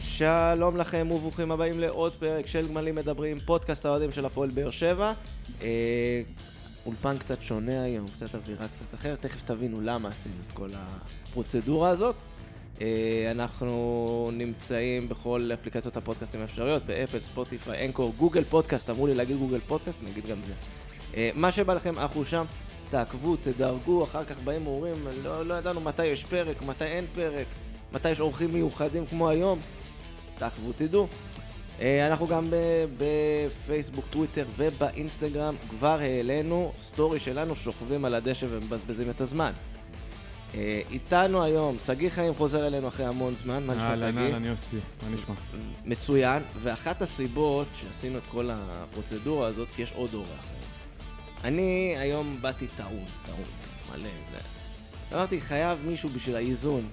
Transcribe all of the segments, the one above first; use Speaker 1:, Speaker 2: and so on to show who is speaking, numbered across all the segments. Speaker 1: שלום לכם וברוכים הבאים לעוד פרק של גמלים מדברים, פודקאסט האוהדים של הפועל באר שבע. אה, אולפן קצת שונה היום, קצת אווירה קצת אחרת, תכף תבינו למה עשינו את כל הפרוצדורה הזאת. אה, אנחנו נמצאים בכל אפליקציות הפודקאסטים האפשריות, באפל, ספוטיפיי, אנקור, גוגל פודקאסט, אמרו לי להגיד גוגל פודקאסט, נגיד גם זה. אה, מה שבא לכם, אנחנו שם, תעקבו, תדרגו, אחר כך באים ואומרים, לא, לא ידענו מתי יש פרק, מתי אין פרק, מתי יש אורחים מיוחדים כמו היום, תעקבו, תדעו. אה, אנחנו גם ב- בפייסבוק, טוויטר ובאינסטגרם כבר העלינו סטורי שלנו, שוכבים על הדשא ומבזבזים את הזמן. אה, איתנו היום, שגיא חיים חוזר אלינו אחרי המון זמן, מה נשמע
Speaker 2: אהלן,
Speaker 1: שגיא?
Speaker 2: אהלן, יוסי, מה נשמע?
Speaker 1: מצוין, ואחת הסיבות שעשינו את כל הפרוצדורה הזאת, כי יש עוד אורח. אני היום באתי טעון, טעון, מלא זה. אמרתי, חייב מישהו בשביל האיזון.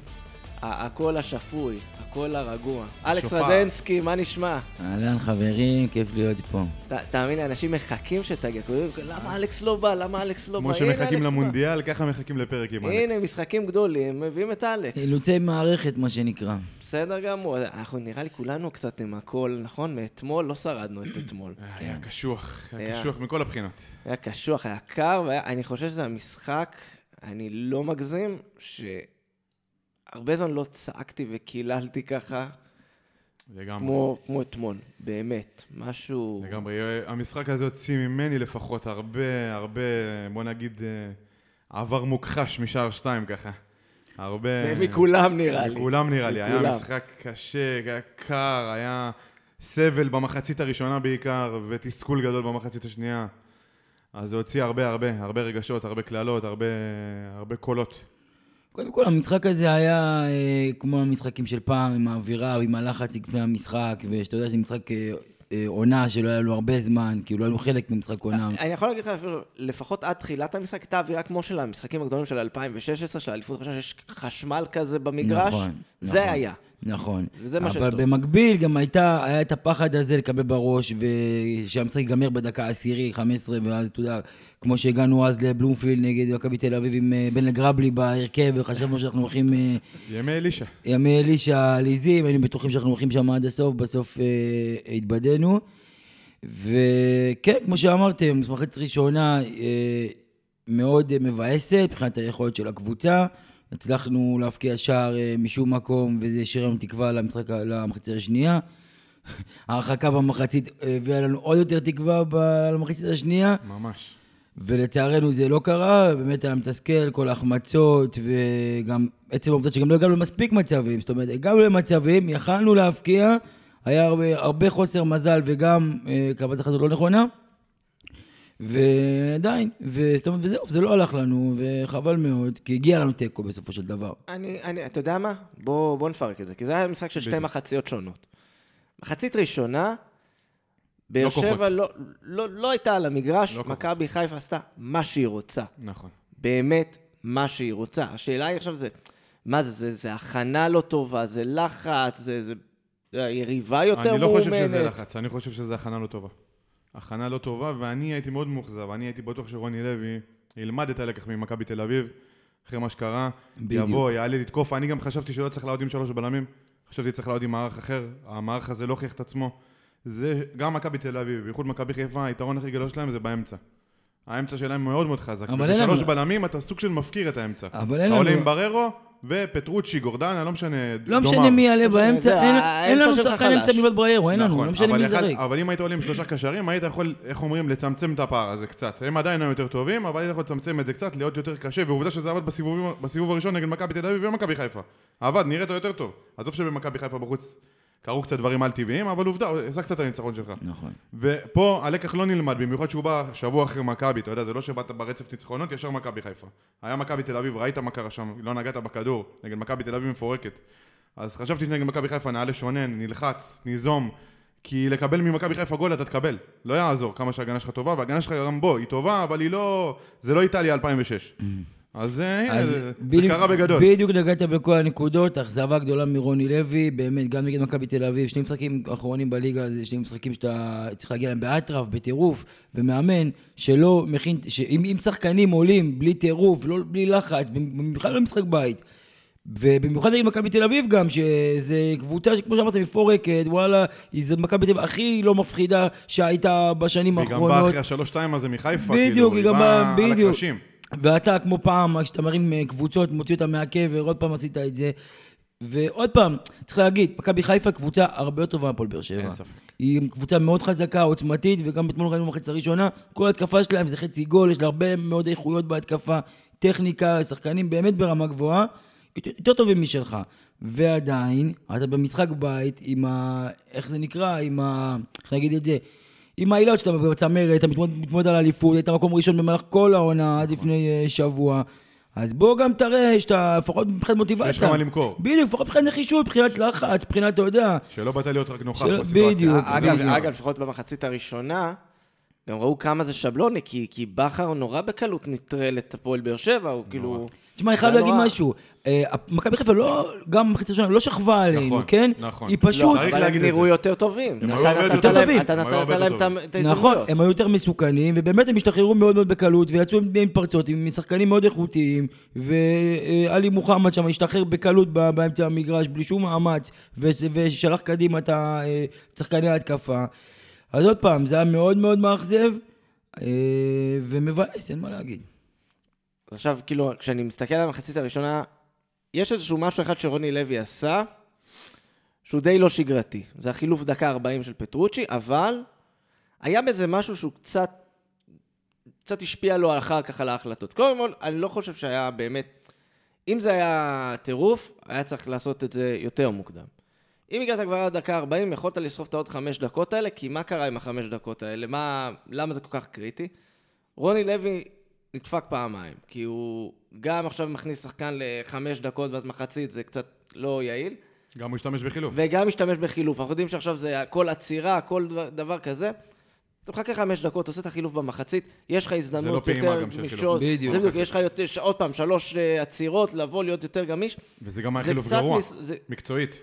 Speaker 1: ה- הקול השפוי, הקול הרגוע. אלכס
Speaker 2: שופר.
Speaker 1: רדנסקי, מה נשמע?
Speaker 3: אהלן חברים, כיף להיות פה.
Speaker 1: ת- תאמין לי, אנשים מחכים שתגיע. כותבים, למה אלכס לא בא? למה אלכס לא בא?
Speaker 2: אה. כמו
Speaker 1: הנה, אלכס
Speaker 2: שמחכים
Speaker 1: בא."
Speaker 2: למונדיאל, ככה מחכים לפרק עם אלכס.
Speaker 1: הנה, משחקים גדולים, מביאים את אלכס.
Speaker 3: אילוצי מערכת, מה שנקרא.
Speaker 1: בסדר גמור, אנחנו נראה לי כולנו קצת עם הקול, נכון? מאתמול לא שרדנו את אתמול.
Speaker 2: אה,
Speaker 3: כן.
Speaker 2: היה קשוח,
Speaker 1: היה.
Speaker 2: היה קשוח מכל הבחינות.
Speaker 1: היה קשוח, היה קר, ואני חושב שזה המשחק, אני לא מגזים, שהרבה זמן לא צעקתי וקיללתי ככה,
Speaker 2: לגמרי.
Speaker 1: כמו, כמו אתמול, באמת, משהו...
Speaker 2: לגמרי. אה, המשחק הזה הוציא ממני לפחות הרבה, הרבה, בוא נגיד, אה, עבר מוכחש משער שתיים ככה. הרבה...
Speaker 1: מכולם נראה לי.
Speaker 2: מכולם נראה לי. היה
Speaker 1: מכולם.
Speaker 2: משחק קשה, היה קר, היה סבל במחצית הראשונה בעיקר, ותסכול גדול במחצית השנייה. אז זה הוציא הרבה הרבה, הרבה רגשות, הרבה קללות, הרבה, הרבה קולות.
Speaker 3: קודם כל, המשחק הזה היה אה, כמו המשחקים של פעם, עם האווירה, עם הלחץ לפני המשחק, ושאתה יודע שזה משחק אה, אה, עונה שלא היה לו הרבה זמן, כאילו לא היה לו חלק ממשחק עונה. נכון,
Speaker 1: אני יכול להגיד לך, אפילו, לפחות עד תחילת המשחק, הייתה אווירה כמו של המשחקים הגדולים של 2016, של האליפות הראשונה, שיש חשמל כזה במגרש.
Speaker 3: נכון,
Speaker 1: זה
Speaker 3: נכון.
Speaker 1: היה.
Speaker 3: נכון.
Speaker 1: וזה מה
Speaker 3: אבל
Speaker 1: שטוב.
Speaker 3: במקביל גם הייתה, היה את הפחד הזה לקבל בראש, ושהמשחק ייגמר בדקה עשירי, 15, ואז אתה יודע, כמו שהגענו אז לבלומפילד נגד מכבי תל אביב עם אה, בן לגרבלי בהרכב, וחשבנו שאנחנו הולכים... אה,
Speaker 2: ימי אלישע.
Speaker 3: ימי אלישע עליזים, היינו בטוחים שאנחנו הולכים שם עד הסוף, בסוף אה, התבדינו. וכן, כמו שאמרתם, מחצית ראשונה אה, מאוד אה, מבאסת מבחינת היכולת של הקבוצה. הצלחנו להבקיע שער אה, משום מקום, וזה השאיר לנו תקווה למשחק, ה- למחצית השנייה. ההרחקה במחצית אה, הביאה לנו עוד יותר תקווה ב- למחצית השנייה.
Speaker 2: ממש.
Speaker 3: ולצערנו זה לא קרה, באמת היה מתסכל, כל ההחמצות, וגם עצם העובדה שגם לא הגענו למספיק מצבים, זאת אומרת, הגענו למצבים, יכלנו להבקיע, היה הרבה, הרבה חוסר מזל וגם אה, קבלת החלטות לא נכונה, ועדיין, וזאת אומרת, וזהו, זה לא הלך לנו, וחבל מאוד, כי הגיע לנו תיקו בסופו של דבר.
Speaker 1: אני, אני, אתה יודע מה? בוא, בוא נפרק את זה, כי זה היה משחק של שתי
Speaker 2: בדיוק.
Speaker 1: מחציות שונות. מחצית ראשונה, באר
Speaker 2: לא כוחות.
Speaker 1: שבע לא, לא, לא הייתה על המגרש,
Speaker 2: לא כוחות.
Speaker 1: מכבי חיפה עשתה מה שהיא רוצה.
Speaker 2: נכון.
Speaker 1: באמת, מה שהיא רוצה. השאלה היא עכשיו זה, מה זה, זה, זה הכנה לא טובה, זה לחץ, זה, זה זה יריבה יותר
Speaker 2: אני לא
Speaker 1: מאומנת.
Speaker 2: חושב שזה לחץ, אני חושב שזה הכנה לא טובה. הכנה לא טובה, ואני הייתי מאוד מאוכזב. אני הייתי בטוח שרוני לוי ילמד את הלקח ממכבי תל אביב, אחרי מה שקרה,
Speaker 3: בדיוק.
Speaker 2: יבוא, יעלה לתקוף. אני גם חשבתי שלא צריך לעוד עם שלוש בלמים, חשבתי שצריך לעוד עם מערך אחר. המערך הזה לא הוכיח את עצמו. זה גם מכבי תל אביב, בייחוד מכבי חיפה, היתרון הכי גדול שלהם זה באמצע. האמצע שלהם מאוד מאוד חזק.
Speaker 3: אבל אין לנו-
Speaker 2: ובשלוש בלמים אתה סוג של מפקיר את האמצע.
Speaker 3: אבל אין
Speaker 2: אתה עולה
Speaker 3: לנו-
Speaker 2: עם בררו ופטרוצ'י, גורדנה, לא משנה,
Speaker 3: לא
Speaker 2: דומב.
Speaker 3: משנה מי יעלה
Speaker 1: משנה, זה
Speaker 3: באמצע, אין-
Speaker 1: האמצע
Speaker 3: אין לנו
Speaker 1: שלך
Speaker 3: שחקן אמצע
Speaker 1: חלש.
Speaker 3: מלבד בריירו, אין לנו,
Speaker 2: נכון,
Speaker 3: לא משנה
Speaker 2: אבל
Speaker 3: מי
Speaker 2: אחד-
Speaker 3: יזרק.
Speaker 2: אבל אם היית עולה עם שלושה קשרים, היית יכול, איך אומרים, לצמצם את הפער הזה קצת. הם עדיין היו יותר טובים, אבל היית יכול לצמצם את זה קצת, להיות יותר קשה, ועובדה שזה עבד בסיבובים- בסיבוב הראשון נגד מכבי תל אביב ומכבי חיפה. עבד, נראית יותר טוב. עזוב שבמכבי חיפה בחוץ קרו קצת דברים על-טבעיים, אבל עובדה, השגת את הניצחון שלך.
Speaker 3: נכון.
Speaker 2: ופה הלקח לא נלמד, במיוחד שהוא בא שבוע אחרי מכבי, אתה יודע, זה לא שבאת ברצף ניצחונות, ישר מכבי חיפה. היה מכבי תל אביב, ראית מה קרה שם, לא נגעת בכדור, נגד מכבי תל אביב מפורקת. אז חשבתי שנגד מכבי חיפה נעלה שונה, נלחץ, ניזום, כי לקבל ממכבי חיפה גול אתה תקבל, לא יעזור כמה שההגנה שלך טובה, וההגנה שלך גם בו, היא טובה, אבל היא לא... זה לא איטליה 2006. אז אה, הנה,
Speaker 3: אז
Speaker 2: זה זה
Speaker 3: בדיוק-
Speaker 2: קרה בגדול.
Speaker 3: בדיוק נגעת בכל הנקודות, אכזבה גדולה מרוני לוי, באמת, גם נגד מכבי תל אביב, שני משחקים אחרונים בליגה, זה שני משחקים שאתה צריך להגיע להם באטרף, בטירוף, ומאמן שלא מכין, שאם אם שחקנים עולים בלי טירוף, לא, בלי לחץ, במיוחד במשחק בית, ובמיוחד נגד מכבי תל אביב גם, שזה קבוצה שכמו שאמרתם, מפורקת, וואלה, היא זאת מכבי תל אביב הכי לא מפחידה שהייתה בשנים
Speaker 2: היא גם באה
Speaker 3: האחרונות.
Speaker 2: אחרי השלוש שתיים הזה מחיפה,
Speaker 3: בדיוק,
Speaker 2: כאילו,
Speaker 3: היא גם
Speaker 2: על
Speaker 3: באה, בדיוק.
Speaker 2: הקרשים.
Speaker 3: ואתה, כמו פעם, כשאתה מרים אה, קבוצות, מוציא אותה מהקבר, עוד פעם עשית את זה. ועוד פעם, צריך להגיד, מכבי חיפה קבוצה הרבה יותר טובה מהפועל באר שבע.
Speaker 2: אין ספק.
Speaker 3: היא קבוצה מאוד חזקה, עוצמתית, וגם אתמול ראינו במחצית הראשונה, כל התקפה שלהם זה חצי גול, יש לה הרבה מאוד איכויות בהתקפה, טכניקה, שחקנים באמת ברמה גבוהה, יותר- יותר טובים משלך. ועדיין, אתה במשחק בית עם ה... איך זה נקרא? עם ה... איך נגיד את זה? עם העילות שאתה בצמרת, אתה מתמודד, מתמודד על האליפות, היית מקום ראשון במהלך כל העונה, עד לפני אה, שבוע. אז בוא גם תראה שאתה, לפחות מבחינת מוטיבציה.
Speaker 2: שיש לך מה למכור.
Speaker 3: בדיוק, לפחות מבחינת נחישות, מבחינת לחץ, מבחינת, אתה יודע,
Speaker 2: שלא באת להיות רק נוכח
Speaker 3: של-
Speaker 2: בסיטואציה.
Speaker 3: בדיוק.
Speaker 1: אגב,
Speaker 3: בדיוק.
Speaker 1: אגב, לפחות במחצית הראשונה, גם ראו כמה זה שבלוני, כי, כי בכר נורא בקלות נטרל את הפועל באר שבע, הוא כאילו...
Speaker 3: תשמע, אני
Speaker 1: זה
Speaker 3: חייב
Speaker 1: היה
Speaker 3: להגיד
Speaker 1: נורא.
Speaker 3: משהו. אה, מכבי חיפה לא, גם במחצית הראשונה, לא שכבה עלינו,
Speaker 2: נכון,
Speaker 3: כן?
Speaker 2: נכון.
Speaker 3: היא פשוט...
Speaker 1: לא,
Speaker 2: צריך
Speaker 1: אבל הם
Speaker 2: להגיד את
Speaker 1: נראו
Speaker 2: זה.
Speaker 1: יותר טובים.
Speaker 2: הם
Speaker 1: אתה
Speaker 2: היו הרבה
Speaker 1: נתת
Speaker 2: יותר
Speaker 1: להם-
Speaker 3: טובים.
Speaker 1: אתה
Speaker 2: הם היו
Speaker 1: נתת
Speaker 2: הרבה
Speaker 1: להם
Speaker 2: יותר
Speaker 1: את ה- את
Speaker 3: נכון,
Speaker 1: ההזדמנויות.
Speaker 3: הם היו יותר מסוכנים, ובאמת הם השתחררו מאוד מאוד בקלות, ויצאו עם- עם פרצות, עם שחקנים מאוד איכותיים, ואלי מוחמד שם השתחרר בקלות ב- באמצע המגרש, בלי שום מאמץ, וש- ושלח קדימה את ה- אה, את שחקני ההתקפה. אז עוד פעם, זה היה מאוד מאוד מאכזב, אה, ומבאס, אין מה להגיד.
Speaker 1: אז עכשיו, כאילו, כשאני מסתכל על המחצית הראשונה, יש איזשהו משהו אחד שרוני לוי עשה, שהוא די לא שגרתי. זה החילוף דקה 40 של פטרוצ'י, אבל היה בזה משהו שהוא קצת, קצת השפיע לו אחר כך על ההחלטות. קודם כל, אני לא חושב שהיה באמת... אם זה היה טירוף, היה צריך לעשות את זה יותר מוקדם. אם הגעת כבר עד דקה 40, יכולת לסחוב את העוד חמש דקות האלה, כי מה קרה עם החמש דקות האלה? מה, למה זה כל כך קריטי? רוני לוי נדפק פעמיים, כי הוא גם עכשיו מכניס שחקן לחמש דקות ואז מחצית, זה קצת לא יעיל,
Speaker 2: גם הוא השתמש בחילוף.
Speaker 1: וגם משתמש בחילוף. אנחנו יודעים שעכשיו זה הכל עצירה, כל דבר- דבר כזה. אתה מחכה חמש דקות, עושה את החילוף במחצית, יש לך הזדמנות
Speaker 2: לא פעימה
Speaker 1: יותר
Speaker 2: גם של חילוף.
Speaker 1: גמישות.
Speaker 3: בדיוק.
Speaker 1: זה בדיוק, יש לך יותר, ש- עוד פעם, שלוש אה, עצירות, לבוא, להיות יותר גמיש.
Speaker 2: וזה גם היה
Speaker 1: זה
Speaker 2: חילוף
Speaker 1: קצת
Speaker 2: גרוע,
Speaker 1: מס- זה-
Speaker 2: מקצועית.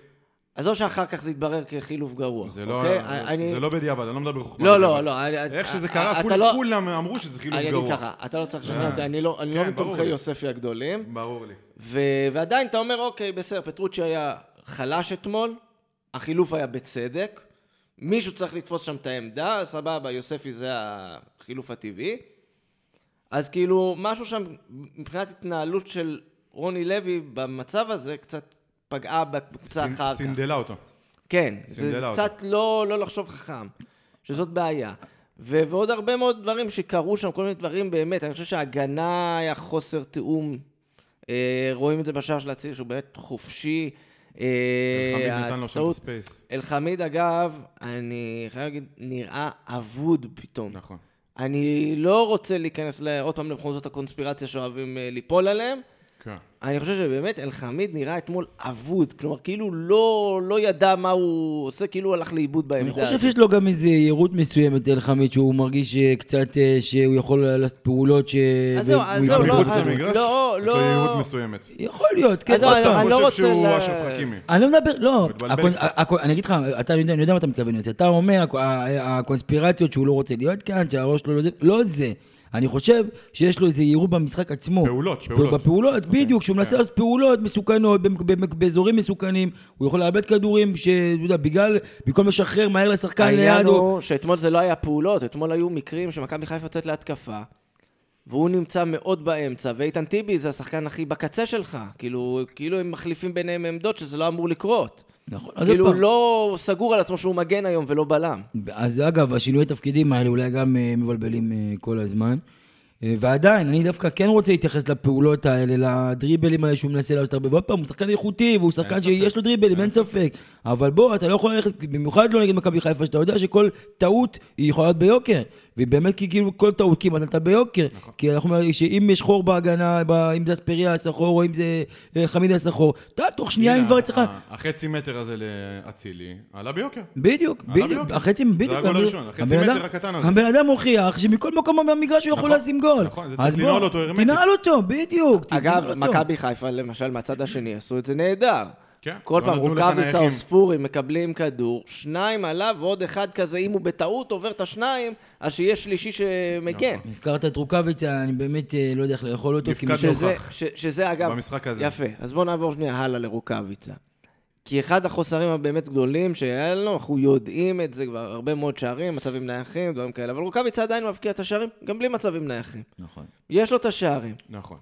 Speaker 1: עזוב שאחר כך זה יתברר כחילוף גרוע.
Speaker 2: זה לא-
Speaker 1: אוקיי?
Speaker 2: זה-
Speaker 1: אני-
Speaker 2: זה לא בדיעבד, אני לא מדבר חוכמה.
Speaker 1: לא,
Speaker 2: בדיעבד.
Speaker 1: לא, לא. אני-
Speaker 2: איך
Speaker 1: אני-
Speaker 2: שזה
Speaker 1: אתה
Speaker 2: קרה, כול-
Speaker 1: לא-
Speaker 2: כולם אמרו שזה חילוף
Speaker 1: אני אגיד
Speaker 2: גרוע. אה,
Speaker 1: ככה, אתה לא צריך לשכנע אותי, אני לא אני לא
Speaker 2: כן, ברור
Speaker 1: מתומכי
Speaker 2: לי.
Speaker 1: יוספי הגדולים.
Speaker 2: ברור לי.
Speaker 1: ו- ועדיין אתה אומר, אוקיי, בסדר, פטרוצ'י היה חלש אתמול, החילוף היה בצדק, מישהו צריך לתפוס שם את העמדה, סבבה, יוספי זה החילוף הטבעי. אז כאילו, משהו שם, מבחינת התנהלות של רוני לוי במצב הזה, קצת פגעה בקבוצה
Speaker 2: סינ-
Speaker 1: אחר כך.
Speaker 2: סינדלה אותו.
Speaker 1: כן, זה
Speaker 2: סינדלה אותו.
Speaker 1: קצת לא, לא לחשוב חכם, שזאת בעיה. ו- ועוד הרבה מאוד דברים שקרו שם, כל מיני דברים באמת, אני חושב שההגנה היה חוסר תיאום. אה, רואים את זה בשער של אצילי, שהוא באמת חופשי. אה,
Speaker 2: חמיד נתן לו שם את
Speaker 1: הטעות-
Speaker 2: הספייס.
Speaker 1: אלחמיד, אגב, אני חייב להגיד, נראה אבוד פתאום.
Speaker 2: נכון.
Speaker 1: אני לא רוצה להיכנס ל- עוד פעם למחוזות הקונספירציה שאוהבים אה, ליפול עליהם,
Speaker 2: כן.
Speaker 1: אני חושב שבאמת אלחמיד נראה אתמול אבוד, כלומר כאילו לא, לא ידע מה הוא עושה, כאילו הוא הלך לאיבוד
Speaker 3: אני
Speaker 1: בעמדה
Speaker 3: חושב שיש לו גם איזו יהירות מסוימת, אלחמיד, שהוא מרגיש אה, קצת אה, שהוא יכול לעשות פעולות ש...
Speaker 1: אז זהו,
Speaker 3: ו-
Speaker 1: אז
Speaker 3: הוא-
Speaker 1: זהו,
Speaker 2: גם
Speaker 1: לא,
Speaker 2: מחוץ
Speaker 1: אז-
Speaker 2: למגרש,
Speaker 1: לא,
Speaker 2: יש
Speaker 1: לא.
Speaker 2: לו יהירות מסוימת.
Speaker 3: יכול להיות, כן.
Speaker 1: אז זהו,
Speaker 3: עוד
Speaker 1: אני-
Speaker 3: פעם,
Speaker 1: אני
Speaker 2: אני
Speaker 1: לא
Speaker 2: חושב
Speaker 1: רוצה
Speaker 2: שהוא
Speaker 1: ל-
Speaker 2: אשרף חכימי.
Speaker 3: אני לא מדבר, לא,
Speaker 2: מתבלבל
Speaker 3: הקונ-
Speaker 2: קצת.
Speaker 3: הקונ- אני אגיד לך, אתה יודע- אני יודע מה אתה מתכוון לזה, אתה אומר, הקו- ה- הקונספירציות שהוא לא רוצה להיות כאן, שהראש שלו לא זה, לא זה. אני חושב שיש לו איזה יהירות במשחק עצמו.
Speaker 2: פעולות,
Speaker 3: ש-
Speaker 2: פעולות. אוקיי, כן.
Speaker 3: בפעולות, בדיוק, כשהוא מנסה לעשות פעולות מסוכנות, במק- במק- באזורים מסוכנים, הוא יכול לאבד כדורים, שאתה יודע, בגלל, במקום לשחרר מהר לשחקן
Speaker 1: העניין
Speaker 3: ליד, או...
Speaker 1: הוא שאתמול זה לא היה פעולות, אתמול היו מקרים שמכבי חיפה יוצאת להתקפה, והוא נמצא מאוד באמצע, ואיתן טיבי זה השחקן הכי בקצה שלך, כאילו, כאילו הם מחליפים ביניהם עמדות שזה לא אמור לקרות.
Speaker 3: נכון, אז עוד
Speaker 1: כאילו הוא
Speaker 3: פעם.
Speaker 1: לא סגור על עצמו שהוא מגן היום ולא בלם.
Speaker 3: אז אגב, השינוי תפקידים האלה אולי גם אה, מבלבלים אה, כל הזמן. אה, ועדיין, אני דווקא כן רוצה להתייחס לפעולות האלה, לדריבלים האלה שהוא מנסה לעשות הרבה. ועוד פעם, הוא שחקן איכותי, והוא שחקן שיש לו דריבלים, אין ספק. אבל בוא, אתה לא יכול ללכת, במיוחד לא נגד מכבי חיפה, שאתה יודע שכל טעות היא יכולה להיות ביוקר. ובאמת, כי כאילו כל טעות כמעט עלתה ביוקר. כי אנחנו אומרים שאם יש חור בהגנה, ב- אם זה אספריה הסחור, או אם זה אה, חמידה הסחור, אתה תוך שנייה היא כבר
Speaker 2: הנה,
Speaker 3: אצלך.
Speaker 2: ה- החצי מטר הזה לאצילי עלה ביוקר.
Speaker 3: בדיוק,
Speaker 2: עלה
Speaker 3: בדיוק,
Speaker 2: ביוקר.
Speaker 3: החצי,
Speaker 2: אה, לא זה
Speaker 3: בדיוק.
Speaker 2: הגול
Speaker 3: הבן-
Speaker 2: הראשון, החצי
Speaker 3: הבן
Speaker 2: מטר
Speaker 3: אדם-
Speaker 2: הקטן הזה.
Speaker 3: הבן אדם הוכיח שמכל מקום במגרש הוא יכול
Speaker 2: נכון,
Speaker 3: לשים גול.
Speaker 2: נכון, זה
Speaker 3: אז
Speaker 2: צריך לנעול
Speaker 3: בוא,
Speaker 2: אותו הרמטית.
Speaker 3: תנעל אותו, בדיוק. תנעל
Speaker 1: אגב,
Speaker 3: אותו.
Speaker 1: מכבי חיפה, למשל, מהצד השני עשו את זה נהדר.
Speaker 2: כן,
Speaker 1: כל
Speaker 2: לא
Speaker 1: פעם
Speaker 2: נתנו לך
Speaker 1: רוקאביצה או
Speaker 2: נייחים.
Speaker 1: ספורי מקבלים כדור, שניים עליו ועוד אחד כזה, אם הוא בטעות עובר את השניים, אז שיהיה שלישי שמגן.
Speaker 2: נכון.
Speaker 3: הזכרת את רוקאביצה, אני באמת אה, לא יודע איך לאכול אותו, כי
Speaker 2: נפקד
Speaker 3: מישהו-
Speaker 1: שזה,
Speaker 2: נוכח.
Speaker 1: ש, שזה אגב...
Speaker 2: במשחק הזה.
Speaker 1: יפה. אז בואו נעבור שנייה הלאה לרוקאביצה. כי אחד החוסרים הבאמת גדולים שהיה לנו, אנחנו יודעים את זה כבר, הרבה מאוד שערים, מצבים נייחים, דברים כאלה, אבל רוקאביצה עדיין מבקיע את השערים, גם בלי מצבים נייחים.
Speaker 3: נכון.
Speaker 1: יש לו את השערים,
Speaker 2: נכון.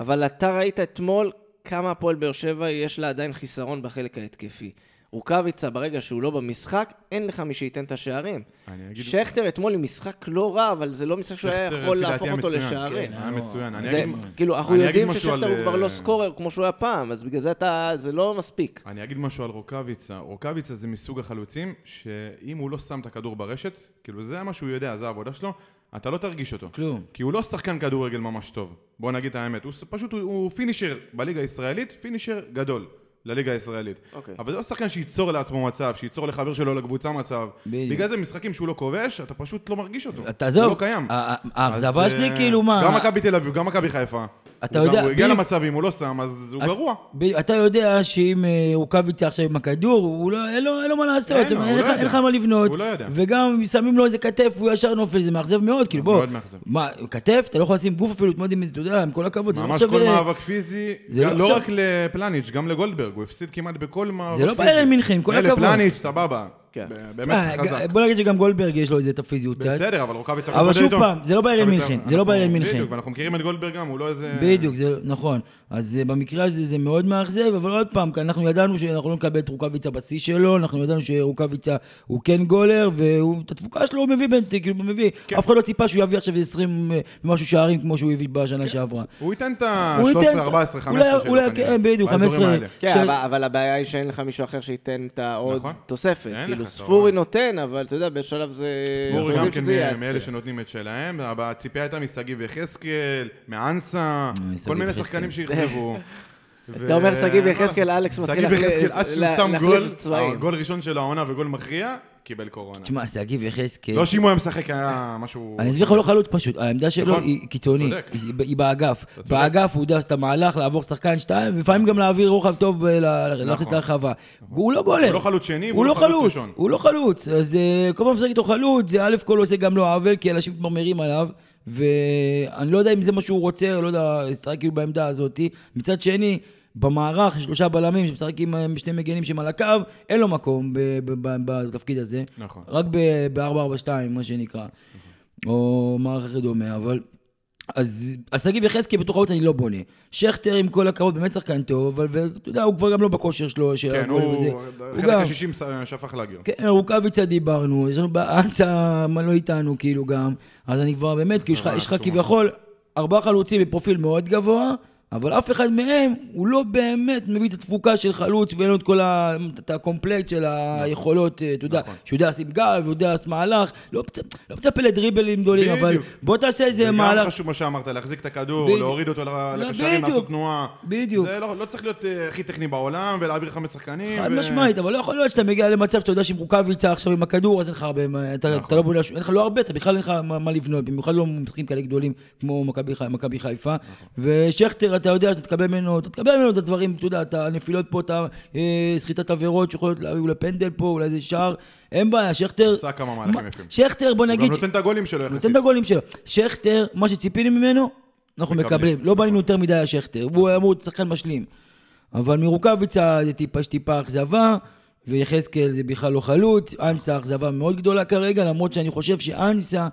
Speaker 1: אבל אתה ראית אתמול כמה הפועל באר שבע יש לה עדיין חיסרון בחלק ההתקפי. רוקאביצה, ברגע שהוא לא במשחק, אין לך מי שייתן את השערים.
Speaker 2: אני אגיד...
Speaker 1: שכטר אתמול עם משחק לא רע, אבל זה לא משחק שהוא היה
Speaker 2: שכטר,
Speaker 1: יכול
Speaker 2: לפי
Speaker 1: להפוך
Speaker 2: דעתי,
Speaker 1: אותו
Speaker 2: היה מצוין,
Speaker 1: לשערים.
Speaker 2: כן, היה
Speaker 3: לא,
Speaker 2: מצוין. אני
Speaker 1: זה,
Speaker 2: אגיד-
Speaker 1: כאילו, אנחנו
Speaker 2: אני אגיד
Speaker 1: יודעים
Speaker 2: משהו
Speaker 1: ששכטר
Speaker 2: על,
Speaker 1: הוא כבר
Speaker 2: אה,
Speaker 1: לא סקורר כמו שהוא היה פעם, אז בגלל זה אתה, זה לא מספיק.
Speaker 2: אני אגיד משהו על רוקאביצה. רוקאביצה זה מסוג החלוצים שאם הוא לא שם את הכדור ברשת, כאילו זה מה שהוא יודע, זה העבודה שלו, אתה לא תרגיש אותו.
Speaker 3: כלום.
Speaker 2: כי הוא לא שחקן כדורגל ממש טוב. בוא נגיד את האמת. הוא ס- פשוט, הוא, הוא פינישר בליגה הישראלית, פינישר גדול לליגה הישראלית.
Speaker 1: אוקיי.
Speaker 2: אבל זה לא שחקן שייצור לעצמו מצב, שייצור לחבר שלו לקבוצה מצב.
Speaker 3: בדיוק.
Speaker 2: בגלל זה משחקים שהוא לא כובש, אתה פשוט לא מרגיש אותו. הוא
Speaker 3: תעזוב,
Speaker 2: לא קיים.
Speaker 3: ה- ה-
Speaker 2: אז,
Speaker 3: האכזבה שלי
Speaker 2: אה,
Speaker 3: כאילו מה...
Speaker 2: גם מכבי תל אביב, גם מכבי חיפה.
Speaker 3: אתה
Speaker 2: הוא גם-
Speaker 3: יודע,
Speaker 2: הוא הגיע
Speaker 3: בדיוק.
Speaker 2: למצבים, הוא לא שם, אז הוא
Speaker 3: את-
Speaker 2: גרוע.
Speaker 3: ב- אתה יודע שאם אה, רוקאביצה עכשיו עם הכדור, הוא לא- אין לו- אין לו מה לעשות,
Speaker 2: אין לו, הוא
Speaker 3: אין
Speaker 2: לא
Speaker 3: לך-
Speaker 2: יודע.
Speaker 3: אין לך מה לבנות.
Speaker 2: הוא לא יודע.
Speaker 3: וגם אם שמים לו איזה כתף, הוא ישר נופל, זה מאכזב מאוד, כאילו בוא.
Speaker 2: מאוד מאכזב.
Speaker 3: מה, כתף? אתה לא יכול לשים גוף אפילו להתמודד עם זה, אתה יודע, עם כל הכבוד. זה לא
Speaker 2: ממש
Speaker 3: עכשיו,
Speaker 2: כל
Speaker 3: אה,
Speaker 2: מאבק פיזי,
Speaker 3: זה
Speaker 2: גם-
Speaker 3: לא
Speaker 2: לא
Speaker 3: עכשיו-
Speaker 2: רק לפלניץ', גם לגולדברג, הוא הפסיד כמעט בכל מאבק פיזי.
Speaker 3: לא ביירן מינכן, כל
Speaker 2: מילא
Speaker 3: הכבוד.
Speaker 2: פלניץ', סבבה.
Speaker 1: כן.
Speaker 2: ב-
Speaker 3: אה,
Speaker 2: באמת
Speaker 3: ג-
Speaker 2: חזק.
Speaker 3: בוא נגיד שגם גולדברג יש לו איזה את הפיזיות קצת.
Speaker 2: בסדר, אבל רוקאביצה...
Speaker 3: אבל
Speaker 2: מתמודד
Speaker 3: שוב
Speaker 2: איתו.
Speaker 3: פעם, זה לא ביירן
Speaker 2: רוקאביצה-
Speaker 3: מינכן, זה לא
Speaker 2: אנחנו-
Speaker 3: ביירן מינכן.
Speaker 2: בדיוק, ואנחנו מכירים את גולדברג גם, הוא לא איזה...
Speaker 3: בדיוק, זה נכון. אז אה, במקרה הזה זה מאוד מאכזב, אבל עוד פעם, כי אנחנו ידענו שאנחנו לא נקבל את רוקאביצה בשיא שלו, אנחנו ידענו שרוקאביצה הוא כן גולר, ואת התפוקה שלו הוא מביא בין, כאילו, הוא מביא.
Speaker 2: כן.
Speaker 3: אף אחד לא ציפה שהוא יביא עכשיו איזה 20 אה, ומשהו שערים כמו שהוא הביא
Speaker 2: כן.
Speaker 3: בשנה שעברה.
Speaker 2: הוא ייתן את
Speaker 3: הוא ייתן-
Speaker 2: ה-13, 14, 15
Speaker 3: אולי-
Speaker 2: שלו.
Speaker 3: אולי,
Speaker 2: כנראה,
Speaker 3: כן, בדיוק,
Speaker 2: באזורים
Speaker 3: 15.
Speaker 2: האלה.
Speaker 1: כן,
Speaker 3: של-
Speaker 1: אבל, אבל הבעיה היא שאין לך מישהו אחר שייתן את העוד
Speaker 2: נכון.
Speaker 1: תוספת.
Speaker 2: אין
Speaker 1: כאילו,
Speaker 2: לך, אתה
Speaker 1: ספורי
Speaker 2: רואה.
Speaker 1: נותן, אבל אתה יודע, בשלב זה... אנחנו
Speaker 2: ספורי
Speaker 1: יודעים
Speaker 2: גם כן
Speaker 1: אה, שזה ייעצר.
Speaker 2: מאלה שנותנים את שלהם, אבל הציפייה הייתה משגיב יחזקאל, מאנסה,
Speaker 3: שגיב
Speaker 2: כל מיני
Speaker 3: יחזקאל.
Speaker 2: שחקנים שיכתבו. ו-
Speaker 1: אתה אומר שגיב
Speaker 2: מה
Speaker 1: יחזקאל,
Speaker 2: לעשות?
Speaker 1: אלכס מתחיל
Speaker 2: שגיב
Speaker 1: להחליף-
Speaker 2: יחזקאל, עד שהוא
Speaker 1: לה-
Speaker 2: שם
Speaker 1: להחליף
Speaker 2: גול, אה,
Speaker 1: צבעים.
Speaker 2: גול ראשון של העונה וגול מכריע, קיבל קורונה.
Speaker 3: תשמע, שגיב יחזקאל...
Speaker 2: לא שאם הוא היה משחק היה משהו...
Speaker 3: אני אסביר לך, הוא לא חלוץ פשוט, העמדה שלו
Speaker 2: נכון.
Speaker 3: היא קיצונית,
Speaker 2: צודק.
Speaker 3: היא- היא באגף.
Speaker 2: צודק.
Speaker 3: באגף הוא יודע לעשות את המהלך, לעבור שחקן שתיים, ולפעמים גם להעביר רוחב טוב, ל- ל- להכניס
Speaker 2: נכון.
Speaker 3: לרחבה. הוא לא גולר.
Speaker 2: הוא לא חלוץ שני,
Speaker 3: הוא
Speaker 2: והוא
Speaker 3: לא
Speaker 2: לא חלוץ
Speaker 3: חלוץ,
Speaker 2: ראשון.
Speaker 3: הוא לא חלוץ. אז אה, כל פעם משחק איתו חלוץ, זה א' כל עושה גם לו עוול, כי אנשים מתמרמרים עליו, ואני לא יודע אם זה מה שהוא רוצה, לא יודע, לשחק כאילו בעמדה הזאת. מצד שני... במערך, שלושה בלמים שמשחקים אה, עם שני מגנים שהם על הקו, אין לו מקום ב- ב- ב- בתפקיד הזה.
Speaker 2: נכון.
Speaker 3: רק ב-442, מה שנקרא. או מערך אחר דומה, אבל... אז אז שגיב יחזקאל בתוך הערוץ אני לא בונה. שכטר, עם כל הכבוד, באמת שחקן טוב, אבל ואתה יודע, הוא כבר גם לא בכושר שלו, של
Speaker 2: כן,
Speaker 3: הגולים וזה.
Speaker 2: הוא... חלק
Speaker 3: גם-
Speaker 2: ה-60 שפך לאגר.
Speaker 3: כן, רוקאביצה דיברנו, יש לנו באנסה, מה לא איתנו, כאילו גם. אז אני כבר באמת, כאילו, יש לך- יש לך
Speaker 2: עצומה.
Speaker 3: כביכול ארבעה חלוצים בפרופיל מאוד גבוה, אבל אף אחד מהם, הוא לא באמת מביא את התפוקה של חלוץ ואין לו את כל ה... את הקומפלט של
Speaker 2: נכון.
Speaker 3: היכולות, אה, אתה יודע, שהוא יודע לשים גל, והוא יודע לעשות מהלך, לא מצ- לא מצפה לדריבלים גדולים, אבל
Speaker 2: בדיוק.
Speaker 3: בוא תעשה איזה
Speaker 2: זה גם
Speaker 3: מהלך.
Speaker 2: חשוב מה שאמרת, להחזיק את הכדור,
Speaker 3: בדיוק.
Speaker 2: להוריד אותו ל-
Speaker 3: לא,
Speaker 2: לקשרים,
Speaker 3: בדיוק.
Speaker 2: לעשות תנועה.
Speaker 3: בדיוק.
Speaker 2: זה לא לא צריך להיות אה, הכי טכני בעולם ולהעביר חמש שחקנים. אה,
Speaker 3: חד
Speaker 2: ו-
Speaker 3: משמעית, אבל לא יכול להיות שאתה מגיע למצב שאתה יודע שעם רוקאביצה עכשיו עם הכדור, אז אין לך הרבה, מה- אתה
Speaker 2: נכון.
Speaker 3: אתה לא בונה, שום- אין לך לא הרבה, אתה בכלל אין לך מה מה לבנות, במיוחד לא משחקים כאלה גדולים כמו מכבי חי- מכבי חיפה.
Speaker 2: נכון.
Speaker 3: ושכטר, אתה יודע שאתה תקבל ממנו, אתה תקבל ממנו את הדברים, אתה יודע, את הנפילות פה, את הסחיטת עבירות שיכולות להביא אולי פנדל פה, אולי איזה שער, אין בעיה, שכטר...
Speaker 2: עשה כמה מהלכים
Speaker 3: מה-
Speaker 2: יפים.
Speaker 3: שכטר, בוא
Speaker 2: הוא גם לא
Speaker 3: נגיד...
Speaker 2: נותן את הגולים שלו
Speaker 3: נותן
Speaker 2: יחסית.
Speaker 3: את הגולים שלו. שכטר, מה שציפינו ממנו, אנחנו
Speaker 2: מקבלים.
Speaker 3: מקבלים. לא בנינו יותר מדי על שכטר, והוא היה אמור להיות שחקן משלים. אבל מרוקאביצה זה טיפה, יש טיפה אכזבה, ויחזקאל זה בכלל לא חלוץ, אנסה אכזבה מאוד גדולה כרגע, למרות שאני חושב שאנסה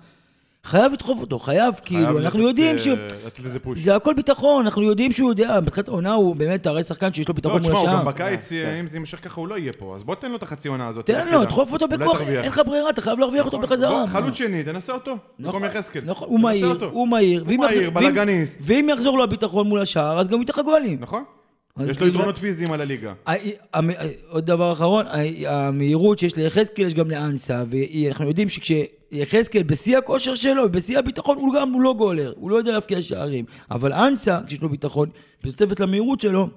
Speaker 3: חייב לדחוף אותו, חייב,
Speaker 2: חייב
Speaker 3: כאילו, אנחנו
Speaker 2: לתת,
Speaker 3: יודעים
Speaker 2: אה,
Speaker 3: שהוא...
Speaker 2: לתת לזה פוש.
Speaker 3: זה הכל ביטחון, אנחנו יודעים שהוא יודע, בתחילת העונה הוא באמת הרי שחקן שיש לו
Speaker 2: לא,
Speaker 3: ביטחון מול
Speaker 2: תשמע, הוא
Speaker 3: השער.
Speaker 2: גם בקיץ, אה, אם זה יימשך ככה, הוא לא יהיה פה, אז בוא תן לו את החצי עונה הזאת. לך
Speaker 3: תן לו,
Speaker 2: תדע.
Speaker 3: דחוף אותו
Speaker 2: כן, אולי
Speaker 3: בכוח,
Speaker 2: תרוויח.
Speaker 3: אין לך ברירה, אתה חייב להרוויח אותו
Speaker 2: נכון.
Speaker 3: בחזרה.
Speaker 2: בוא, חלוץ שני, תנסה אותו, במקום
Speaker 3: נכון,
Speaker 2: יחזקאל.
Speaker 3: נכון, הוא
Speaker 2: תנסה
Speaker 3: מהיר,
Speaker 2: כן, אותו.
Speaker 3: הוא מהיר. ואם
Speaker 2: הוא מהיר,
Speaker 3: יחזור- ואם-
Speaker 2: בלאגניסט.
Speaker 3: ואם יחזור לו הביטחון מול השער, אז גם הוא ייתן לך גולים.
Speaker 2: נכון.
Speaker 3: אז
Speaker 2: יש לו
Speaker 3: כאילו-
Speaker 2: יתרונות פיזיים על הליגה.
Speaker 3: ה- המ- עוד דבר אחרון, ה- המהירות שיש ליחזקאל יש גם לאנסה, ואנחנו יודעים שכשיחזקאל בשיא הכושר שלו, בשיא הביטחון, הוא גם הוא לא גולר, הוא לא יודע להבקיע שערים. אבל אנסה, כשיש לו ביטחון, בתוספת למהירות שלו,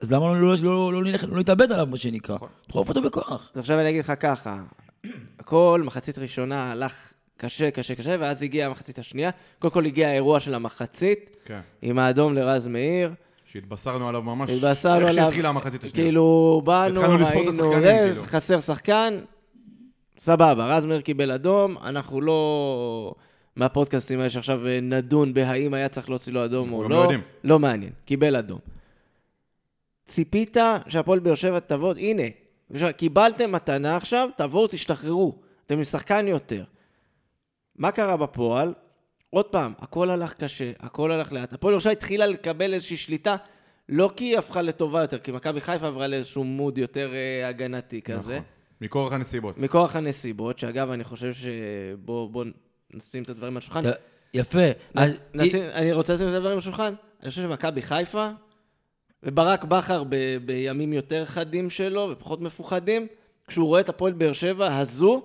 Speaker 3: אז למה לא- לא- לא לא נלך- לא נתאבד עליו, מה שנקרא?
Speaker 2: נכון.
Speaker 3: דחוף אותו בכוח.
Speaker 1: אז עכשיו אני אגיד לך ככה, הכל, מחצית ראשונה הלך קשה, קשה, קשה, ואז הגיעה המחצית השנייה. קודם כל הגיע האירוע של המחצית,
Speaker 2: כן.
Speaker 1: עם האדום לרז מאיר.
Speaker 2: שהתבשרנו עליו ממש,
Speaker 1: התבשרנו עליו.
Speaker 2: איך שהתחילה המחצית השנייה.
Speaker 1: כאילו, באנו,
Speaker 2: התחלנו לספור את
Speaker 1: ראינו,
Speaker 2: השחקנים,
Speaker 1: זה,
Speaker 2: כאילו.
Speaker 1: חסר שחקן, סבבה, רז מאיר קיבל אדום, אנחנו לא... מהפודקאסטים האלה שעכשיו אה, נדון בהאם היה צריך להוציא לו אדום או
Speaker 2: אנחנו
Speaker 1: לא,
Speaker 2: גם לא יודעים.
Speaker 1: לא מעניין, קיבל אדום. ציפית שהפועל באר שבע תבוא, הנה, עכשיו, קיבלתם מתנה עכשיו, תבואו, תשתחררו, אתם עם שחקן יותר. מה קרה בפועל? עוד פעם, הכל הלך קשה, הכל הלך לאט. הפועל ירושלים התחילה לקבל איזושהי שליטה, לא כי היא הפכה לטובה יותר, כי מכבי חיפה עברה לאיזשהו מוד יותר אה, הגנתי כזה.
Speaker 2: נכון. מכורח הנסיבות.
Speaker 1: מכורח הנסיבות, שאגב, אני חושב שבוא בוא נשים את הדברים על השולחן.
Speaker 3: אתה- יפה. אז
Speaker 1: נשים, אני רוצה לשים את הדברים על השולחן. אני חושב שמכבי חיפה, וברק בכר ב, בימים יותר חדים שלו ופחות מפוחדים, כשהוא רואה את הפועל באר שבע הזו,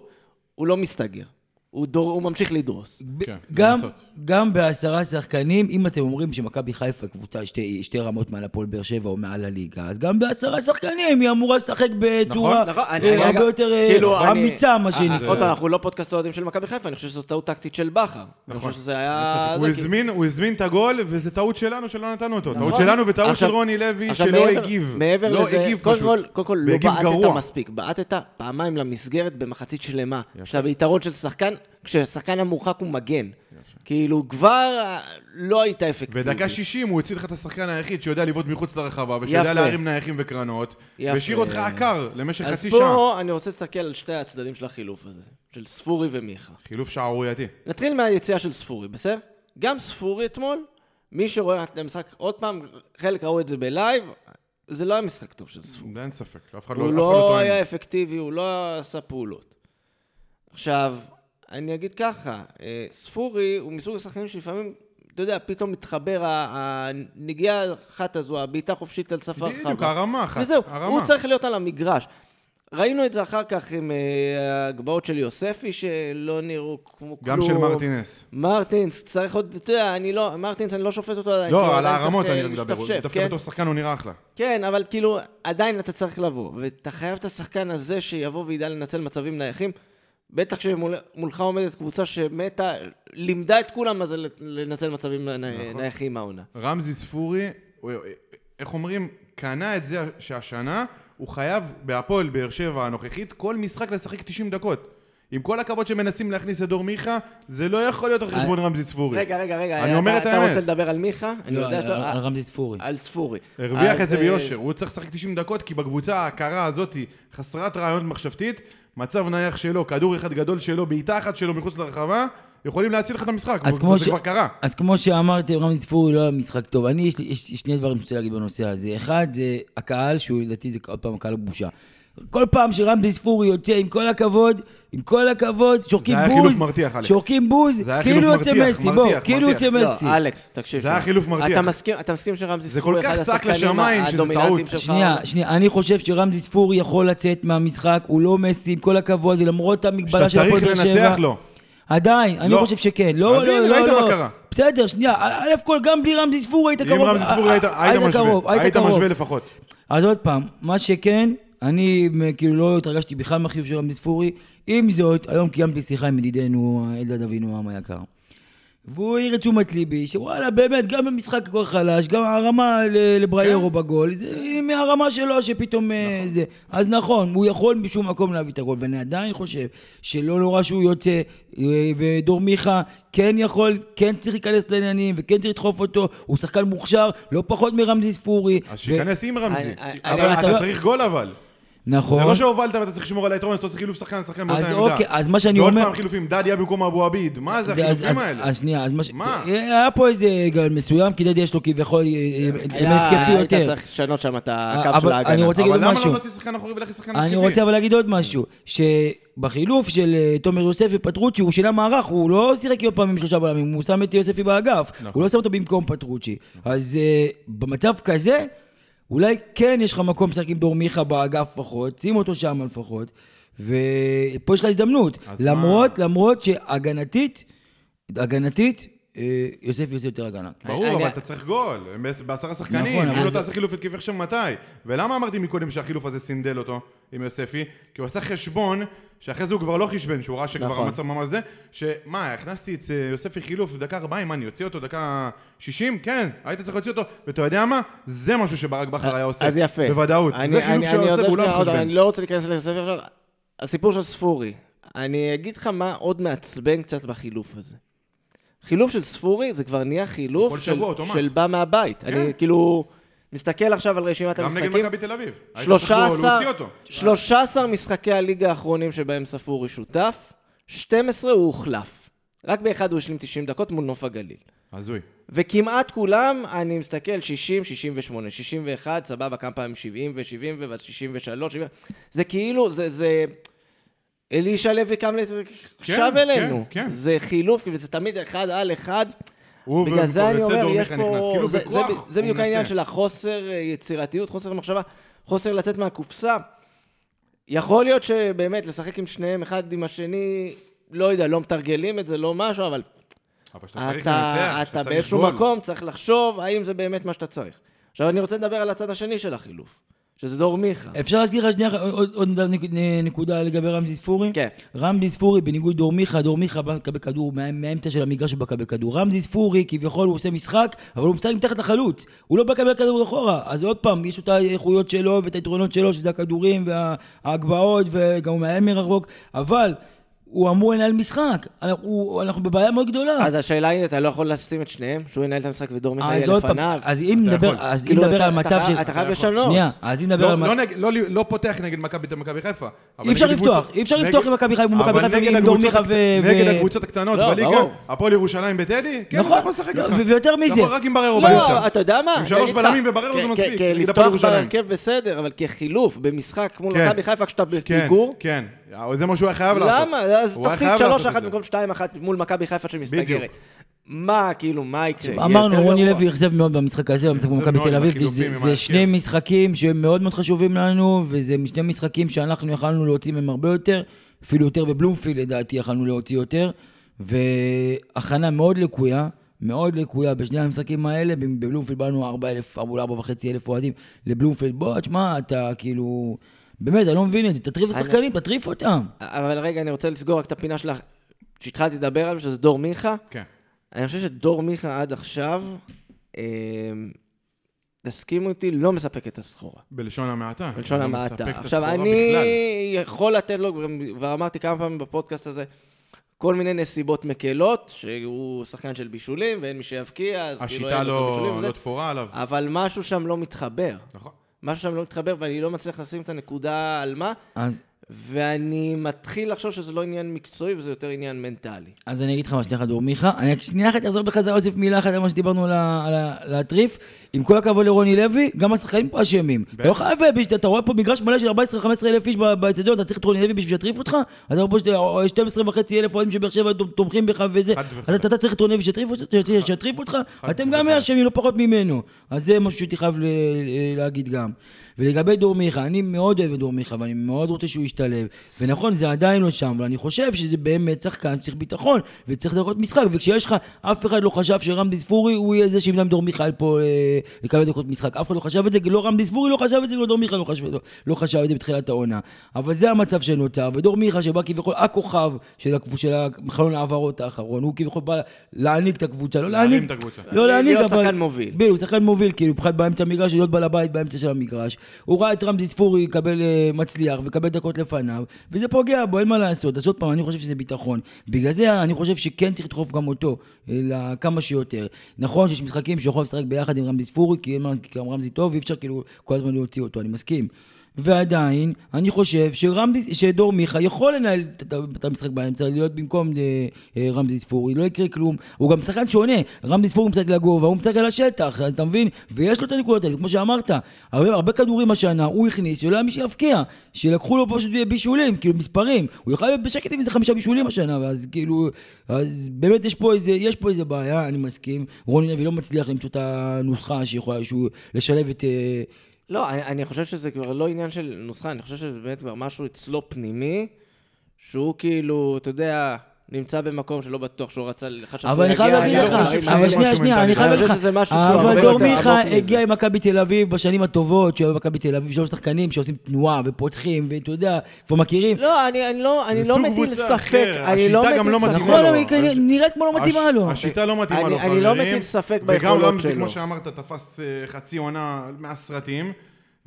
Speaker 1: הוא לא מסתגר. הוא, דור, הוא ממשיך לדרוס.
Speaker 3: ב-
Speaker 2: כן,
Speaker 3: גם,
Speaker 2: לנסות.
Speaker 3: גם בעשרה שחקנים, אם אתם אומרים שמכבי חיפה קבוצה שתי, שתי רמות מעל הפועל באר שבע או מעל הליגה, אז גם בעשרה שחקנים היא אמורה לשחק בצורה
Speaker 1: נכון, אני-
Speaker 3: אה,
Speaker 1: אני-
Speaker 3: הרבה יותר אה,
Speaker 1: כאילו, אני-
Speaker 3: אמיצה, מה
Speaker 1: אה,
Speaker 3: שנקרא.
Speaker 1: עוד פעם, אנחנו לא פודקאסט אוהדים של מכבי חיפה, אני חושב שזו טעות טקטית של בכר. אני חושב שזה היה...
Speaker 2: נכון. הוא
Speaker 1: זה,
Speaker 3: אוקיי.
Speaker 1: כאילו-
Speaker 2: הזמין, הוא הזמין את הגול, וזו טעות שלנו שלא נתנו אותו. טעות
Speaker 1: נכון.
Speaker 2: שלנו וטעות של
Speaker 1: עכשיו-
Speaker 2: רוני לוי
Speaker 1: עכשיו,
Speaker 2: שלא
Speaker 1: מעבר-
Speaker 2: הגיב.
Speaker 1: מעבר
Speaker 2: לא
Speaker 1: לזה,
Speaker 2: הגיב
Speaker 1: קודם
Speaker 2: פשוט.
Speaker 1: כל- קודם כל, לא
Speaker 2: והגיב
Speaker 1: בעטת
Speaker 2: גרוע.
Speaker 1: מספיק. בעטת פעמיים למסגרת במחצית שלמה. כשאתה ביתרון של שחקן, כשהשחקן המורחק הוא מגן. כאילו, כבר אה, לא היית אפקטיבי.
Speaker 2: ודקה 60 הוא הציל לך את השחקן היחיד שיודע לבעוט מחוץ לרחבה, ושיודע
Speaker 1: יפה.
Speaker 2: להרים נייחים וקרנות,
Speaker 1: יפה.
Speaker 2: והשאיר אותך עקר למשך
Speaker 1: אז
Speaker 2: חצי שעה.
Speaker 1: פה אני רוצה להסתכל על שתי הצדדים של החילוף הזה, של ספורי ומיכה.
Speaker 2: חילוף שערורייתי.
Speaker 1: נתחיל מהיציאה של ספורי, בסדר? גם ספורי אתמול, מי שרואה את המשחק, עוד פעם, חלק ראו את זה בלייב, זה לא היה משחק טוב של ספורי.
Speaker 2: אין ספק, אף אחד לא
Speaker 1: הוא
Speaker 2: אף אחד לא
Speaker 1: לא
Speaker 2: טוען.
Speaker 1: היה אפקטיבי, הוא לא עשה פעולות. עכשיו, אני אגיד ככה, אה, ספורי הוא מסוג השחקנים שלפעמים, אתה יודע, פתאום מתחבר ה- הנגיעה האחת הזו, הבעיטה חופשית על שפה רחבה.
Speaker 2: בדיוק, הרמה אחת.
Speaker 1: וזהו,
Speaker 2: הרמה.
Speaker 1: הוא צריך להיות על המגרש. ראינו את זה אחר כך עם אה, הגבהות של יוספי, שלא נראו כמו כלום.
Speaker 2: גם של מרטינס.
Speaker 1: מרטינס, צריך עוד, אתה יודע, אני לא, מרטינס, אני לא שופט אותו עדיין. כי הוא
Speaker 2: לא, על
Speaker 1: עדיין
Speaker 2: הערמות
Speaker 1: צריך,
Speaker 2: אני
Speaker 1: אה,
Speaker 2: מדבר. הוא-
Speaker 1: להשתפשף,
Speaker 2: דווקא
Speaker 1: כן?
Speaker 2: בתור שחקן הוא נראה אחלה.
Speaker 1: כן, אבל כאילו, עדיין אתה צריך לבוא, ואתה חייב את השחקן הזה שיבוא וידע לנצל מצבים נייחים. בטח כשמולך עומדת קבוצה שמתה, לימדה את כולם מה זה לנצל מצבים ני-
Speaker 2: נכון.
Speaker 1: נייחים העונה.
Speaker 2: רמזי ספורי, הוא- איך אומרים, קנה את זה שהשנה הוא חייב בהפועל באר שבע הנוכחית כל משחק לשחק 90 דקות. עם כל הכבוד שמנסים להכניס את דור מיכה, זה לא יכול להיות על חשבון רמזי ספורי.
Speaker 1: אה, רגע, רגע, רגע,
Speaker 2: אוקיי. אני
Speaker 1: אתה-
Speaker 2: אומר את
Speaker 1: אתה
Speaker 2: האמת.
Speaker 1: רוצה לדבר על מיכה? אני
Speaker 3: לא,
Speaker 1: יודע
Speaker 3: על-
Speaker 1: שאתה-
Speaker 3: על רמזי ספורי.
Speaker 1: על ספורי.
Speaker 2: הרוויח
Speaker 1: אז,
Speaker 2: את זה
Speaker 1: אה,
Speaker 2: ביושר, הוא צריך לשחק 90 דקות כי בקבוצה הקרה הזאת, חסרת רעיונות מחשבתית, מצב נייח שלו, כדור אחד גדול שלו, בעיטה אחת שלו מחוץ לרחבה, יכולים להציל לך את המשחק,
Speaker 3: אז
Speaker 2: זה-
Speaker 3: כמו
Speaker 2: זה
Speaker 3: ש-
Speaker 2: כבר קרה.
Speaker 3: אז כמו שאמרתם, רמי ספורי לא היה משחק טוב. אני, יש לי יש לי שני דברים שאני רוצה להגיד בנושא הזה. אחד, זה הקהל, שהוא לדעתי זה עוד פעם הקהל הבושה. כל פעם שרמי ספורי יוצא, עם כל הכבוד, עם כל הכבוד, שורקים
Speaker 2: זה היה
Speaker 3: בוז,
Speaker 2: חילוף מבטיח, אלכס.
Speaker 3: שורקים בוז,
Speaker 2: זה היה
Speaker 3: כאילו
Speaker 2: חילוף
Speaker 3: יוצא
Speaker 2: מבטיח,
Speaker 3: מסי, בוא,
Speaker 2: מבטיח,
Speaker 3: כאילו
Speaker 2: מבטיח.
Speaker 3: יוצא
Speaker 1: לא,
Speaker 3: מסי.
Speaker 1: אלכס, תקשיב.
Speaker 2: זה היה
Speaker 1: שנייה.
Speaker 2: חילוף מרתיח.
Speaker 1: אתה מסכים- אתה מסכים שרמזי
Speaker 2: זה
Speaker 1: ספורי
Speaker 2: כל כך
Speaker 1: אחד
Speaker 2: צעק
Speaker 1: השחקנים
Speaker 2: לשמיים שזה
Speaker 1: הדומיננטיים
Speaker 2: טעות.
Speaker 1: שלך?
Speaker 3: שנייה, שנייה, אני חושב שרמזי ספורי יכול לצאת מהמשחק, הוא לא מסי, עם כל הכבוד, ולמרות המגבלה
Speaker 2: שאתה
Speaker 3: של הפועל
Speaker 2: צריך
Speaker 3: באר שבע...
Speaker 2: לנצח לו.
Speaker 3: עדיין, אני
Speaker 2: לא.
Speaker 3: חושב שכן. לא,
Speaker 2: אז
Speaker 3: לא,
Speaker 2: הנה,
Speaker 3: לא,
Speaker 2: ראית
Speaker 3: לא.
Speaker 2: מה קרה.
Speaker 3: בסדר, שנייה. א' כל, גם בלי רמזי ספורי היית
Speaker 2: אם
Speaker 3: קרוב. אה,
Speaker 2: רמזי ספורי היית- היית משווה, היית משווה לפחות.
Speaker 3: אז עוד פעם, מה שכן, אני מ- כאילו לא התרגשתי בכלל מהחיוב של רמזי ספורי. עם זאת, היום קיימתי שיחה עם ידידנו אלדד אבינועם היקר. והוא העיר את תשומת ליבי, שוואלה, באמת, גם במשחק הכל חלש, גם הרמה ל- לבריירו
Speaker 2: כן.
Speaker 3: בגול, זה מהרמה שלו שפתאום אה, זה. אז נכון, הוא יכול משום מקום להביא את הגול, ואני עדיין חושב שלא נורא שהוא יוצא, אה, ודור מיכה כן יכול, כן צריך להיכנס לעניינים, וכן צריך לדחוף אותו, הוא שחקן מוכשר, לא פחות מרמזי ספורי.
Speaker 2: אז
Speaker 3: ו-
Speaker 2: שייכנס עם רמזי.
Speaker 1: אני- אני-
Speaker 2: אבל
Speaker 3: אתה
Speaker 2: אתה
Speaker 3: לא-
Speaker 2: צריך גול אבל.
Speaker 3: נכון.
Speaker 2: זה לא שהובלת ואתה צריך לשמור על היתרון, אז אתה עושה חילוף שחקן לשחקן באותה
Speaker 3: אז
Speaker 2: עמדה.
Speaker 3: אוקיי, אז מה שאני אומר-
Speaker 2: ועוד פעם חילופים, דדיה במקום אבו עביד. מה זה
Speaker 3: אז-
Speaker 2: החילופים
Speaker 3: אז-
Speaker 2: האלה?
Speaker 3: אז שנייה, אז מה ש...
Speaker 2: מה?
Speaker 3: היה פה איזה גל מסוים, כי דדי יש לו כביכול אה, אה, אלמנט
Speaker 1: היה-
Speaker 3: כיפי יותר.
Speaker 1: כן.
Speaker 3: אה,
Speaker 1: היית צריך לשנות שם את
Speaker 3: אבל
Speaker 1: הקו של ההגנה.
Speaker 3: אני רוצה
Speaker 2: אבל
Speaker 3: להגיד
Speaker 2: למה לא
Speaker 3: משהו.
Speaker 2: להוציא שחקן אחורי ולכי שחקן
Speaker 3: אני
Speaker 2: התקפי?
Speaker 3: רוצה אבל להגיד עוד משהו, שבחילוף של אה, תומר יוספי פטרוצ'י, הוא שינה מערך, הוא לא שיחק עוד פעם עם שלושה בלמים, הוא שם את יוספי באגף, הוא לא שם אותו במקום פטרוצ'י. אז אה, במצב כזה, אולי כן יש לך מקום לשחק עם דור מיכה באגף לפחות, שים אותו שם לפחות, ופה יש לך הזדמנות.
Speaker 2: אז
Speaker 3: למרות, למרות שהגנתית, הגנתית, אה, יוספי עושה יותר הגנה.
Speaker 2: ברור,
Speaker 1: אני-
Speaker 2: אבל
Speaker 1: אני-
Speaker 2: אתה צריך גול, הם בעש- בעשרה שחקנים,
Speaker 3: נכון,
Speaker 2: אם
Speaker 3: אבל
Speaker 2: לא
Speaker 3: זה-
Speaker 2: תעשה חילוף התקף איך שמתי. ולמה אמרתי מקודם שהחילוף הזה סינדל אותו עם יוספי? כי הוא עשה חשבון, שאחרי זה הוא כבר לא חשבן, שהוא ראה שכבר
Speaker 3: נכון.
Speaker 2: המצב ממש זה, שמה, הכנסתי את אה, יוספי חילוף דקה 40, מה, אני אוציא אותו דקה 60? כן, היית צריך להוציא אותו, ואתה יודע מה? זה משהו שברק בכר היה עושה.
Speaker 1: אז יפה.
Speaker 2: בוודאות.
Speaker 1: אני-
Speaker 2: זה חילוף
Speaker 1: אני- אני
Speaker 2: שהוא
Speaker 1: עוד
Speaker 2: עושה, והוא לא
Speaker 1: שנייה,
Speaker 2: היה
Speaker 1: עוד-
Speaker 2: מחשבן.
Speaker 1: אני לא רוצה להיכנס לספר עכשיו. הסיפור של ספורי. אני אגיד לך מה עוד מעצבן קצת בחילוף הזה. חילוף של ספורי זה כבר נהיה חילוף
Speaker 2: כל
Speaker 1: של,
Speaker 2: שבוע אוטומט. כן.
Speaker 1: של בא מהבית. אני כאילו מסתכל עכשיו על רשימת
Speaker 2: גם נגד
Speaker 1: המשחקים.
Speaker 2: מכבי תל אביב. היית צריך גול, הוא
Speaker 1: 13,
Speaker 2: הוציא אותו.
Speaker 1: 13 משחקי הליגה האחרונים שבהם ספורי שותף, 12 הוא הוחלף. רק באחד הוא השלים 90 דקות מול נוף הגליל.
Speaker 2: הזוי.
Speaker 1: וכמעט כולם, אני מסתכל, 60, 68, 61, סבבה, כמה פעמים 70 ו-70 ואז 63, 70. זה כאילו, זה, זה... אלישע לוי קם עכשיו
Speaker 2: כן,
Speaker 1: אלינו.
Speaker 2: כן.
Speaker 1: זה חילוף, וזה תמיד אחד על אחד.
Speaker 2: הוא
Speaker 1: בגלל זה אני אומר,
Speaker 2: דורמיכה
Speaker 1: יש
Speaker 2: נכנס,
Speaker 1: פה...
Speaker 2: כאילו
Speaker 1: זה- זה
Speaker 2: בכוח
Speaker 1: ב- זה
Speaker 2: הוא
Speaker 1: בדיוק
Speaker 2: מנסה.
Speaker 1: העניין של החוסר אה, יצירתיות, חוסר מחשבה, חוסר לצאת מהקופסה. יכול להיות שבאמת, לשחק עם שניהם אחד עם השני, לא יודע, לא מתרגלים את זה, לא משהו, אבל...
Speaker 2: אבל שאתה צריך
Speaker 1: אתה,
Speaker 2: לנצח, שאתה
Speaker 1: אתה
Speaker 2: צריך
Speaker 1: באיזשהו
Speaker 2: גול.
Speaker 1: מקום צריך לחשוב האם זה באמת מה שאתה צריך. עכשיו אני רוצה לדבר על הצד השני של החילוף, שזה דור מיכה.
Speaker 3: אפשר להזכיר לך שנייה עוד, עוד נק- נקודה לגבי רמזי ספורי?
Speaker 1: כן.
Speaker 3: רמזי ספורי, בניגוד דור מיכה, דור מיכה בא לקבל כדור מה- מהאמצע של המגרש הוא בא לקבל כדור. רמזי ספורי, כביכול הוא עושה משחק, אבל הוא משחק מתחת לחלוץ. הוא לא בא לקבל כדור אחורה. אז עוד פעם, יש לו את האיכויות שלו ואת היתרונות שלו, שזה הכדורים וההגבהות, וגם הוא מאיים מרחוק, אבל הוא אמור לנהל משחק. אנחנו, אנחנו בבעיה מאוד גדולה.
Speaker 1: אז השאלה היא, אתה לא יכול לשים את שניהם? שהוא ינהל את המשחק ודור מיכה
Speaker 3: אה, אז
Speaker 1: יהיה
Speaker 3: עוד פעם,
Speaker 1: לפניו?
Speaker 3: אז אם
Speaker 2: אתה
Speaker 3: נדבר,
Speaker 2: יכול.
Speaker 3: אז אם
Speaker 1: כאילו,
Speaker 3: נדבר
Speaker 1: אתה-
Speaker 3: על מצב
Speaker 1: אתה-
Speaker 3: של...
Speaker 1: אתה חייב
Speaker 2: אתה יכול.
Speaker 1: לשנות.
Speaker 3: שנייה, אז אם נדבר
Speaker 2: לא-
Speaker 3: על...
Speaker 2: לא נג- לא ל- לא פותח נגד מכבי מכבי חיפה. אבל
Speaker 3: אי אפשר
Speaker 2: נגד
Speaker 3: לפתוח,
Speaker 2: קבוצות-
Speaker 3: אי אפשר
Speaker 2: נגד-
Speaker 3: לפתוח עם מכבי חיפה, מול מכבי
Speaker 2: אבל
Speaker 3: חיפה,
Speaker 2: נגד
Speaker 3: עם
Speaker 2: הקבוצות
Speaker 3: דורמיכה
Speaker 2: הקט-
Speaker 3: ו-
Speaker 2: נגד
Speaker 3: ו-
Speaker 2: הקבוצות הקטנות
Speaker 1: לא,
Speaker 2: בליגה,
Speaker 1: ברור.
Speaker 2: הפועל ירושלים בטדי, כן,
Speaker 3: נכון.
Speaker 2: אתה יכול לשחק
Speaker 3: לא,
Speaker 2: איתך.
Speaker 3: ו- ויותר
Speaker 2: אתה
Speaker 3: מזה.
Speaker 2: יכול רק עם בררו באמצע.
Speaker 1: לא, אתה יודע מה?
Speaker 2: עם
Speaker 1: אני
Speaker 2: שלוש
Speaker 1: אגיד לך,
Speaker 2: בלמים ובררו
Speaker 1: כ-
Speaker 2: זה
Speaker 1: כ-
Speaker 2: מספיק.
Speaker 1: כ-
Speaker 2: נגד הפועל
Speaker 1: לפתוח כן,
Speaker 2: ירושלים.
Speaker 1: בהרכב בסדר, אבל כחילוף במשחק מול
Speaker 2: כן.
Speaker 1: מכבי חיפה כשאתה
Speaker 2: כן,
Speaker 1: בפיגור,
Speaker 2: כן, זה מה שהוא היה חייב לעשות.
Speaker 1: למה? אז
Speaker 2: הוא היה
Speaker 1: תפסיד
Speaker 2: חייב
Speaker 1: 3-1
Speaker 2: לעשות את
Speaker 1: במקום 2-1 מול מכבי חיפה שמסתגרת.
Speaker 2: בדיוק.
Speaker 1: מה, כאילו, מה יקרה? לא יהיה
Speaker 3: אמרנו,
Speaker 1: יותר
Speaker 3: רוני
Speaker 1: גרוע.
Speaker 3: לוי אכזב מאוד במשחק הזה, במשחק מול
Speaker 2: אכזב
Speaker 3: מכבי
Speaker 2: מאוד
Speaker 3: תל
Speaker 2: עם
Speaker 3: אביב,
Speaker 2: החילופים,
Speaker 3: זה-
Speaker 2: עם
Speaker 3: זה שני
Speaker 1: כן.
Speaker 2: ההרכב.
Speaker 3: משחקים שהם מאוד מאוד חשובים לנו, וזה שני משחקים שאנחנו יכלנו להוציא מהם הרבה יותר, אפילו יותר בבלומפילד לדעתי יכלנו להוציא יותר, והכנה מאוד לקויה. מאוד לקויה בשני המשחקים האלה, בבלומפילד באנו 4,000, ארבע- ארבע וחצי אלף אוהדים לבלומפילד. בוא, תשמע, אתה כאילו... באמת, אני לא מבין את זה. תטריף את
Speaker 1: אני-
Speaker 3: השחקנים, תטריף אותם.
Speaker 1: אבל רגע, אני רוצה לסגור רק את הפינה שלך, שהתחלתי לדבר עליו, שזה דור מיכה.
Speaker 2: זה. כן.
Speaker 1: אני חושב שדור מיכה עד עכשיו, אה, תסכימו איתי, לא מספק את הסחורה.
Speaker 2: בלשון המעטה.
Speaker 1: בלשון
Speaker 2: לא
Speaker 1: המעטה.
Speaker 2: מספק את
Speaker 1: עכשיו,
Speaker 2: הסחורה
Speaker 1: אני
Speaker 2: בכלל.
Speaker 1: יכול לתת לו, גם- כבר אמרתי כמה פעמים בפודקאסט הזה, כל מיני נסיבות מקלות, שהוא שחקן של בישולים, ואין מי שיבקיע, אז כאילו
Speaker 2: השיטה
Speaker 1: אין לו את הבישולים
Speaker 2: לא
Speaker 1: וזה,
Speaker 2: לא תפורה עליו.
Speaker 1: אבל משהו שם לא מתחבר.
Speaker 2: נכון.
Speaker 1: משהו שם לא מתחבר, ואני לא מצליח לשים את הנקודה על מה.
Speaker 3: אז
Speaker 1: ואני מתחיל לחשוב שזה לא עניין מקצועי וזה יותר עניין מנטלי.
Speaker 3: אז אני אגיד לך מה שנייה אחת, דור מיכה. אני רק שנייה אחת אחזור בחזרה, אוסיף מילה אחת על מה שדיברנו על ה- על ה- על הטריף. עם כל הכבוד לרוני לוי, גם השחקנים פה אשמים. אתה לא חייב, בשביל- אתה רואה פה מגרש מלא של 14-15 אלף איש ב- באצטדיון, אתה צריך את רוני לוי בשביל שיטריף אותך? אתה רואה פה שתי- או- או 12 וחצי אלף אוהדים שבאר שבע תומ- תומכים בך וזה.
Speaker 2: חד
Speaker 3: אז
Speaker 2: וחלק.
Speaker 3: אתה- אתה צריך את רוני לוי שיטריף אותך- ש- שיטריף אותך? אתם גם אשמים, לא פחות ממנו. אז זה משהו שהייתי חייב ל- ל- להגיד גם. ולגבי דור מיכה, אני מאוד אוהב את דור מיכה, ואני מאוד רוצה שהוא ישתלב. ונכון, זה עדיין לא שם, אבל אני חושב שזה באמת שחקן שצריך ביטחון, וצריך דקות משחק. וכשיש לך, אף אחד לא חשב שרמדי ספורי הוא יהיה זה שימנע מדור מיכה פה אה, לקבל דקות משחק. אף אחד לא חשב את זה, לא רמדי ספורי לא חשב את זה, ולא דור מיכה לא חשב, לא, לא חשב את זה בתחילת העונה. אבל זה המצב שנוצר, ודור מיכה שבא כביכול הכוכב של, הכבו, של החלון ההעברות האחרון, הוא כביכול בא להעניק את הקבוצה, לא
Speaker 2: להרים
Speaker 3: להעניק...
Speaker 2: את הקבוצה.
Speaker 3: לא להעניק,
Speaker 1: להיות
Speaker 3: אבל...
Speaker 1: שחקן מוביל.
Speaker 3: בדיוק, שחקן מוביל, כאילו, מבחינת באמצע המגרש, להיות בעל הבית באמצע של המגרש. הוא ראה את רמזי ספורי יקבל אה, מצליח וקבל דקות לפניו, וזה פוגע בו, אין מה לעשות. אז עוד פעם, אני חושב שזה ביטחון. בגלל זה אני חושב שכן צריך לדחוף גם אותו, אלא כמה שיותר. נכון שיש משחקים שהוא יכול לשחק ביחד עם רמזי ספורי, כי אין מה- כי גם רמזי טוב, אי אפשר כאילו כל הזמן להוציא אותו, אני מסכים. ועדיין, אני חושב שרמזי, שדור מיכה יכול לנהל את- את- את המשחק באמצע, להיות במקום אה, אה, רמזי ספורי, לא יקרה כלום. הוא גם שחקן שונה, רמזי ספורי משחק לגובה, הוא משחק על השטח, אז אתה מבין? ויש לו את הנקודות האלה, כמו שאמרת, הרבה, הרבה כדורים השנה, הוא הכניס, שלא היה מי שיבקיע, שלקחו לו פשוט בישולים, כאילו מספרים. הוא יכל להיות בשקט עם איזה חמישה בישולים השנה, ואז כאילו, אז באמת יש פה איזה, יש פה איזה בעיה, אני מסכים. רוני לוי לא מצליח למצוא את הנוסחה שיכולה, שהוא, לשלב את... אה,
Speaker 1: לא, אני, אני חושב שזה כבר לא עניין של נוסחה, אני חושב שזה באמת כבר משהו אצלו פנימי, שהוא כאילו, אתה יודע, נמצא במקום שלא בטוח שהוא רצה, חשב שהוא
Speaker 3: אבל אני חייב
Speaker 1: יגיע
Speaker 3: להגיד
Speaker 2: אני
Speaker 1: אליו.
Speaker 2: לא חושב
Speaker 3: לך,
Speaker 2: שזה
Speaker 3: אבל
Speaker 2: משהו
Speaker 3: שנייה, שנייה,
Speaker 2: מנטלי.
Speaker 3: אני חייב
Speaker 1: אני
Speaker 3: להגיד
Speaker 1: חושב
Speaker 3: לך,
Speaker 1: שזה משהו שהוא הרבה
Speaker 3: אבל דור
Speaker 1: יותר
Speaker 3: מיכה
Speaker 1: עמוק מזה.
Speaker 3: הגיע עם מכבי תל אביב בשנים הטובות, שהיו במכבי תל אביב, שלוש שחקנים שעושים תנועה ופותחים, ואתה יודע, כבר מכירים.
Speaker 1: לא, אני אני לא אני
Speaker 2: זה
Speaker 1: לא
Speaker 2: סוג
Speaker 1: מטיל
Speaker 2: קבוצה
Speaker 1: ספק,
Speaker 2: אחר,
Speaker 1: אני לא
Speaker 2: השיטה גם לא
Speaker 1: מטיל ספק.
Speaker 2: מתאימה
Speaker 3: נכון,
Speaker 2: לו,
Speaker 3: אבל היא
Speaker 2: אבל-
Speaker 3: נראית כמו לא מתאימה לו.
Speaker 2: השיטה לא מתאימה
Speaker 1: אני-
Speaker 2: לו,
Speaker 1: אני לא
Speaker 2: חברים.
Speaker 1: מטיל ספק
Speaker 2: וגם
Speaker 1: ביכולות
Speaker 2: רמזי,
Speaker 1: שלו.
Speaker 2: כמו שאמרת, תפס אה, חצי עונה מהסרטים.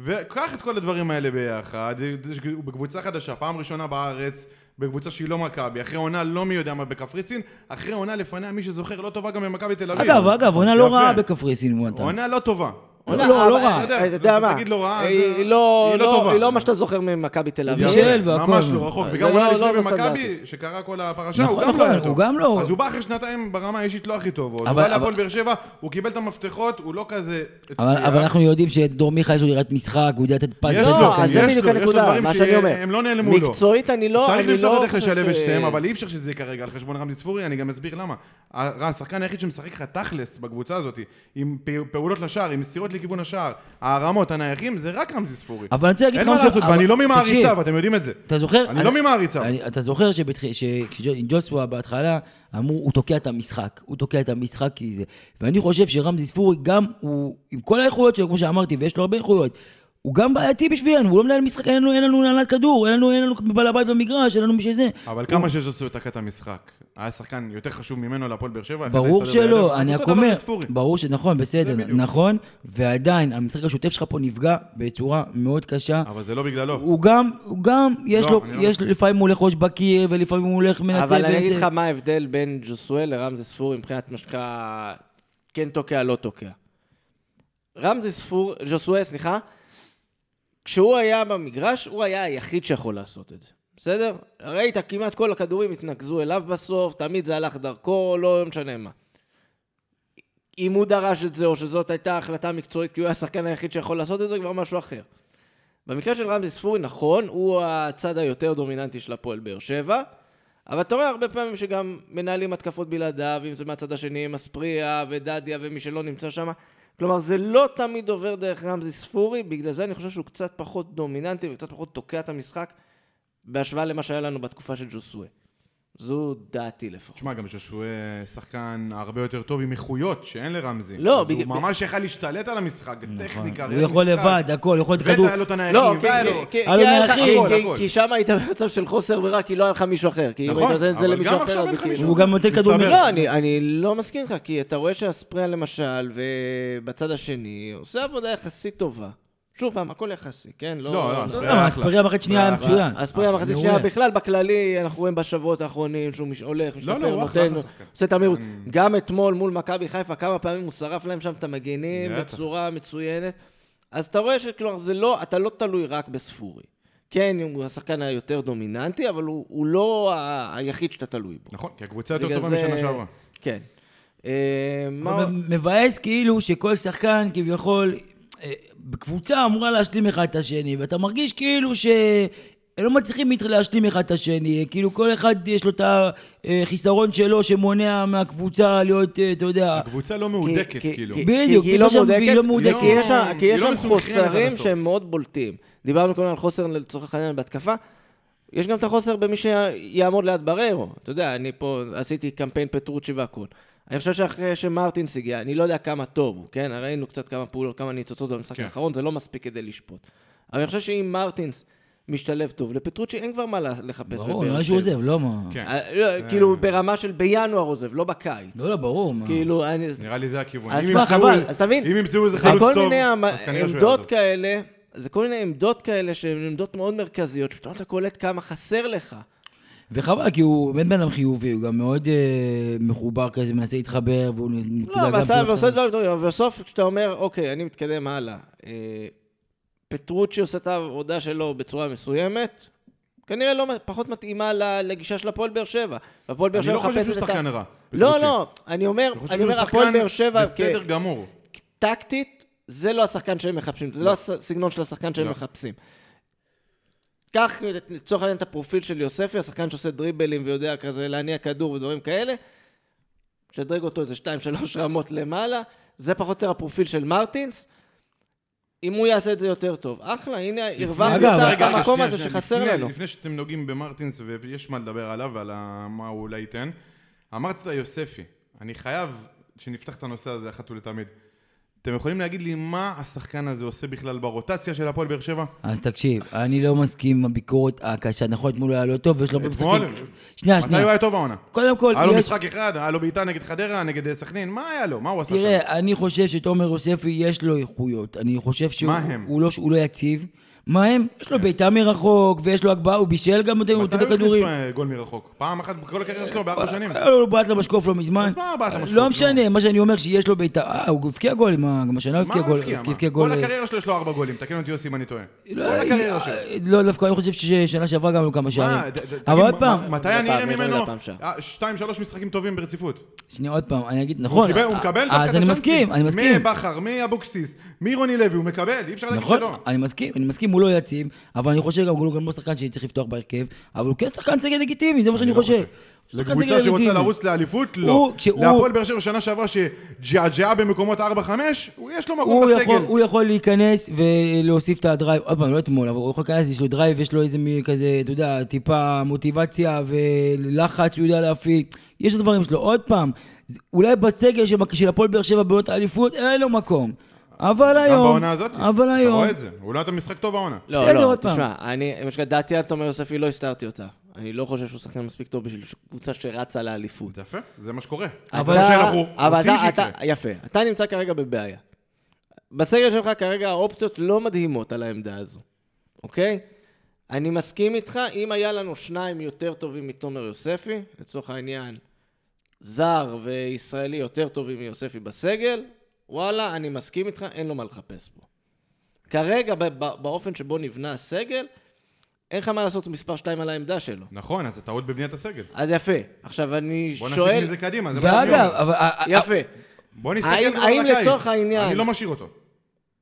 Speaker 2: וקח את כל הדברים האלה ביחד, יש- הוא בקבוצה חדשה, פעם ראשונה בארץ, בקבוצה שהיא לא מכבי, אחרי עונה לא מי יודע מה בקפריצין, אחרי עונה לפניה, מי שזוכר, לא טובה גם במכבי תל אביב.
Speaker 3: אגב, אגב, עונה לא
Speaker 2: יפה.
Speaker 3: רעה בקפריסין, מונטה.
Speaker 2: עונה לא טובה.
Speaker 3: לא, לא, לא רע.
Speaker 1: אתה
Speaker 2: אתה
Speaker 1: יודע מה,
Speaker 2: תגיד לא רע,
Speaker 1: היא
Speaker 2: אתה-
Speaker 1: היא לא
Speaker 2: היא לא
Speaker 1: לא-
Speaker 2: טובה.
Speaker 1: היא לא מה שאתה זוכר ממכבי תל אביב.
Speaker 3: בישל
Speaker 2: יפה,
Speaker 3: והכל. אה,
Speaker 2: ממש לא רחוק,
Speaker 1: זה
Speaker 2: וגם
Speaker 1: לא-
Speaker 2: עונה
Speaker 1: לא
Speaker 2: לפני במכבי,
Speaker 1: בסטנדרטי.
Speaker 2: שקרה כל הפרשה,
Speaker 3: נכון,
Speaker 2: הוא גם
Speaker 3: נכון,
Speaker 2: לא היה
Speaker 3: הוא
Speaker 2: טוב.
Speaker 3: גם לא-
Speaker 2: אז הוא בא אחרי שנתיים ברמה האישית לא הכי טוב, עוד. הוא
Speaker 3: אבל-
Speaker 2: בא
Speaker 3: אבל-
Speaker 2: להפועל באר שבע, הוא קיבל את המפתחות, הוא לא כזה...
Speaker 3: אבל
Speaker 2: הצליח.
Speaker 3: אבל אנחנו יודעים שדור מיכה יש לו ירידת משחק, הוא יודע לתת פס.
Speaker 2: יש
Speaker 3: הוא יודע
Speaker 2: לו,
Speaker 1: לא,
Speaker 3: לתת
Speaker 2: כן,
Speaker 1: אז
Speaker 3: כזה.
Speaker 1: זה
Speaker 2: יש
Speaker 1: בדיוק
Speaker 2: לו, יש לו
Speaker 1: הנקודה,
Speaker 2: דברים
Speaker 1: מה שאני אומר.
Speaker 2: שהם לא נעלמו לו.
Speaker 1: מקצועית אני לא,
Speaker 2: צריך
Speaker 1: אני
Speaker 2: למצוא את
Speaker 1: לא
Speaker 2: הדרך
Speaker 1: חושב
Speaker 2: לשלב את
Speaker 1: ש-
Speaker 2: שתיהם, אבל אי אפשר שזה ייקרא על חשבון רמזי ספורי, אני גם אסביר למה. ה- השחקן היחיד שמשחק לך תכלס בקבוצה הזאת, עם פ- פעולות לשער, עם מסירות לכיוון השער, הערמות, הנייחים, זה רק רמזי ספורי.
Speaker 3: אבל אני רוצה להגיד לך
Speaker 2: אין מה
Speaker 3: משהו-
Speaker 2: לעשות,
Speaker 3: אבל-
Speaker 2: ואני לא ממעריציו,
Speaker 3: תקשיב.
Speaker 2: ואתם יודעים את זה.
Speaker 3: אתה זוכר?
Speaker 2: אני לא ממעריציו.
Speaker 3: אני- אתה זוכר שכשג'וסווה בהתחלה אמרו, הוא תוקע את המשחק. הוא תוקע את המשחק כי זה... ואני חושב שרמזי ספורי גם, הוא, עם כל האיכויות שלו, כמו שאמרתי, ויש לו הרבה איכויות, הוא גם בעייתי בשבילנו, הוא לא מנהל משחק, אין לנו- אין לנו הנהלת כדור, אין לנו- אין לנו בעל הבית במגרש, אין לנו מי שזה.
Speaker 2: אבל כמה שז'וסו תקע את המשחק, היה שחקן יותר חשוב ממנו להפועל באר שבע, אחד
Speaker 3: ברור
Speaker 2: להסתדר בידיים.
Speaker 3: שלא, אני
Speaker 2: אותו
Speaker 3: רק
Speaker 2: דבר
Speaker 3: אומר,
Speaker 2: לספורי.
Speaker 3: ברור שנכון, בסדר,
Speaker 2: בדיוק.
Speaker 3: נכון, ועדיין, המשחק השוטף שלך פה נפגע בצורה מאוד קשה.
Speaker 2: אבל זה לא בגללו.
Speaker 3: הוא גם, הוא גם, יש
Speaker 2: לא,
Speaker 3: לו,
Speaker 2: אני לא
Speaker 3: יש לו, לפעמים הוא הולך ראש בקיר, ולפעמים הוא הולך מנסה,
Speaker 1: אבל אני
Speaker 3: מנסה.
Speaker 1: אגיד לך מה ההבדל בין ג'וסואל לרמזי ספורי מבחינת מה שנקרא כן תוקע, לא תוקע. רמזי ספור, ג'וסואל, סליחה, כשהוא היה במגרש, הוא היה היחיד שיכול לעשות את זה. בסדר? ראית, כמעט כל הכדורים התנקזו אליו בסוף, תמיד זה הלך דרכו, לא משנה מה. אם הוא דרש את זה, או שזאת הייתה החלטה מקצועית, כי הוא היה השחקן היחיד שיכול לעשות את זה, כבר משהו אחר. במקרה של רמזי ספורי, נכון, הוא הצד היותר דומיננטי של הפועל באר שבע, אבל אתה רואה הרבה פעמים שגם מנהלים התקפות בלעדיו, אם זה מהצד השני עם אספריה ודדיה ומי שלא נמצא שם. כלומר, זה לא תמיד עובר דרך רמזי ספורי, בגלל זה אני חושב שהוא קצת פחות דומיננטי וקצת פחות תוקע את המשחק בהשוואה למה שהיה לנו בתקופה של ג'וסואה. זו דעתי לפחות.
Speaker 2: תשמע, גם ז'ושו אה, שחקן הרבה יותר טוב עם איכויות שאין לרמזי.
Speaker 1: לא, נכון.
Speaker 2: אז הוא
Speaker 1: בג-
Speaker 2: ממש יכל להשתלט על המשחק, טכניקה,
Speaker 3: הוא יכול לבד, הכל, יכול להיות כדור.
Speaker 2: בטח היה לו את הנייחים,
Speaker 1: לא, כי-
Speaker 2: והיה
Speaker 1: כי-
Speaker 2: לו-
Speaker 1: כי-
Speaker 3: הלו,
Speaker 1: כי היה לך-
Speaker 3: מהאחים.
Speaker 1: כי-
Speaker 2: הכל, הכל.
Speaker 1: כי שם היית במצב של חוסר ברירה, כי לא היה לך מישהו אחר. כי אם
Speaker 2: נכון,
Speaker 1: היית נותן את זה
Speaker 2: אבל
Speaker 1: למישהו
Speaker 2: גם
Speaker 1: אחר,
Speaker 2: עכשיו
Speaker 1: אז
Speaker 2: אין
Speaker 1: זה
Speaker 2: לך
Speaker 1: כאילו...
Speaker 2: מישהו.
Speaker 3: הוא גם נותן כדור
Speaker 2: מסתבר.
Speaker 3: מרחוק.
Speaker 1: לא, אני, אני לא מסכים איתך, כי אתה רואה שהספריה למשל, ובצד השני, עושה עבודה יחסית טובה. שוב פעם, הכל יחסי, כן? לא,
Speaker 2: לא, לא,
Speaker 3: לא,
Speaker 2: אספריה
Speaker 3: לא,
Speaker 2: אחלה.
Speaker 3: אספריה מחצית שנייה היה
Speaker 2: אספריה
Speaker 3: מצוין.
Speaker 1: הספריה מחצית
Speaker 3: מעולה.
Speaker 1: שנייה, בכלל בכללי, אנחנו רואים בשבועות האחרונים שהוא מש- הולך,
Speaker 2: לא,
Speaker 1: משתפר,
Speaker 2: הוא אחלה,
Speaker 1: נותן,
Speaker 2: אחלה שחקן.
Speaker 1: עושה את המהירות. גם אתמול מול מכבי חיפה, כמה פעמים הוא שרף להם שם את המגנים
Speaker 2: בטח.
Speaker 1: בצורה מצוינת. אז אתה רואה שכלומר, זה לא, אתה לא תלוי רק בספורי. כן, הוא השחקן היותר דומיננטי, אבל הוא, הוא לא ה- היחיד שאתה תלוי בו.
Speaker 2: נכון, כי הקבוצה יותר
Speaker 1: בגלל
Speaker 2: טובה
Speaker 1: זה-
Speaker 2: משנה שעברה.
Speaker 1: כן. אה, מה...
Speaker 3: אבל מבאס כאילו שכל שחקן כביכול, אה, בקבוצה אמורה להשלים אחד את השני, ואתה מרגיש כאילו ש... הם לא מצליחים מת- להשלים אחד את השני, כאילו כל אחד יש לו את החיסרון שלו שמונע מהקבוצה להיות, אה, אתה יודע,
Speaker 2: הקבוצה לא
Speaker 1: כי-
Speaker 2: מהודקת, כאילו.
Speaker 1: כי-
Speaker 3: בדיוק,
Speaker 1: כי היא
Speaker 3: זה
Speaker 1: לא
Speaker 3: מה שאני מבין, היא לא
Speaker 1: מודקת,
Speaker 3: מהודקת.
Speaker 1: כי יש שם- כי
Speaker 2: היא
Speaker 1: יש
Speaker 2: לא
Speaker 1: שם
Speaker 2: מסונכרנת עד
Speaker 1: חוסרים
Speaker 2: הסוף.
Speaker 1: שהם מאוד בולטים. דיברנו קודם על חוסר לצורך העניין בהתקפה. יש גם את החוסר במי שיעמוד ליד בררו. אתה יודע, אני פה עשיתי קמפיין פטרוצ'י והכול. אני חושב שאחרי שמרטינס הגיע, אני לא יודע כמה טוב הוא, כן? ראינו קצת כמה פעולות, כמה ניצוצות במשחק
Speaker 2: כן.
Speaker 1: האחרון, זה לא מספיק כדי לשפוט. אבל אני חושב שאם מרטינס משתלב טוב, לפטרוצ'י אין כבר מה לחפש
Speaker 3: ברור, נראה שהוא עוזב, לא מה.
Speaker 2: כן.
Speaker 1: אה, לא, כאילו ברמה של בינואר עוזב, לא בקיץ.
Speaker 3: לא, לא, ברור, מה.
Speaker 1: כאילו, אני...
Speaker 2: נראה לי זה הכיוון.
Speaker 1: אז
Speaker 2: אם
Speaker 1: מה,
Speaker 2: ימצאו-
Speaker 1: חבל, אז תבין,
Speaker 2: אם ימצאו איזה
Speaker 1: זה
Speaker 2: חלוץ
Speaker 1: כל
Speaker 2: טוב,
Speaker 1: מיני
Speaker 2: אז
Speaker 1: עמ-
Speaker 2: כנראה שהוא
Speaker 1: עמדות
Speaker 2: יעזוב.
Speaker 1: כאלה, זה כל מיני עמדות כאלה שהן עמדות מאוד מרכזיות, שפתאום אתה קולט כמה חסר לך.
Speaker 3: וחבל, כי הוא באמת בן אדם חיובי, הוא גם מאוד אה, מחובר כזה, מנסה להתחבר, והוא... אתה
Speaker 1: לא,
Speaker 3: יודע, גם
Speaker 1: ועשה-
Speaker 3: שהוא
Speaker 1: ועושה
Speaker 3: עכשיו-
Speaker 1: דברים טובים, אבל בסוף כשאתה אומר, אוקיי, אני מתקדם הלאה, אה, פטרוצ'י עושה את העבודה שלו בצורה מסוימת, כנראה לא, פחות מתאימה ל- לגישה של הפועל באר שבע. והפועל באר
Speaker 2: אני
Speaker 1: שבע
Speaker 2: לא חושב
Speaker 1: מחפשת
Speaker 2: שהוא
Speaker 1: את ה-
Speaker 2: שחקן רע.
Speaker 1: לא,
Speaker 2: פטרוצ'י.
Speaker 1: לא, אני אומר,
Speaker 2: אני חושב
Speaker 1: אני אומר,
Speaker 2: שהוא
Speaker 1: הפועל
Speaker 2: שחקן
Speaker 1: באר שבע, כן.
Speaker 2: בסדר גמור.
Speaker 1: טקטית, זה לא השחקן שהם מחפשים, זה לא הסגנון של השחקן שהם
Speaker 2: לא.
Speaker 1: מחפשים. קח לצורך העניין את הפרופיל של יוספי, השחקן שעושה דריבלים ויודע כזה להניע כדור ודברים כאלה, שדרג אותו איזה 2-3 רמות למעלה, זה פחות או יותר הפרופיל של מרטינס. אם הוא יעשה את זה יותר טוב. אחלה, הנה, הרווחנו
Speaker 3: אגב,
Speaker 1: את
Speaker 3: רגע, רגע,
Speaker 1: המקום
Speaker 2: שנייה,
Speaker 1: הזה
Speaker 2: שנייה,
Speaker 1: שחסר
Speaker 2: לפני-
Speaker 1: לנו.
Speaker 2: לפני שאתם נוגעים במרטינס, ויש מה לדבר עליו ועל ה- מה הוא אולי ייתן, אמרת יוספי, אני חייב שנפתח את הנושא הזה אחת ולתמיד. אתם יכולים להגיד לי מה השחקן הזה עושה בכלל ברוטציה של הפועל באר שבע?
Speaker 3: אז תקשיב, אני לא מסכים עם הביקורת הקשה. נכון, אתמול הוא היה לא טוב, ויש לו הרבה
Speaker 2: אתמול?
Speaker 3: משחקים. שנייה,
Speaker 2: מתי הוא
Speaker 3: שנייה.
Speaker 2: היה טוב העונה?
Speaker 3: קודם כל,
Speaker 2: היה לו
Speaker 3: יש...
Speaker 2: משחק אחד, היה לו בעיטה נגד חדרה, נגד אה, סכנין, מה היה לו? מה הוא עשה שם?
Speaker 3: תראה, אה, אני חושב שתומר יוספי יש לו איכויות. אני חושב שהוא
Speaker 2: מה הם? כן.
Speaker 3: הוא לא, שהוא לא יציב. מה הם? יש לו בעיטה מרחוק, ויש לו הגבהה, הוא בישל גם אותנו, הוא
Speaker 2: מתי
Speaker 3: נותן
Speaker 2: הוא הכניס
Speaker 3: כדורים. אה,
Speaker 2: אה, גול מרחוק? פעם אחת בכל הקריירה שלו, בארבע שנים.
Speaker 3: היה לו בעט למשקוף לא מזמן.
Speaker 2: אז מה בעט למשקוף?
Speaker 3: לא משנה, מה שאני אומר שיש לו בעיטה... אה, הוא הבקיע גול, מה, גם השנה הוא
Speaker 2: מה
Speaker 3: הבקיע
Speaker 2: הוא
Speaker 3: גול.
Speaker 2: הבקיע? מה?
Speaker 3: הבקיע גול,
Speaker 2: כל
Speaker 3: אה,
Speaker 2: הקריירה שלו יש לו ארבע גולים, תקן אותי יוסי אם אני טועה. כל
Speaker 3: לא,
Speaker 2: הקריירה
Speaker 3: אה,
Speaker 2: שלו.
Speaker 3: לא, דווקא אני חושב ששנה שעברה גם היו כמה
Speaker 2: מה,
Speaker 3: שערים.
Speaker 2: ד- ד-
Speaker 3: אבל
Speaker 2: תגיד,
Speaker 3: עוד
Speaker 2: מ-
Speaker 3: פעם,
Speaker 2: מ- מתי אני אראה
Speaker 1: לפעם, יותר
Speaker 2: ממנו
Speaker 1: מדי פעם שער.
Speaker 2: אה, שתיים, שלוש משחקים טובים ברציפות?
Speaker 3: שנייה, עוד פעם, אני אגיד, נכון.
Speaker 2: קיבל- הוא
Speaker 3: אה,
Speaker 2: מקבל דווקא את
Speaker 3: נכון. אז אני
Speaker 2: הצ'אנסים.
Speaker 3: מסכים, אני מסכים.
Speaker 2: מבכר, מאבוקסיס, מרוני לוי, הוא מקבל, אי אפשר להגיד
Speaker 3: נכון,
Speaker 2: שלא.
Speaker 3: אני מסכים, אני מסכים, הוא לא יציב, אבל אני חושב גם, הוא גם לא שחקן שצריך לפתוח בהרכב, אבל הוא כן שחקן סגל לגיטימי, זה מה שאני
Speaker 2: לא
Speaker 3: חושב.
Speaker 2: זו
Speaker 3: שחקן
Speaker 2: קבוצה
Speaker 3: סגל
Speaker 2: שרוצה
Speaker 3: לגיטימי.
Speaker 2: לרוץ לאליפות? לא.
Speaker 3: הוא- כשהוא-
Speaker 2: להפועל באר שבע שנה שעברה שג'עג'עה במקומות 4-5, הוא- יש לו מקום
Speaker 3: הוא
Speaker 2: בסגל.
Speaker 3: יכול, הוא יכול להיכנס ולהוסיף את הדרייב, עוד פעם, לא אתמול, אבל הוא יכול להיכנס, יש לו דרייב, יש לו איזה מין כזה, אתה יודע, טיפה מוטיבציה ולחץ שהוא יודע להפעיל, יש לו דברים שלו. עוד פעם, זה- אולי בסגל של של הפועל באר שבע בעוד האליפות, אין לו מקום. אבל היום,
Speaker 2: גם בעונה הזאת.
Speaker 3: אבל
Speaker 2: אתה
Speaker 3: היום,
Speaker 2: רואה את זה, הוא לא היה משחק טוב העונה.
Speaker 1: לא,
Speaker 3: בסדר,
Speaker 1: לא,
Speaker 3: עוד פעם.
Speaker 1: תשמע, אני, למשל, דעתי על תומר יוספי, לא הסתרתי אותה. אני לא חושב שהוא שחקן מספיק טוב בשביל ש- קבוצה שרצה לאליפות.
Speaker 2: זה יפה, זה מה שקורה.
Speaker 1: אבל
Speaker 2: זה מה
Speaker 1: אתה-
Speaker 2: שאנחנו
Speaker 1: אבל
Speaker 2: רוצים
Speaker 1: אתה-
Speaker 2: שיקרה.
Speaker 1: אתה- יפה. אתה נמצא כרגע בבעיה. בסגל שלך כרגע האופציות לא מדהימות על העמדה הזו, אוקיי? אני מסכים איתך, אם היה לנו שניים יותר טובים מתומר יוספי, לצורך העניין, זר וישראלי יותר טובים מיוספי בסגל, וואלה, אני מסכים איתך, אין לו מה לחפש פה. כרגע, ב- ב- באופן שבו נבנה הסגל, אין לך מה לעשות עם מספר שתיים על העמדה שלו.
Speaker 2: נכון, אז זה טעות בבניית הסגל.
Speaker 1: אז יפה. עכשיו אני
Speaker 2: בוא אה,
Speaker 1: שואל...
Speaker 2: נסיק מזה קדימה, זה מה שאני
Speaker 3: ואגב,
Speaker 2: אומר.
Speaker 3: אבל... אה,
Speaker 1: יפה.
Speaker 2: בוא נסתכל
Speaker 1: האם-
Speaker 2: כבר
Speaker 1: האם
Speaker 2: על הקיץ.
Speaker 1: לצורך העניין-
Speaker 2: אני לא משאיר אותו.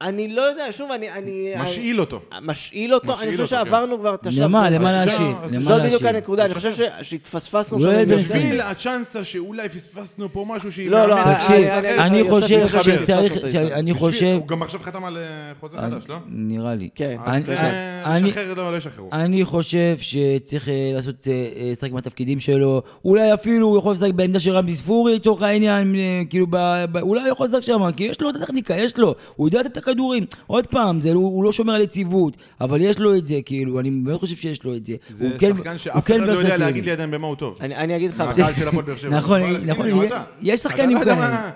Speaker 1: אני לא יודע, שוב, אני... אני
Speaker 2: משאיל אותו.
Speaker 1: אני- משאיל אותו?
Speaker 2: משאיל
Speaker 1: אני חושב
Speaker 2: אותו,
Speaker 1: שעברנו כבר את השלב.
Speaker 3: למה,
Speaker 1: הזה.
Speaker 3: למה להשאיר?
Speaker 2: אז
Speaker 3: למה
Speaker 1: זאת בדיוק
Speaker 3: להשאיר?
Speaker 1: הנקודה, אני חושב ש- שהתפספסנו
Speaker 3: הוא
Speaker 1: שם
Speaker 3: לא
Speaker 1: עם
Speaker 3: יודע
Speaker 1: יוספי.
Speaker 3: בשביל
Speaker 2: בשביל הצ'אנס שאולי פספסנו פה משהו שהיא...
Speaker 1: לא, לא,
Speaker 2: מאמנת.
Speaker 1: אה,
Speaker 3: תקשיב,
Speaker 1: אה, אה,
Speaker 3: אני
Speaker 1: יוסף
Speaker 3: חושב
Speaker 1: מחבר.
Speaker 3: שצריך,
Speaker 1: יוסף
Speaker 3: שאני-
Speaker 1: מחבר.
Speaker 3: אני
Speaker 2: בשביל-
Speaker 3: חושב...
Speaker 2: הוא גם עכשיו חתם על אה, חוזה
Speaker 3: אני-
Speaker 2: חדש, לא?
Speaker 3: נראה לי.
Speaker 1: כן.
Speaker 2: אז
Speaker 3: אני-
Speaker 2: אה,
Speaker 3: אני-
Speaker 2: לשחרר לא, לא ישחררו.
Speaker 3: אני חושב שצריך אה, לעשות, אה, אה, לשחק עם התפקידים שלו. אולי אפילו הוא יכול לשחק בעמדה של רמזי ספורי לצורך העניין, אה, כאילו, ב, ב, אולי הוא יכול לשחק שם, כי יש לו את הטכניקה, יש לו. הוא יודע את הכדורים. עוד פעם, זה, הוא, הוא לא שומר על יציבות, אבל יש לו את זה, כאילו, אני באמת חושב שיש לו את זה.
Speaker 2: זה
Speaker 3: הוא כן-
Speaker 2: שחקן
Speaker 3: הוא
Speaker 2: שאף אחד
Speaker 3: כן
Speaker 2: לא יודע
Speaker 3: ורסטילי.
Speaker 2: להגיד לי עדיין במה הוא טוב.
Speaker 1: אני אני אגיד לך,
Speaker 2: מהקהל של הפועל באר שבע.
Speaker 3: נכון,
Speaker 2: אבל-
Speaker 3: נכון,
Speaker 2: הנה, הוא
Speaker 3: יש-
Speaker 2: אתה.
Speaker 3: יש
Speaker 2: אתה
Speaker 3: שחקנים
Speaker 2: לא יודע
Speaker 3: כאלה.
Speaker 2: מה-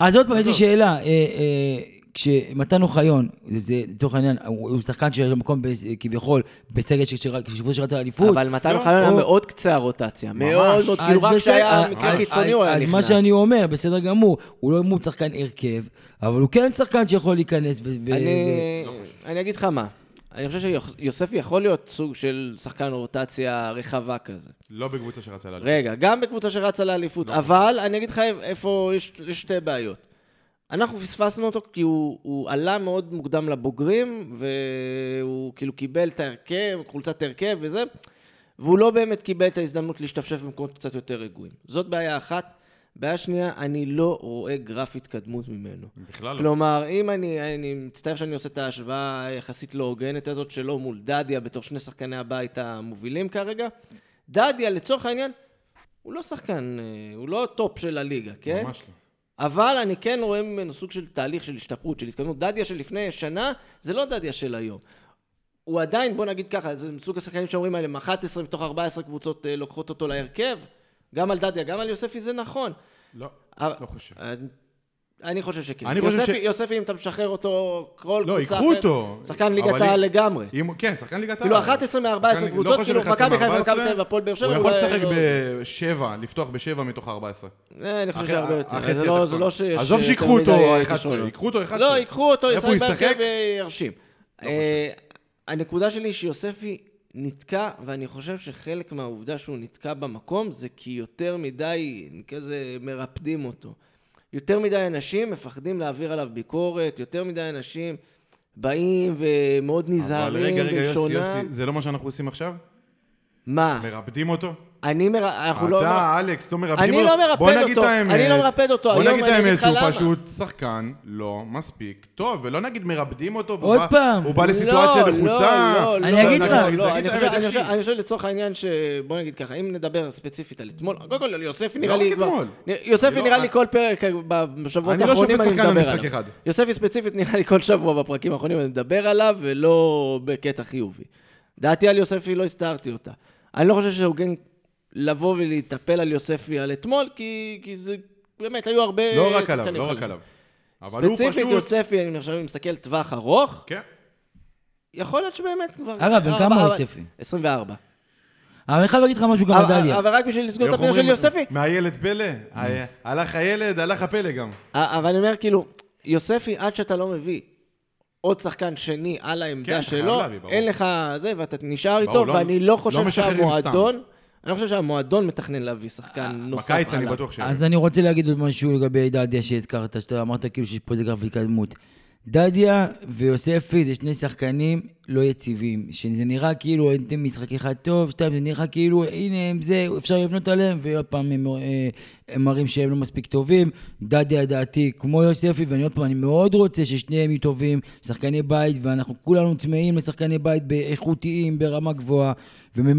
Speaker 3: אז עוד פעם, יש לי שאלה. אה, אה, כשמתן אוחיון, זה- זה לצורך העניין, הוא הוא שחקן שיש לו מקום בס- כביכול בסגל שחשבו שרצה לאליפות.
Speaker 1: אבל מתן
Speaker 2: לא,
Speaker 1: אוחיון היה
Speaker 3: או-
Speaker 1: מאוד קצה הרוטציה. מאוד מאוד, כאילו
Speaker 3: אז
Speaker 1: רק
Speaker 3: בסדר,
Speaker 1: כשהיה
Speaker 3: אז-
Speaker 1: מקרה
Speaker 3: אז-
Speaker 1: קיצוני הוא היה
Speaker 3: אז
Speaker 1: נכנס.
Speaker 3: מה שאני אומר, בסדר גמור, הוא לא אימון שחקן הרכב, אבל הוא כן שחקן שיכול להיכנס ו... ו-
Speaker 1: אני-
Speaker 3: אה,
Speaker 1: אני אגיד לך מה. אני חושב שיוספי יכול להיות סוג של שחקן רוטציה רחבה כזה.
Speaker 2: לא בקבוצה שרצה לעלות.
Speaker 1: רגע, גם בקבוצה שרצה לאליפות, אבל אני אגיד לך איפה יש, יש שתי בעיות. אנחנו פספסנו אותו כי הוא, הוא עלה מאוד מוקדם לבוגרים, והוא כאילו קיבל את ההרכב, חולצת הרכב וזה, והוא לא באמת קיבל את ההזדמנות להשתפשף במקומות קצת יותר רגועים. זאת בעיה אחת. בעיה שנייה, אני לא רואה גרף התקדמות ממנו.
Speaker 2: בכלל לא.
Speaker 1: כלומר, אם אני, אני מצטער שאני עושה את ההשוואה היחסית לא הוגנת הזאת שלו מול דדיה בתור שני שחקני הבית המובילים כרגע, דדיה לצורך העניין, הוא לא שחקן, אה, הוא לא טופ של הליגה, כן?
Speaker 2: ממש לא.
Speaker 1: אבל אני כן רואה ממנו סוג של תהליך של השתפרות, של התקדמות. דדיה של לפני שנה, זה לא דדיה של היום. הוא עדיין, בוא נגיד ככה, זה מסוג השחקנים שאומרים עליהם, 11 מתוך 14 קבוצות אה, לוקחות אותו להרכב. גם על דדיה, גם על יוספי, זה נכון.
Speaker 2: לא,
Speaker 1: אבל-
Speaker 2: לא חושב.
Speaker 1: אני- אני חושב שכן.
Speaker 2: אני חושב
Speaker 1: יוספי,
Speaker 2: ש-
Speaker 1: יוספי, אם אתה משחרר אותו, כל
Speaker 2: לא,
Speaker 1: קבוצה
Speaker 2: ייקחו
Speaker 1: אחרת,
Speaker 2: אותו.
Speaker 1: שחקן
Speaker 2: אבל
Speaker 1: ליגת
Speaker 2: אם-
Speaker 1: העל לגמרי.
Speaker 2: אם- כן, שחקן ליגת העל.
Speaker 1: כאילו, 11 מ-14
Speaker 2: שחקן-
Speaker 1: קבוצות,
Speaker 2: לא חושב
Speaker 1: כאילו,
Speaker 2: אחד עשרה
Speaker 1: מכבי חיפה,
Speaker 2: מ-14.
Speaker 1: מכבי תל אביב, הפועל באר שבע,
Speaker 2: הוא יכול
Speaker 1: אולי
Speaker 2: לשחק
Speaker 1: לא-
Speaker 2: בשבע, לפתוח בשבע מתוך 14.
Speaker 1: אה, אני חושב
Speaker 2: אחרי-
Speaker 1: שהרבה
Speaker 2: החצי
Speaker 1: יותר. זה לא- זה
Speaker 2: התחתון.
Speaker 1: לא שיש...
Speaker 2: עזוב
Speaker 1: יותר
Speaker 2: שיקחו
Speaker 1: מדי
Speaker 2: אותו 11,
Speaker 1: אה, כישרונות.
Speaker 2: ייקחו אותו 11.
Speaker 1: לא, ייקחו אותו,
Speaker 2: איפה הוא
Speaker 1: ישחק בהרכב
Speaker 2: ישחק?
Speaker 1: וירשים.
Speaker 2: לא
Speaker 1: אה, הנקודה שלי היא שיוספי נתקע, ואני חושב שחלק מהעובדה שהוא נתקע במקום זה כי יותר מדי, כזה, מרפדים אותו. יותר מדי אנשים מפחדים להעביר עליו ביקורת, יותר מדי אנשים באים ומאוד
Speaker 2: אבל
Speaker 1: נזהרים
Speaker 2: רגע, רגע, יוסי,
Speaker 1: בלשונם.
Speaker 2: יוסי, זה לא מה שאנחנו עושים עכשיו?
Speaker 1: מה?
Speaker 2: מרפדים אותו?
Speaker 1: אני מר... אנחנו לא...
Speaker 2: אתה, אלכס, לא מרפדים
Speaker 1: אני
Speaker 2: אותו.
Speaker 1: לא מרפד
Speaker 2: בוא נגיד את
Speaker 1: אותו.
Speaker 2: האמת.
Speaker 1: אני לא מרפד אותו
Speaker 2: בוא
Speaker 1: היום,
Speaker 2: נגיד את
Speaker 1: אני אגיד
Speaker 2: האמת
Speaker 1: לך
Speaker 2: שהוא
Speaker 1: למה.
Speaker 2: פשוט שחקן לא מספיק טוב, ולא נגיד מרפדים אותו. והוא
Speaker 3: עוד
Speaker 2: בא-
Speaker 3: פעם.
Speaker 2: הוא בא לסיטואציה
Speaker 1: לא,
Speaker 2: לחוצה.
Speaker 1: לא, לא,
Speaker 3: אני
Speaker 1: לא,
Speaker 3: אגיד
Speaker 1: לא,
Speaker 3: לך.
Speaker 1: לא,
Speaker 2: תגיד,
Speaker 1: לא,
Speaker 2: תגיד
Speaker 1: אני
Speaker 2: את
Speaker 1: חושב-
Speaker 2: האמת,
Speaker 1: אני חושב-
Speaker 2: תקשיב.
Speaker 1: אני חושב לצורך העניין ש... בוא נגיד ככה, אם נדבר ספציפית על אתמול, קודם כל על יוספי נראה
Speaker 2: לא רק
Speaker 1: לי...
Speaker 2: אתמול.
Speaker 1: כבר- יוספי
Speaker 2: אני לא-
Speaker 1: נראה לי כל פרק אה, בשבועות
Speaker 2: אני לא
Speaker 1: האחרונים
Speaker 2: שופט
Speaker 1: אני
Speaker 2: שחקן על
Speaker 1: מדבר
Speaker 2: משחק
Speaker 1: עליו.
Speaker 2: אחד.
Speaker 1: יוספי ספציפית נראה לי כל שבוע בפרקים האחרונים אני מדבר עליו, ולא בקטע חיובי. דעתי על יוספי, לא הסתרתי אותה. אני לא חושב שהוגן לבוא ולהתאפל על יוספי על אתמול, כי כי זה... באמת, היו הרבה...
Speaker 2: לא רק עליו,
Speaker 1: שחקנים
Speaker 2: לא רק
Speaker 1: חלשים.
Speaker 2: עליו. אבל הוא
Speaker 1: ספציפית
Speaker 2: פשוט...
Speaker 1: יוספי, אני עכשיו מסתכל טווח ארוך,
Speaker 2: כן.
Speaker 1: יכול להיות שבאמת כבר...
Speaker 3: אגב, בן
Speaker 1: ארבע-
Speaker 3: כמה
Speaker 1: ארבע-
Speaker 3: יוספי?
Speaker 1: 24.
Speaker 3: אבל אני חייב להגיד לך משהו גם על דליה.
Speaker 1: אבל אבל רק בשביל לסגור את
Speaker 2: איך
Speaker 1: הפינה של
Speaker 2: אומרים?
Speaker 1: יוספי, Mm.
Speaker 2: מהילד פלא. ה- הלך הילד, הלך הפלא גם.
Speaker 1: אה, אבל אני אומר, כאילו, יוספי, עד שאתה לא מביא עוד שחקן שני על העמדה
Speaker 2: כן, חייב
Speaker 1: שלו,
Speaker 2: להביא, ברור.
Speaker 1: אין לך זה, ואתה נשאר
Speaker 2: ברור,
Speaker 1: איתו,
Speaker 2: לא-
Speaker 1: ואני לא
Speaker 2: לא
Speaker 1: חושב
Speaker 2: משחררים אה,
Speaker 1: שהמועדון... אני לא חושב שהמועדון מתכנן להביא שחקן נוסף עליו.
Speaker 2: בקיץ אני בטוח ש...
Speaker 3: אז אני רוצה להגיד עוד משהו לגבי דדיה שהזכרת, שאתה אמרת כאילו שיש פה איזה גרף התקדמות. דדיה ויוספי זה שני שחקנים לא יציבים, שזה נראה כאילו נותנים משחק אחד טוב, שתיים, זה נראה כאילו הנה הם זה, אפשר לבנות עליהם, ועוד פעם הם, אה, הם מראים שהם לא מספיק טובים. דדיה דעתי כמו יוספי, ואני עוד פעם, אני מאוד רוצה ששניהם יהיו טובים, שחקני בית, ואנחנו כולנו צמאים לשחקני בית באיכותיים, ברמה גבוהה,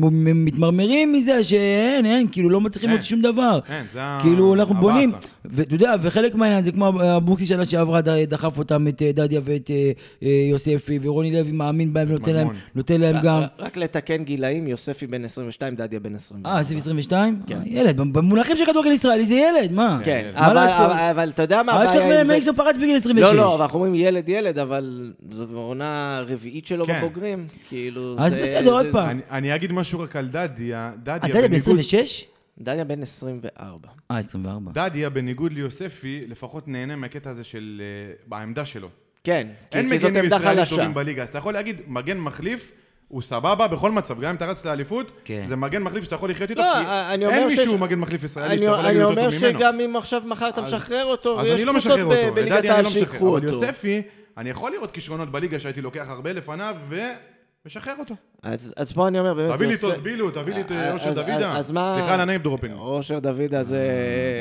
Speaker 3: ומתמרמרים מזה שאין, אין, כאילו לא מצליחים
Speaker 2: אין.
Speaker 3: לראות שום דבר.
Speaker 2: כן, זה ה-
Speaker 3: כאילו, אנחנו
Speaker 2: הבאסה.
Speaker 3: בונים, ואתה יודע, וחלק מהעניין זה כמו הבוקסי שנה שעברה, ד- דחף אותם, את אה, דדיה ואת אה, אה, יוספי, ורוני לוי מאמין בהם, נותן להם,
Speaker 2: מדמון.
Speaker 3: נותן להם
Speaker 1: רק-
Speaker 3: גם...
Speaker 1: רק לתקן גילאים, יוספי בן 22, דדיה בן 24.
Speaker 3: אה, סעיף 22?
Speaker 1: כן.
Speaker 3: אה, ילד, במונחים של כדורגל ישראלי זה ילד, מה?
Speaker 1: כן,
Speaker 3: מה לא
Speaker 1: אבל-
Speaker 3: לעשות?
Speaker 1: אבל- אבל אתה יודע מה
Speaker 3: אל
Speaker 1: הבעיה
Speaker 3: תשכח
Speaker 1: עם
Speaker 3: מהם,
Speaker 1: זה?
Speaker 3: מליקסון פרץ בגיל 26.
Speaker 1: לא, לא, אבל אנחנו אומרים ילד ילד, אבל זאת כבר עונה רביעית שלו
Speaker 2: כן.
Speaker 1: בבוגרים. כאילו,
Speaker 3: אז
Speaker 1: זה-
Speaker 3: בסדר,
Speaker 1: זה-
Speaker 3: עוד
Speaker 1: זה-
Speaker 3: פעם.
Speaker 2: אני- אני אגיד משהו רק על דדיה.
Speaker 3: אה,
Speaker 2: דדיה
Speaker 3: דדיה בן
Speaker 2: בניגוד
Speaker 3: 26?
Speaker 1: דניה בן 24.
Speaker 3: אה, 24.
Speaker 2: דדיה, בניגוד ליוספי, לפחות נהנה מהקטע הזה של... אה, בעמדה שלו.
Speaker 1: כן, כי
Speaker 2: אין
Speaker 1: כי זאת
Speaker 2: מגנים
Speaker 1: עמדה
Speaker 2: ישראלים
Speaker 1: חלשה.
Speaker 2: טובים בליגה, אז אתה יכול להגיד, מגן מחליף, הוא סבבה בכל מצב, גם אם אתה רץ לאליפות,
Speaker 3: כן.
Speaker 2: זה מגן מחליף שאתה יכול לחיות איתו,
Speaker 1: לא,
Speaker 2: כי
Speaker 1: אני אומר
Speaker 2: אין מישהו
Speaker 1: ש-
Speaker 2: מגן מחליף ישראלי שאתה
Speaker 1: אני
Speaker 2: יכול
Speaker 1: אני
Speaker 2: להגיד יותר
Speaker 1: אומר
Speaker 2: טוב ממנו.
Speaker 1: שגם אם עכשיו מחר אתה
Speaker 2: אז-
Speaker 1: משחרר אותו,
Speaker 2: אז
Speaker 1: ויש
Speaker 2: אני לא
Speaker 1: קבוצות
Speaker 2: משחרר
Speaker 1: ב-
Speaker 2: אותו, את
Speaker 1: בליגת
Speaker 2: דדי אני
Speaker 1: העל
Speaker 2: לא משחרר,
Speaker 1: שיקחו
Speaker 2: אבל
Speaker 1: אותו.
Speaker 2: יוספי, אני יכול לראות כישרונות בליגה שהייתי לוקח הרבה לפניו, ומשחרר אותו.
Speaker 1: אז אז פה אני אומר, באמת...
Speaker 2: תביא לי את
Speaker 1: יוסף-
Speaker 2: אוסבילו, תביא לי את
Speaker 1: אז-
Speaker 2: אה, אושר
Speaker 1: אז-
Speaker 2: דוידה.
Speaker 1: אז מה...
Speaker 2: סליחה על הניים דרופינג.
Speaker 1: אושר דוידה זה...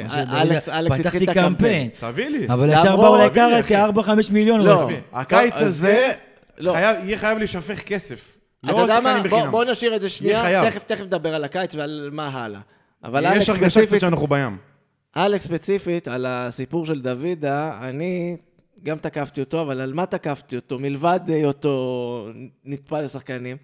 Speaker 1: אה,
Speaker 3: משה דדיה,
Speaker 1: אלכס, אלכס התחיל את
Speaker 3: אה, פתחתי
Speaker 1: הקמפיין.
Speaker 3: קמפיין.
Speaker 2: תביא לי.
Speaker 3: אבל
Speaker 1: למרות-
Speaker 3: ישר באו
Speaker 2: תביא לי,
Speaker 3: לקרקע,
Speaker 2: אחי.
Speaker 3: 4-5 מיליון.
Speaker 1: לא.
Speaker 3: רצו.
Speaker 2: הקיץ
Speaker 1: לא, אז זה-
Speaker 2: הזה,
Speaker 1: לא.
Speaker 2: חייב- יהיה חייב להישפך כסף.
Speaker 1: אתה
Speaker 2: לא
Speaker 1: יודע מה?
Speaker 2: שחקנים
Speaker 1: בוא-
Speaker 2: בחינם.
Speaker 1: בוא נשאיר את זה שנייה,
Speaker 2: חייב.
Speaker 1: תכף תכף נדבר על הקיץ ועל מה הלאה. אבל אלכס
Speaker 2: יש הרגשה
Speaker 1: ספציפית
Speaker 2: קצת שאנחנו בים.
Speaker 1: אלכס ספציפית, על הסיפור של דוידה, אני גם תקפתי אותו, אבל על מה תקפתי אותו? מלבד היותו נטפל לשחקנים,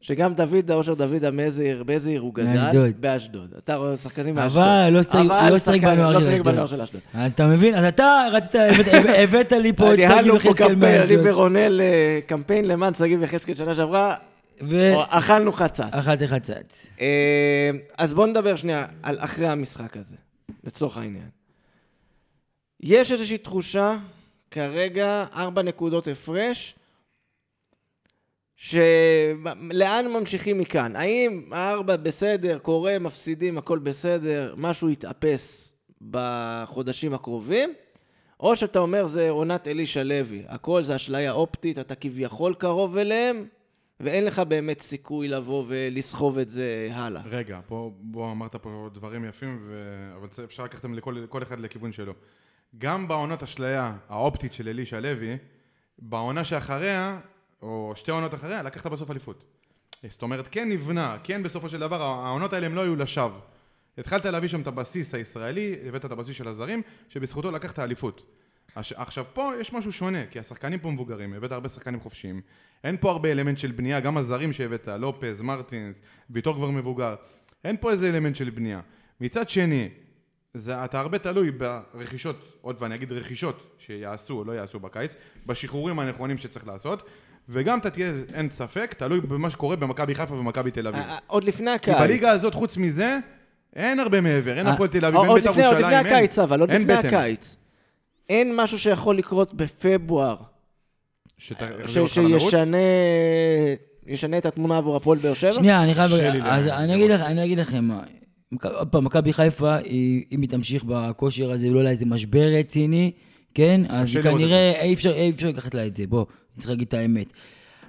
Speaker 1: שגם דוידה, אושר דוידה, מאיזה עיר, באיזה עיר הוא גדל?
Speaker 3: מאשדוד.
Speaker 1: באשדוד. אתה רואה שחקנים מאשדוד.
Speaker 3: אבל לא שיחק-
Speaker 1: אבל
Speaker 3: לא שיחק
Speaker 1: שחקן- לא
Speaker 3: בנוער של
Speaker 1: שיחק בנוער
Speaker 3: אשדוד.
Speaker 1: של אשדוד.
Speaker 3: אז אתה מבין? אז אתה רצית, הבאת- הבאת לי פה את
Speaker 1: ניהלנו
Speaker 3: שגיא
Speaker 1: פה
Speaker 3: וחזקאל
Speaker 1: קמפיין, אני
Speaker 3: מאשדוד.
Speaker 1: ורונל אה, קמפיין למען שגיב יחזקאל שנה שעברה,
Speaker 3: ו-
Speaker 1: אכלנו חצץ.
Speaker 3: אחת אחד צץ.
Speaker 1: אה, אז בואו נדבר שנייה על אחרי המשחק הזה, לצורך העניין. יש איזושהי תחושה, כרגע ארבע נקודות הפרש, שלאן ממשיכים מכאן? האם הארבע בסדר, קורה, מפסידים, הכל בסדר, משהו יתאפס בחודשים הקרובים? או שאתה אומר זה עונת אלישע לוי, הכל זה אשליה אופטית, אתה כביכול קרוב אליהם, ואין לך באמת סיכוי לבוא ולסחוב את זה הלאה.
Speaker 2: רגע, פה, בוא אמרת פה דברים יפים, ו... אבל זה- אפשר לקחת אותם לכל כל אחד לכיוון שלו. גם בעונת אשליה האופטית של אלישע לוי, בעונה שאחריה, או שתי עונות אחריה, לקחת בסוף אליפות. זאת אומרת, כן נבנה, כן בסופו של דבר, העונות האלה הם לא היו לשווא. התחלת להביא שם את הבסיס הישראלי, הבאת את הבסיס של הזרים, שבזכותו לקחת אליפות. הש- עכשיו פה יש משהו שונה, כי השחקנים פה מבוגרים, הבאת הרבה שחקנים חופשיים, אין פה הרבה אלמנט של בנייה, גם הזרים שהבאת, לופז, מרטינס, ויטור כבר מבוגר, אין פה איזה אלמנט של בנייה. מצד שני, זה, אתה הרבה תלוי ברכישות, עוד פעם אני אגיד רכישות, שיעשו או לא יעשו בקיץ, בשחרורים הנכונים שצריך לעשות, וגם אתה תהיה, אין ספק, תלוי במה שקורה במכבי חיפה ומכבי תל אביב.
Speaker 1: אה, אה, עוד לפני
Speaker 2: כאילו. כי
Speaker 1: הקיץ.
Speaker 2: בליגה הזאת, חוץ מזה, אין הרבה מעבר, אין
Speaker 3: אה,
Speaker 2: הפועל תל אביב, אין
Speaker 1: עוד
Speaker 2: בית"ר
Speaker 1: לפני, עוד
Speaker 2: ירושלים,
Speaker 1: לפני
Speaker 2: אין-
Speaker 1: הקיץ, אבל עוד
Speaker 2: אין
Speaker 1: לפני
Speaker 2: בטן.
Speaker 1: הקיץ. אין משהו שיכול לקרות בפברואר,
Speaker 2: שת-
Speaker 1: אה, ש-
Speaker 2: יחזיר אותך למרוץ?
Speaker 1: שישנה ישנה את התמונה עבור הפועל באר שבע?
Speaker 3: שנייה, אני חייב...
Speaker 2: שלי
Speaker 3: אז
Speaker 2: למה,
Speaker 3: אני אגיד לך- אני אגיד לכם מה. מכ- עוד פעם, מכבי חיפה, היא- אם היא תמשיך בכושר הזה, לא לאיזה משבר רציני, כן? אז
Speaker 2: קשה לראות את
Speaker 3: כנראה אי אפשר- אי אפשר לקחת לה את זה, בוא, צריך להגיד את האמת.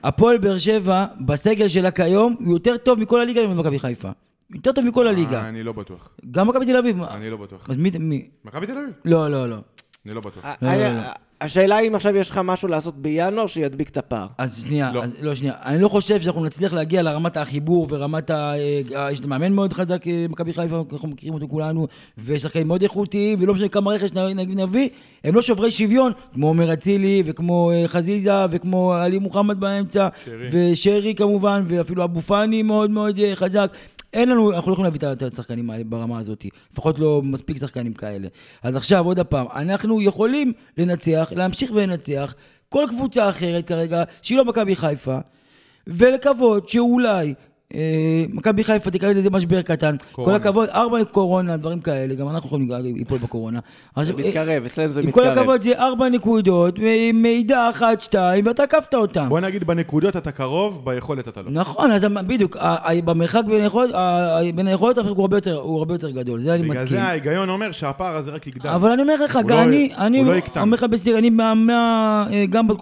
Speaker 3: הפועל באר שבע, בסגל שלה כיום, הוא יותר טוב מכל הליגה ממכבי חיפה. יותר טוב מכל
Speaker 2: אה,
Speaker 3: הליגה.
Speaker 2: אני לא בטוח.
Speaker 3: גם מכבי תל
Speaker 1: אה,
Speaker 3: אביב.
Speaker 2: אני לא בטוח.
Speaker 3: אז מי... מי-
Speaker 2: מכבי תל אביב?
Speaker 3: לא, לא, לא.
Speaker 2: אני לא בטוח.
Speaker 1: ה-
Speaker 3: לא,
Speaker 1: ה-
Speaker 3: לא, לא.
Speaker 1: אה, השאלה אם עכשיו יש לך משהו לעשות בינואר שידביק את הפער.
Speaker 3: אז שנייה,
Speaker 2: לא.
Speaker 3: לא. אז, לא, שנייה. אני לא חושב שאנחנו נצליח להגיע לרמת החיבור ורמת ה... אה, יש מאמן מאוד חזק, אה, מכבי חיפה, אנחנו מכירים אותו כולנו, ושחקנים מאוד איכותיים, ולא משנה כמה רכש נ- נ- נביא, הם לא שוברי שוויון, כמו עומר אצילי, וכמו אה, חזיזה, וכמו עלי מוחמד באמצע,
Speaker 2: שרי.
Speaker 3: ושרי אה, כמובן, ואפילו אבו פאני מאוד מאוד אה, חזק. אין לנו, אנחנו לא יכולים להביא את השחקנים האלה ברמה הזאת, לפחות לא מספיק שחקנים כאלה. אז עכשיו, עוד הפעם, אנחנו יכולים לנצח, להמשיך ולנצח כל קבוצה אחרת כרגע, שהיא לא מכבי חיפה, ולקוות שאולי... אה, מכבי חיפה תקרא לזה משבר קטן,
Speaker 2: קורונה.
Speaker 3: כל הכבוד, ארבע לקורונה, דברים כאלה, גם אנחנו יכולים ליפול בקורונה.
Speaker 1: זה
Speaker 3: עכשיו, אה,
Speaker 1: מתקרב, אצלנו זה
Speaker 3: עם כל
Speaker 1: מתקרב.
Speaker 3: הכבוד זה ארבע נקודות, מעידה אחת, שתיים, ואתה עקפת אותם.
Speaker 2: בוא נגיד בנקודות אתה קרוב, ביכולת אתה לא.
Speaker 3: נכון, אז המ- בדיוק, ה- ה- במרחק בין היכולת, ה- ה- בין היכולת המרחק הוא הרבה יותר- הוא הרבה יותר גדול, זה אני
Speaker 2: בגלל זה
Speaker 3: מסכים.
Speaker 2: ההיגיון אומר שהפער הזה רק יגדל.
Speaker 3: אבל אני אומר לך,
Speaker 2: הוא
Speaker 3: גם
Speaker 2: לא-
Speaker 3: אני,
Speaker 2: הוא
Speaker 3: אני
Speaker 2: לא יקטן.
Speaker 3: אומר לך בסדר, אני מה- מה- אה, גם בת-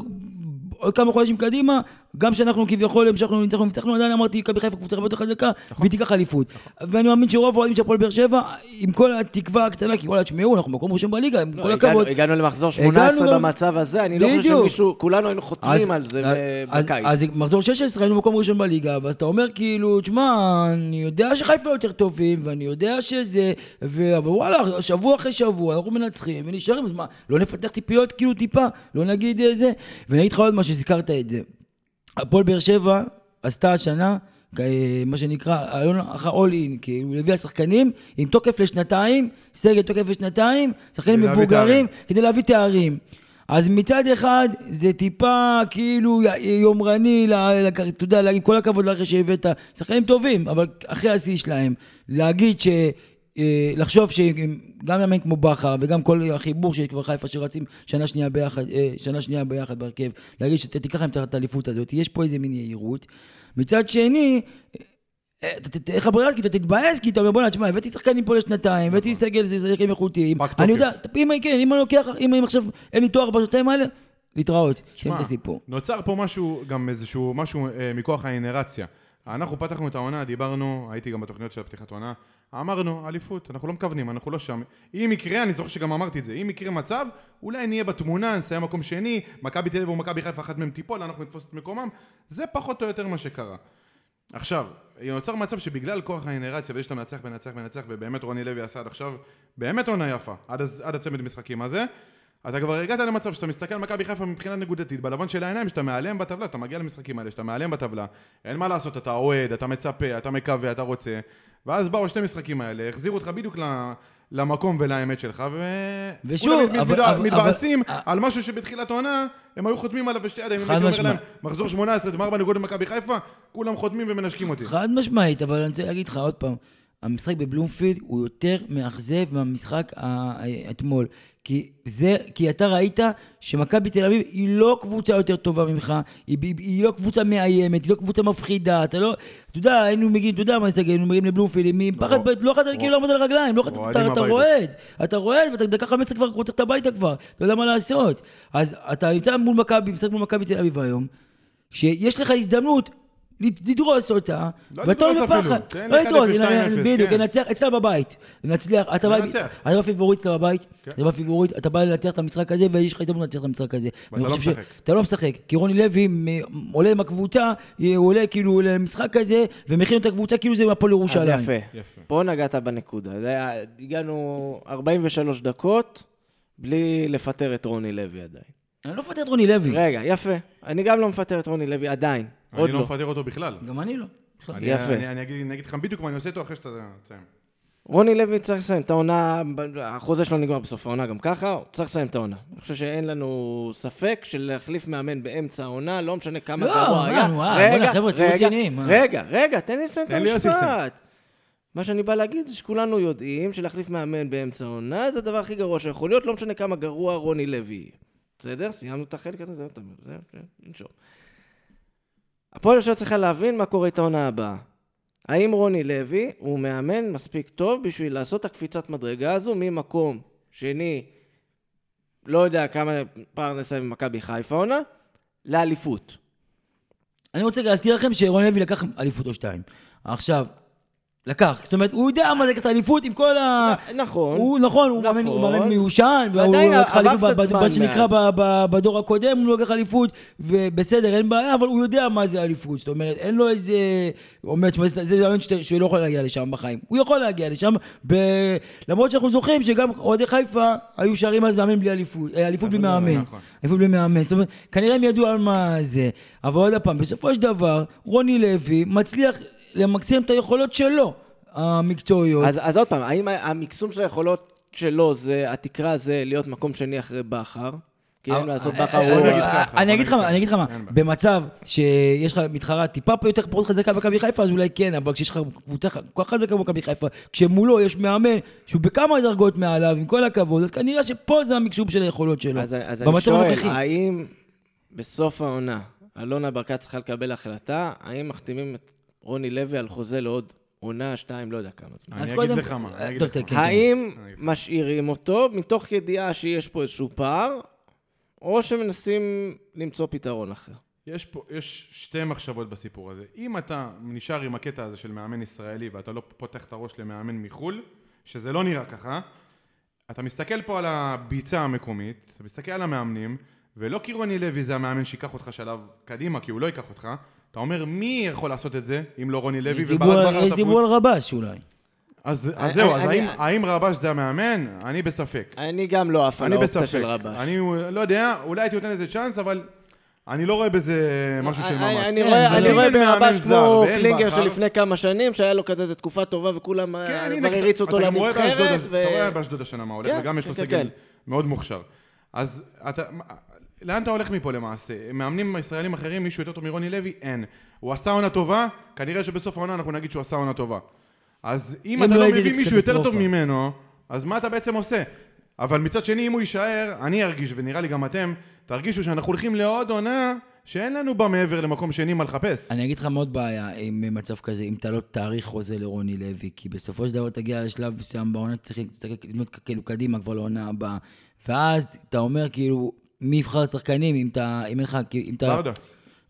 Speaker 3: עוד כמה חודשים קדימה, גם שאנחנו כביכול המשכנו, ניצחנו, ניצחנו, עדיין אמרתי, מכבי חיפה קבוצה הרבה יותר חזקה,
Speaker 2: נכון.
Speaker 3: והיא תיקח אליפות. ואני מאמין שרוב האוהדים של הפועל באר שבע, עם כל התקווה הקטנה, כי וואלה, תשמעו, אנחנו מקום ראשון בליגה, עם
Speaker 1: לא,
Speaker 3: כל
Speaker 1: הגענו-
Speaker 3: הכבוד.
Speaker 1: הגענו למחזור 18
Speaker 3: גם-
Speaker 1: במצב הזה, אני לא חושב
Speaker 3: בדיוק.
Speaker 1: שמישהו, כולנו היינו חותמים על זה
Speaker 3: אז-
Speaker 1: ב-
Speaker 3: אז-
Speaker 1: בקיץ.
Speaker 3: אז מחזור 16 היינו מקום ראשון בליגה, ואז אתה אומר כאילו, תשמע, אני יודע שחיפה יותר טובים, ואני יודע שזה, ו... אבל וואלה, שבוע אחרי שבוע אנחנו מנצחים ונשארים, אז מה, לא נפתח ציפיות כאילו טיפה, לא נגיד אה, זה. ואני אגיד לך עוד משהו, שהזכרת את זה. הפועל באר שבע עשתה השנה, כ- אה, מה שנקרא, אלון אחר אול אין, כאילו, הביאה שחקנים עם תוקף לשנתיים, סגל תוקף לשנתיים, שחקנים
Speaker 2: כדי להביא
Speaker 3: מבוגרים,
Speaker 2: תארים.
Speaker 3: כדי להביא תארים. אז מצד אחד, זה טיפה כאילו י- יומרני, ל- ל- אתה יודע, עם כל הכבוד לרכש שהבאת, שחקנים טובים, אבל אחרי השיא שלהם, להגיד ש... אה, לחשוב שגם ימין כמו בכר וגם כל החיבור שיש כבר חיפה שרצים שנה שנייה ביחד, אה, שנה שנייה ביחד בהרכב, להגיד שאתה תיקח להם את האליפות הזאת, יש פה איזה מין יהירות. מצד שני, אה, ת- ת- איך הברירה? כי אתה תתבאס, כי אתה אומר, בוא'נה, תשמע, הבאתי שחקנים פה לשנתיים, הבאתי סגל, זה שחקנים איכותיים.
Speaker 2: פג
Speaker 3: אני
Speaker 2: נכון. תוקף.
Speaker 3: יודע, אם אני- כן, אם אני לוקח, אם אם עכשיו אין לי תואר בשנתיים האלה, להתראות. שם
Speaker 2: שמע,
Speaker 3: את הסיפור.
Speaker 2: נוצר פה משהו, גם איזשהו משהו אה, מכוח האינרציה. אנחנו פתחנו את העונה, דיברנו, הייתי גם בתוכניות של הפתיחת עונה, אמרנו, אליפות, אנחנו לא מכוונים, אנחנו לא שם. אם יקרה, אני זוכר שגם אמרתי את זה, אם יקרה מצב, אולי נהיה בתמונה, נסיים מקום שני, מכבי תל אביב ומכבי חיפה, אחת מהם תיפול, אנחנו נתפוס את מקומם, זה פחות או יותר מה שקרה. עכשיו, נוצר מצב שבגלל כוח האינרציה, וזה שאתה מנצח, מנצח, מנצח, ובאמת רוני לוי עשה עד עכשיו, באמת עונה יפה, עד, הז- עד הצמד משחקים הזה, אתה כבר הגעת למצב שאתה מסתכל על מכבי חיפה מבחינה נקודתית, בלבן של העיניים, שאתה מעליהם בטבלה, אתה מגיע למשחקים האלה, שאתה מעליהם בטבלה, אין מה לעשות, אתה אוהד, אתה מצפה, אתה מקווה, אתה רוצה, ואז באו שני משחקים האלה, החזירו אותך בדיוק ל... למקום ולאמת שלך, ו...
Speaker 3: ושוב,
Speaker 2: כולם
Speaker 3: אבל-
Speaker 2: מתבד-
Speaker 3: אבל-
Speaker 2: מתבאסים
Speaker 3: אבל-
Speaker 2: על משהו שבתחילת העונה, הם היו חותמים עליו בשתי ידיים, אם
Speaker 3: חד
Speaker 2: הייתי אומר
Speaker 3: משמע.
Speaker 2: להם, מחזור 18, אתם ארבע נקודות במכבי חיפה, כולם חותמים ומנשקים אותי.
Speaker 3: חד משמעית, אבל אני רוצה להגיד לך עוד פעם, המשחק בבלומפילד הוא יותר מאכזב מהמשחק ה- ה- אתמול. כי, זה, כי אתה ראית שמכבי תל אביב היא לא קבוצה יותר טובה ממך, היא, היא, היא לא קבוצה מאיימת, היא לא קבוצה מפחידה, אתה לא... אתה יודע, היינו מגיעים, אתה יודע מה זה, היינו מגיעים לבלומפילד, עם עם פחד, בית, לא יכולת כאילו לעמוד על הרגליים, לא יכולת,
Speaker 2: אוהדים
Speaker 3: אתה- אתה
Speaker 2: נכון. הביתה.
Speaker 3: רועד, אתה רועד, ואתה דקה 15 כבר רוצה לצאת הביתה כבר, אתה יודע מה לעשות. אז אתה נמצא מול מכבי, משחק מול מכבי תל אביב היום, שיש לך הזדמנות לד- לדרוס אותה,
Speaker 2: לא
Speaker 3: ואתה
Speaker 2: לדרוס
Speaker 3: לא
Speaker 2: אפילו.
Speaker 3: בפחד.
Speaker 2: תן
Speaker 3: לא
Speaker 2: לי 1-0,
Speaker 3: לדרוס,
Speaker 2: 2-0,
Speaker 3: בדיוק,
Speaker 2: כן.
Speaker 3: ננצח, אצלה בבית. נצליח, אתה בא...
Speaker 2: ננצח.
Speaker 3: אתה בפיבוריט אצלה בבית,
Speaker 2: כן.
Speaker 3: אתה בפיבוריט, אתה בא לנצח את המשחק הזה, ויש לך הזדמנות לנצח את המשחק הזה.
Speaker 2: ואתה
Speaker 3: אני
Speaker 2: לא
Speaker 3: חושב ש-
Speaker 2: משחק.
Speaker 3: אתה לא משחק, כי רוני לוי מ- עולה עם הקבוצה, הוא עולה כאילו למשחק הזה, ומכין את הקבוצה כאילו זה מהפועל
Speaker 1: אז
Speaker 3: ירושלים.
Speaker 1: יפה.
Speaker 2: יפה.
Speaker 1: פה נגעת בנקודה. זה היה- הגענו 43 דקות בלי לפטר את רוני לוי עדיין.
Speaker 3: אני לא מפטר את רוני לוי.
Speaker 1: רגע, יפה. אני גם לא מפטר את רוני לוי עדיין. עוד
Speaker 2: אני לא
Speaker 1: לא.
Speaker 2: מפטר אותו בכלל.
Speaker 3: גם אני לא. בכלל.
Speaker 2: אני-
Speaker 1: יפה.
Speaker 2: אני אני אגיד אני אגיד לך בדיוק מה אני עושה איתו אחרי שאתה תסיים.
Speaker 1: רוני לוי צריך לסיים את העונה, החוזה שלו נגמר בסוף העונה גם ככה, הוא צריך לסיים את העונה. אני חושב שאין לנו ספק שלהחליף מאמן באמצע העונה, לא משנה כמה
Speaker 3: לא,
Speaker 1: גרוע
Speaker 3: מה,
Speaker 1: היה.
Speaker 3: נו, אה, בוא'נה, חבר'ה, תהיו
Speaker 1: רגע,
Speaker 3: רציניים, מה?
Speaker 1: רגע, רגע, תן לי לסיים את
Speaker 2: תן לי להוסיף
Speaker 1: המשפט. מה שאני בא להגיד זה שכולנו יודעים שלהחליף מאמן באמצע העונה זה הדבר הכי גרוע שיכול להיות, לא משנה כמה גרוע רוני לוי יהיה. בסדר? סיימנו את החלק הזה, זהו, אתה- זהו, כן, ננשום. הפועל עכשיו צריכה להבין מה קורה איתה העונה הבאה. האם רוני לוי הוא מאמן מספיק טוב בשביל לעשות את הקפיצת מדרגה הזו ממקום שני, לא יודע כמה פער נסיים במכבי חיפה עונה, לאליפות.
Speaker 3: אני רוצה להזכיר לכם שרון לוי לקח אליפות או שתיים. עכשיו, לקח, זאת אומרת, הוא יודע מה זה לקח את האליפות עם כל ה...
Speaker 2: לא,
Speaker 1: נכון.
Speaker 3: הוא, נכון, הוא מאמן- הוא
Speaker 1: נכון.
Speaker 3: מאמן מיושן, והוא
Speaker 1: ועדיין
Speaker 3: לקח
Speaker 1: עבר
Speaker 3: אליפות, ב-
Speaker 1: קצת
Speaker 3: ב-
Speaker 1: זמן
Speaker 3: מה שנקרא,
Speaker 1: מאז.
Speaker 3: ב- ב- בדור הקודם הוא לקח אליפות, ובסדר, אין בעיה, אבל הוא יודע מה זה אליפות, זאת אומרת, אין לו איזה... הוא אומר, תשמע, זה זה מאמן שאתה- שהוא לא יכול להגיע לשם בחיים. הוא יכול להגיע לשם, ב... למרות שאנחנו זוכרים שגם אוהדי חיפה היו שרים אז מאמן בלי אליפות, אה, אליפות בלי
Speaker 2: אבל זה
Speaker 3: מאמן.
Speaker 2: נכון.
Speaker 3: אליפות בלי מאמן, זאת אומרת, כנראה הם ידעו על מה זה. אבל עוד פעם, בסופו של דבר, רוני לוי מצליח למקסם את היכולות שלו, המקצועיות.
Speaker 1: אז, אז עוד פעם, האם ה- המקסום של היכולות שלו זה, התקרה זה להיות מקום שני אחרי בכר? כי אין מה לעשות, בכר
Speaker 2: אה,
Speaker 1: הוא...
Speaker 2: אה, נגיד ככה, בוא
Speaker 3: אני אגיד לך
Speaker 2: נגיד
Speaker 3: מה, אני אגיד לך מה,
Speaker 2: ככה, אין בעיה.
Speaker 3: במצב שיש לך מתחרה טיפה פה יותר פחות חזקה במכבי חיפה, אז אולי כן, אבל כשיש לך קבוצה ח- כל כך חזקה במכבי חיפה, כשמולו יש מאמן שהוא בכמה דרגות מעליו, עם כל הכבוד, אז כנראה שפה זה המקשור של היכולות
Speaker 2: אה,
Speaker 3: שלו.
Speaker 1: אז, אז אני
Speaker 3: במצב
Speaker 1: שואל,
Speaker 3: הנוכחי.
Speaker 1: האם בסוף העונה אלונה ברקת צריכה לקבל החלטה, האם מחתימים את רוני לוי על חוזה לעוד עונה, שתיים, לא יודע כמה זמן?
Speaker 3: אז
Speaker 2: אני אגיד
Speaker 3: קודם-
Speaker 2: לך מה, אני אגיד
Speaker 3: טוב,
Speaker 2: לך מה.
Speaker 3: כן, כן.
Speaker 1: האם
Speaker 2: אה,
Speaker 1: משאירים אותו מתוך ידיעה שיש פה איזשהו פער, או שמנסים למצוא פתרון אחר?
Speaker 2: יש פה, יש שתי מחשבות בסיפור הזה. אם אתה נשאר עם הקטע הזה של מאמן ישראלי ואתה לא פותח את הראש למאמן מחו"ל, שזה לא נראה ככה, אתה מסתכל פה על הביצה המקומית, אתה מסתכל על המאמנים, ולא כי רוני לוי זה המאמן שייקח אותך שלב קדימה, כי הוא לא ייקח אותך, אתה אומר מי יכול לעשות את זה אם לא רוני לוי
Speaker 3: יש דיבור
Speaker 2: וברק
Speaker 3: על-
Speaker 2: בכר
Speaker 3: יש
Speaker 2: תפוס.
Speaker 3: דיבור על רבש אולי.
Speaker 2: אז אז
Speaker 1: אני-
Speaker 2: זהו,
Speaker 1: אני-
Speaker 2: אז
Speaker 1: אני-
Speaker 2: האם- האם רבש זה המאמן? אני בספק.
Speaker 1: אני גם לא עף על
Speaker 2: אני
Speaker 1: האופציה
Speaker 2: בספק.
Speaker 1: של רבש.
Speaker 2: אני לא יודע, אולי הייתי נותן לזה צ'אנס, אבל אני לא רואה בזה משהו של
Speaker 1: אני-
Speaker 2: ממש.
Speaker 1: אני
Speaker 3: כן,
Speaker 1: רואה
Speaker 3: זה
Speaker 1: אני
Speaker 3: לא
Speaker 1: רואה
Speaker 2: אין מאמן
Speaker 1: ברבש
Speaker 2: זר
Speaker 1: כמו
Speaker 2: ואין
Speaker 1: קלינגר
Speaker 2: בכר.
Speaker 1: שלפני כמה שנים, שהיה לו כזה איזה תקופה טובה וכולם
Speaker 2: כן,
Speaker 1: אה,
Speaker 2: הנה,
Speaker 1: כבר
Speaker 2: אתה-
Speaker 1: הריצו אותו
Speaker 2: אתה גם רואה
Speaker 1: לנבחרת.
Speaker 2: באשדוד,
Speaker 1: ו-
Speaker 2: אתה רואה באשדוד השנה מה הולך,
Speaker 1: כן,
Speaker 2: וגם יש לו
Speaker 1: כן, כן,
Speaker 2: סגל
Speaker 1: כן.
Speaker 2: מאוד מוכשר. אז אתה... מה- לאן אתה הולך מפה למעשה? מאמנים ישראלים אחרים, מישהו יותר טוב מרוני לוי? אין. הוא עשה עונה טובה, כנראה שבסוף העונה אנחנו נגיד שהוא עשה עונה טובה. אז אם
Speaker 3: אם
Speaker 2: אתה
Speaker 3: לא
Speaker 2: לא
Speaker 3: הייתי
Speaker 2: מביא מישהו יותר טוב
Speaker 3: קטסטרופה.
Speaker 2: ממנו, אז מה אתה בעצם עושה? אבל מצד שני, אם הוא יישאר, אני ארגיש, ונראה לי גם אתם, תרגישו שאנחנו הולכים לעוד עונה שאין לנו בה מעבר למקום שני מה לחפש.
Speaker 3: אני אגיד לך מה עוד בעיה עם מצב כזה, אם אתה לא תאריך חוזה לרוני לוי, כי בסופו של דבר תגיע לשלב מסוים בעונה, צריך להסתכל לבנות כאילו קדימה כבר לעונה הבאה. ואז אתה אומר כאילו, מי יבחר לשחקנים אם אתה, אם אין לך, כאילו, אם אתה...
Speaker 2: ברדה.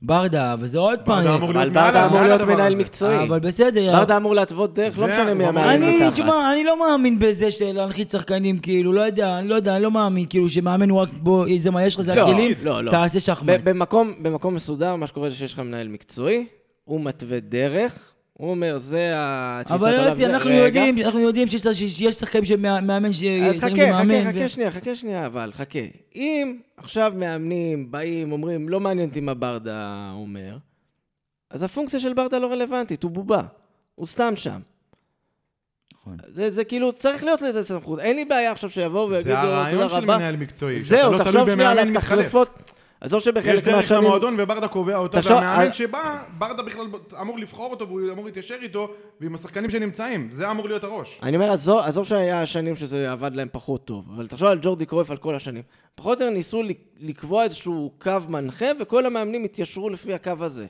Speaker 3: ברדה, וזה עוד פעם.
Speaker 2: ברדה אמור
Speaker 1: אבל
Speaker 2: להיות מעל
Speaker 1: ברדה
Speaker 2: ה-
Speaker 1: אמור
Speaker 2: מעל
Speaker 1: להיות
Speaker 2: הדבר
Speaker 1: מנהל
Speaker 2: הזה.
Speaker 1: מקצועי.
Speaker 3: אבל בסדר.
Speaker 1: ברדה אמור להתוות דרך, לא
Speaker 2: זה-
Speaker 1: משנה מי
Speaker 2: הוא
Speaker 1: המאמן
Speaker 3: לא? אני,
Speaker 1: מתחת.
Speaker 3: תשמע, אני לא מאמין בזה שלהנחית שחקנים, כאילו, לא יודע, אני לא יודע, אני לא מאמין, כאילו, שמאמן הוא רק בוא, זה מה יש לך, זה
Speaker 1: לא,
Speaker 3: הכלים,
Speaker 1: לא, לא.
Speaker 3: תעשה שחמט.
Speaker 1: ב- במקום, במקום מסודר, מה שקורה זה שיש לך מנהל מקצועי, הוא מתווה דרך, הוא אומר, זה התפיסת
Speaker 3: אבל
Speaker 1: עולם,
Speaker 3: יוסי,
Speaker 1: זה-
Speaker 3: אנחנו
Speaker 1: רגע.
Speaker 3: יודעים, אנחנו יודעים שיש- שיש שיש שחקנים שמאמן, ש-
Speaker 1: אז
Speaker 3: שחקנים
Speaker 1: חכה,
Speaker 3: שמאמן,
Speaker 1: חכה,
Speaker 3: ו-
Speaker 1: חכה שנייה, חכה שנייה, אבל חכה. אם עכשיו מאמנים, באים, אומרים, לא מעניין אותי מה ברדה אומר, אז הפונקציה של ברדה לא רלוונטית, הוא בובה. הוא סתם שם.
Speaker 3: נכון.
Speaker 1: זה, זה כאילו, צריך להיות לזה סמכות. אין לי בעיה עכשיו שיבואו ויגידו,
Speaker 2: זה
Speaker 1: תודה רבה.
Speaker 2: הרעיון של מנהל מקצועי. שאתה
Speaker 1: זהו,
Speaker 2: לא תלוי
Speaker 1: תחשוב שנייה על
Speaker 2: במאמן מתחלף.
Speaker 1: התחלפות. עזוב
Speaker 2: יש
Speaker 1: שבחלק
Speaker 2: דרך
Speaker 1: מהשנים...
Speaker 2: למועדון וברדה קובע אותה,
Speaker 1: כן, תחשוב, אה,
Speaker 2: והמאמן
Speaker 1: אז-
Speaker 2: שבא, ברדה בכלל אמור לבחור אותו והוא אמור להתיישר איתו ועם השחקנים שנמצאים, זה אמור להיות הראש.
Speaker 1: אני אומר, עזוב, עזוב שהיה השנים שזה עבד להם פחות טוב, אבל תחשוב על ג'ורדי קרויף על כל השנים. פחות או יותר ניסו לק- לקבוע איזשהו קו מנחה, וכל המאמנים התיישרו לפי הקו הזה.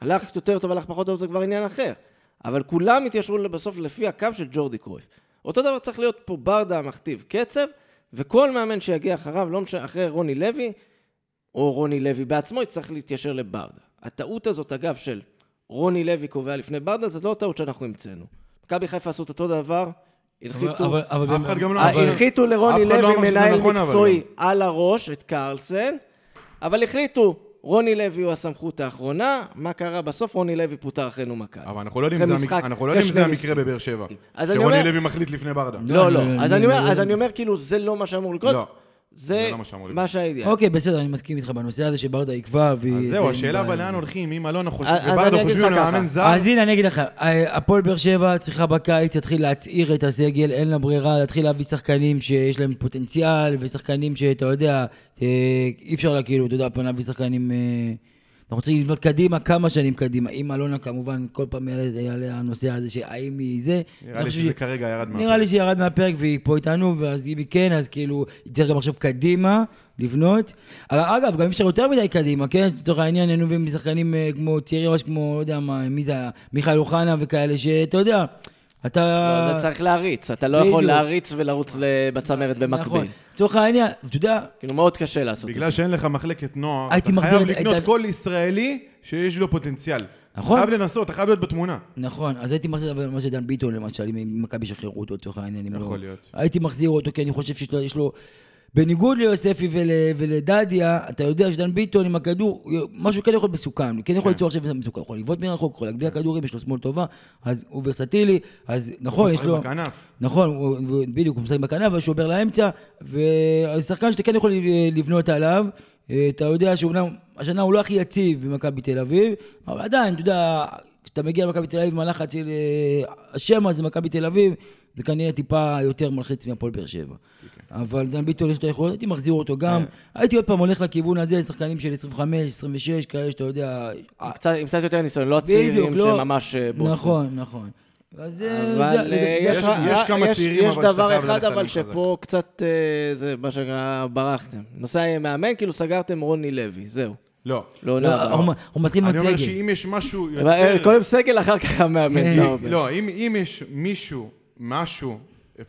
Speaker 1: הלך יותר טוב, הלך פחות טוב, זה כבר עניין אחר. אבל כולם התיישרו בסוף לפי הקו של ג'ורדי קרויף. אותו דבר צריך להיות פה ברדה המכתיב קצב, וכל מאמן שיגיע אחריו, לא משנה, אחרי רוני לוי, או רוני לוי בעצמו, יצטרך להתיישר לברדה. הטעות הזאת, אגב, של רוני לוי קובע לפני ברדה, זאת לא טעות שאנחנו המצאנו. מכבי חיפה עשו את אותו דבר, הנחיתו...
Speaker 3: אבל- אבל-
Speaker 2: אף אחד גם לא-
Speaker 1: אה,
Speaker 2: אבל-
Speaker 1: הנחיתו לרוני
Speaker 2: אף אחד לא
Speaker 1: לוי
Speaker 2: אמר שזה
Speaker 1: מנהל
Speaker 2: נכון, אבל
Speaker 1: מקצועי על הראש, את קרלסן, אבל החליטו, רוני לוי הוא הסמכות האחרונה, מה קרה בסוף? רוני לוי פוטר אחרינו מכבי.
Speaker 2: אבל אנחנו לא יודעים
Speaker 1: אחרי
Speaker 2: אם זה המק-
Speaker 1: משחק,
Speaker 2: אנחנו לא יודעים אם
Speaker 1: אחרי
Speaker 2: זה
Speaker 1: שני
Speaker 2: המקרה בבאר שבע.
Speaker 1: אז אני
Speaker 2: שרוני
Speaker 1: אומר-
Speaker 2: לוי מחליט לפני ברדה.
Speaker 1: לא, לא.
Speaker 3: לא,
Speaker 1: אז
Speaker 3: אני-
Speaker 1: אני אומר-
Speaker 3: אני-
Speaker 1: אז אני אומר, כאילו, זה לא מה שאמור לקרות.
Speaker 2: לא.
Speaker 1: זה
Speaker 2: זה לא מה שאמור
Speaker 1: מה
Speaker 2: לקרות.
Speaker 1: שהאידיאל.
Speaker 3: אוקיי, בסדר, אני מסכים איתך בנושא הזה שברדה יקבע.
Speaker 2: אז
Speaker 3: והיא-
Speaker 2: זהו,
Speaker 3: זה-
Speaker 2: השאלה אבל לאן הולכים, אם אלונה חושב,
Speaker 1: אז- אז אני
Speaker 2: וברדה
Speaker 1: אגיד
Speaker 2: חושבים
Speaker 1: לך ככה.
Speaker 2: למאמן זר,
Speaker 3: אז הנה, אני אגיד לך, אה, הפועל באר שבע צריכה בקיץ להתחיל להצעיר את הסגל, אין לה ברירה, להתחיל להביא שחקנים שיש להם פוטנציאל, ושחקנים שאתה יודע, אה, אי אפשר לה, כאילו, אתה יודע, פעם להביא שחקנים... אה, אנחנו צריכים לבנות קדימה, כמה שנים קדימה. עם אלונה, כמובן, כל פעם יעלה- יעלה הנושא הזה, שהאם היא זה.
Speaker 2: נראה
Speaker 3: אני
Speaker 2: לי
Speaker 3: חושב
Speaker 2: שזה
Speaker 3: ש-
Speaker 2: כרגע ירד מהפרק.
Speaker 3: נראה לי שירד מהפרק והיא פה איתנו, ואז אם היא כן, אז כאילו, היא צריכה גם עכשיו קדימה, לבנות. אגב, גם אי אפשר יותר מדי קדימה, כן? לצורך העניין, היינו מביאים שחקנים אה, כמו צעירים, ממש כמו, לא יודע מה, מי זה היה, מיכאל אוחנה וכאלה, שאתה יודע, אתה...
Speaker 1: אתה צריך להריץ, אתה לא יכול
Speaker 3: בדיוק. אה,
Speaker 1: להריץ ולרוץ ל- בצמרת
Speaker 3: נכון.
Speaker 1: במקביל.
Speaker 3: לצורך העניין, אתה יודע,
Speaker 1: כאילו, מאוד קשה לעשות את זה.
Speaker 2: בגלל שאין לך מחלקת נוער,
Speaker 3: הייתי
Speaker 2: אתה
Speaker 3: מחזיר
Speaker 2: חייב
Speaker 3: את-
Speaker 2: לקנות
Speaker 3: את ה-
Speaker 2: כל ישראלי שיש לו פוטנציאל.
Speaker 3: נכון.
Speaker 2: חייב לנסות, אתה חייב להיות בתמונה.
Speaker 3: נכון, אז הייתי מחזיר אבל מה שדן ביטון למשל, אם מכבי שחררו אותו לצורך העניין, אם לא...
Speaker 2: יכול להיות.
Speaker 3: הייתי מחזיר אותו כי אני חושב שיש לו- יש לו... בניגוד ליוספי ול, ולדדיה, אתה יודע שדן ביטון עם הכדור, משהו כן יכול להיות מסוכן, הוא כן יכול ליצור עכשיו מסוכן, יכול לבעוט מרחוק, יכול להגביה
Speaker 2: כן.
Speaker 3: כדורים, יש לו שמאל טובה, אז הוא ורסטילי, אז נכון, יש
Speaker 2: משחק
Speaker 3: לו...
Speaker 2: בכנף.
Speaker 3: נכון, הוא, הוא, בדיוק, הוא משחק בכנף, אבל שובר לאמצע, והשחקן שאתה כן יכול לבנות עליו, אה, אתה יודע שאומנם השנה הוא לא הכי יציב במכבי תל אביב, אבל עדיין, אתה יודע, כשאתה מגיע למכבי תל אביב, מהלחץ של אה, השמע זה מכבי תל אביב, זה כנראה טיפה יותר מלחיץ מהפועל באר שבע.
Speaker 1: כן.
Speaker 3: אבל דן ביטון יש לו יכולת, הייתי מחזיר אותו גם,
Speaker 1: אה.
Speaker 3: הייתי עוד פעם הולך לכיוון הזה, שחקנים של 25, 26, כאלה שאתה יודע... אה,
Speaker 1: קצת- עם קצת יותר ניסיון, לא
Speaker 3: בדיוק,
Speaker 1: הצעירים
Speaker 3: לא...
Speaker 1: שממש אה, בוסים.
Speaker 3: נכון, נכון. אז אה,
Speaker 1: אבל
Speaker 3: זה-
Speaker 1: אה,
Speaker 3: זה-
Speaker 1: יש-
Speaker 2: יש- יש כמה
Speaker 1: יש-
Speaker 2: צעירים, אבל
Speaker 1: יש
Speaker 2: שאתה
Speaker 1: דבר
Speaker 2: חייב
Speaker 1: אחד,
Speaker 2: ללכת
Speaker 1: אבל
Speaker 2: עליהם
Speaker 1: שפה קצת, אה, זה מה שנקרא, ברחתם. נוסע מאמן, כאילו סגרתם רוני לוי, זהו.
Speaker 2: לא.
Speaker 1: לא
Speaker 3: לא,
Speaker 1: עונה הבאה.
Speaker 3: הוא- הוא מתחיל עם
Speaker 2: אני אומר
Speaker 3: מצגת.
Speaker 2: שאם יש משהו
Speaker 1: אבל, אה,
Speaker 2: יותר...
Speaker 1: קודם סגל, אחר כך המאמן. אתה אומר.
Speaker 2: לא, אם, אם יש מישהו, משהו,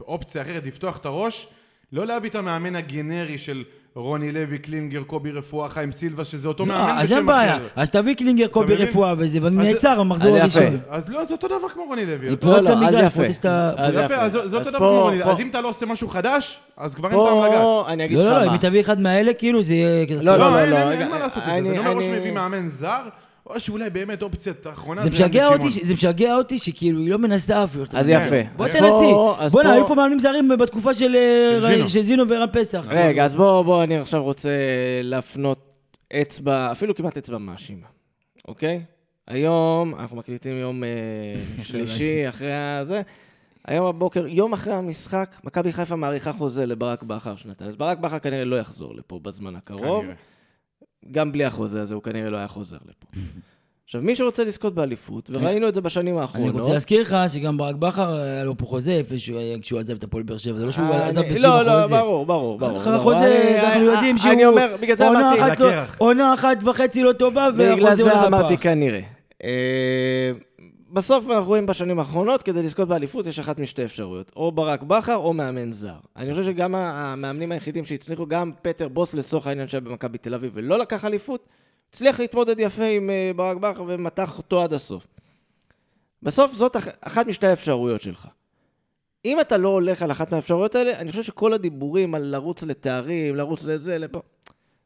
Speaker 2: אופציה אחרת לפתוח את הראש, לא להביא את המאמן הגנרי של רוני לוי, קלינגר, קובי רפואה, חיים סילבה, שזה אותו
Speaker 3: לא,
Speaker 2: מאמן
Speaker 3: אז אין
Speaker 2: בשם
Speaker 3: בעיה,
Speaker 2: אחר.
Speaker 3: אז תביא קלינגר, קובי
Speaker 2: מבין?
Speaker 3: רפואה וזה, ואני
Speaker 2: אז-
Speaker 3: נעצר במחזור
Speaker 1: אז אה, יפה.
Speaker 3: הראשון.
Speaker 2: אז לא, זה אותו דבר כמו רוני לוי. אותו-
Speaker 3: לא,
Speaker 1: לא,
Speaker 3: לא,
Speaker 1: אז
Speaker 3: אז
Speaker 1: יפה.
Speaker 3: יפה. תסת-
Speaker 1: אז
Speaker 2: יפה, אז זה
Speaker 1: אז
Speaker 2: זה אותו דבר
Speaker 1: פה-
Speaker 2: כמו רוני לוי.
Speaker 1: פה-
Speaker 2: אז אם אתה לא עושה משהו חדש, אז כבר אין פעם לגעת.
Speaker 1: פה, אני אגיד
Speaker 3: לא,
Speaker 1: לך
Speaker 3: לא, לא,
Speaker 1: מה.
Speaker 3: אם תביא אחד מאלה, כאילו זה יהיה
Speaker 1: לא,
Speaker 3: קטסטרופה.
Speaker 1: לא,
Speaker 2: אין- אין-
Speaker 1: רגע,
Speaker 2: אין מה לעשות את זה.
Speaker 1: אני-
Speaker 2: אני אומר, או
Speaker 1: אני-
Speaker 2: שמביא מאמן זר, או שאולי באמת אופציית האחרונה.
Speaker 3: זה
Speaker 2: זה
Speaker 3: משגע
Speaker 2: יוני
Speaker 3: אותי, ש-
Speaker 2: שמעון.
Speaker 3: זה משגע אותי שכאילו היא לא מנסה אפילו.
Speaker 1: אז
Speaker 3: אתה יודע.
Speaker 1: יפה.
Speaker 3: בוא
Speaker 1: אז
Speaker 3: תנסי.
Speaker 1: פה- אז
Speaker 3: בואנה,
Speaker 1: פה-
Speaker 3: היו פה מאמנים זרים בתקופה של אה,
Speaker 2: של
Speaker 3: רי-
Speaker 2: זינו.
Speaker 3: של זינו ורן פסח.
Speaker 1: רגע, אז בוא, בוא, אני עכשיו רוצה להפנות אצבע, אפילו כמעט אצבע מאשימה, אוקיי? היום, אנחנו מקליטים יום אה, שלישי, אחרי הזה. היום הבוקר, יום אחרי המשחק, מכבי חיפה מאריכה חוזה לברק בכר שנתיים. אז ברק בכר כנראה לא יחזור לפה בזמן הקרוב.
Speaker 2: כנראה.
Speaker 1: גם בלי החוזה הזה, הוא כנראה לא היה חוזר לפה. עכשיו, מי שרוצה לזכות באליפות, וראינו את זה בשנים
Speaker 3: אני
Speaker 1: האחרונות...
Speaker 3: רוצה להזכיר לך שגם ברק בכר היה לו פה חוזה לפני שהוא היה- כשהוא עזב את הפועל באר שבע, זה לא שהוא
Speaker 1: אני-
Speaker 3: עזב בסיום
Speaker 1: לא,
Speaker 3: החוזה.
Speaker 1: לא, ברור, ברור, ברור.
Speaker 3: אחרי
Speaker 1: ברור.
Speaker 3: החוזה,
Speaker 1: אני- אה,
Speaker 3: אנחנו יודעים שהוא...
Speaker 1: אני אומר, בגלל זה
Speaker 3: עונה
Speaker 1: אמרתי...
Speaker 3: אחת לא-
Speaker 2: לקרח.
Speaker 3: עונה אחת וחצי לא טובה,
Speaker 1: בגלל
Speaker 3: והחוזה
Speaker 1: זה
Speaker 3: הולך
Speaker 1: אמרתי
Speaker 3: לפח.
Speaker 1: כנראה. אה, בסוף אנחנו רואים בשנים האחרונות, כדי לזכות באליפות, יש אחת משתי אפשרויות. או ברק בכר או מאמן זר. אני חושב שגם ה- המאמנים היחידים שהצליחו, גם פטר בוס לצורך העניין שהיה במכבי תל אביב ולא לקח אליפות, הצליח להתמודד יפה עם אה, ברק בכר ומתח אותו עד הסוף. בסוף זאת אח- אחת משתי האפשרויות שלך. אם אתה לא הולך על אחת מהאפשרויות האלה, אני חושב שכל הדיבורים על לרוץ לתארים, לרוץ לזה, לפה,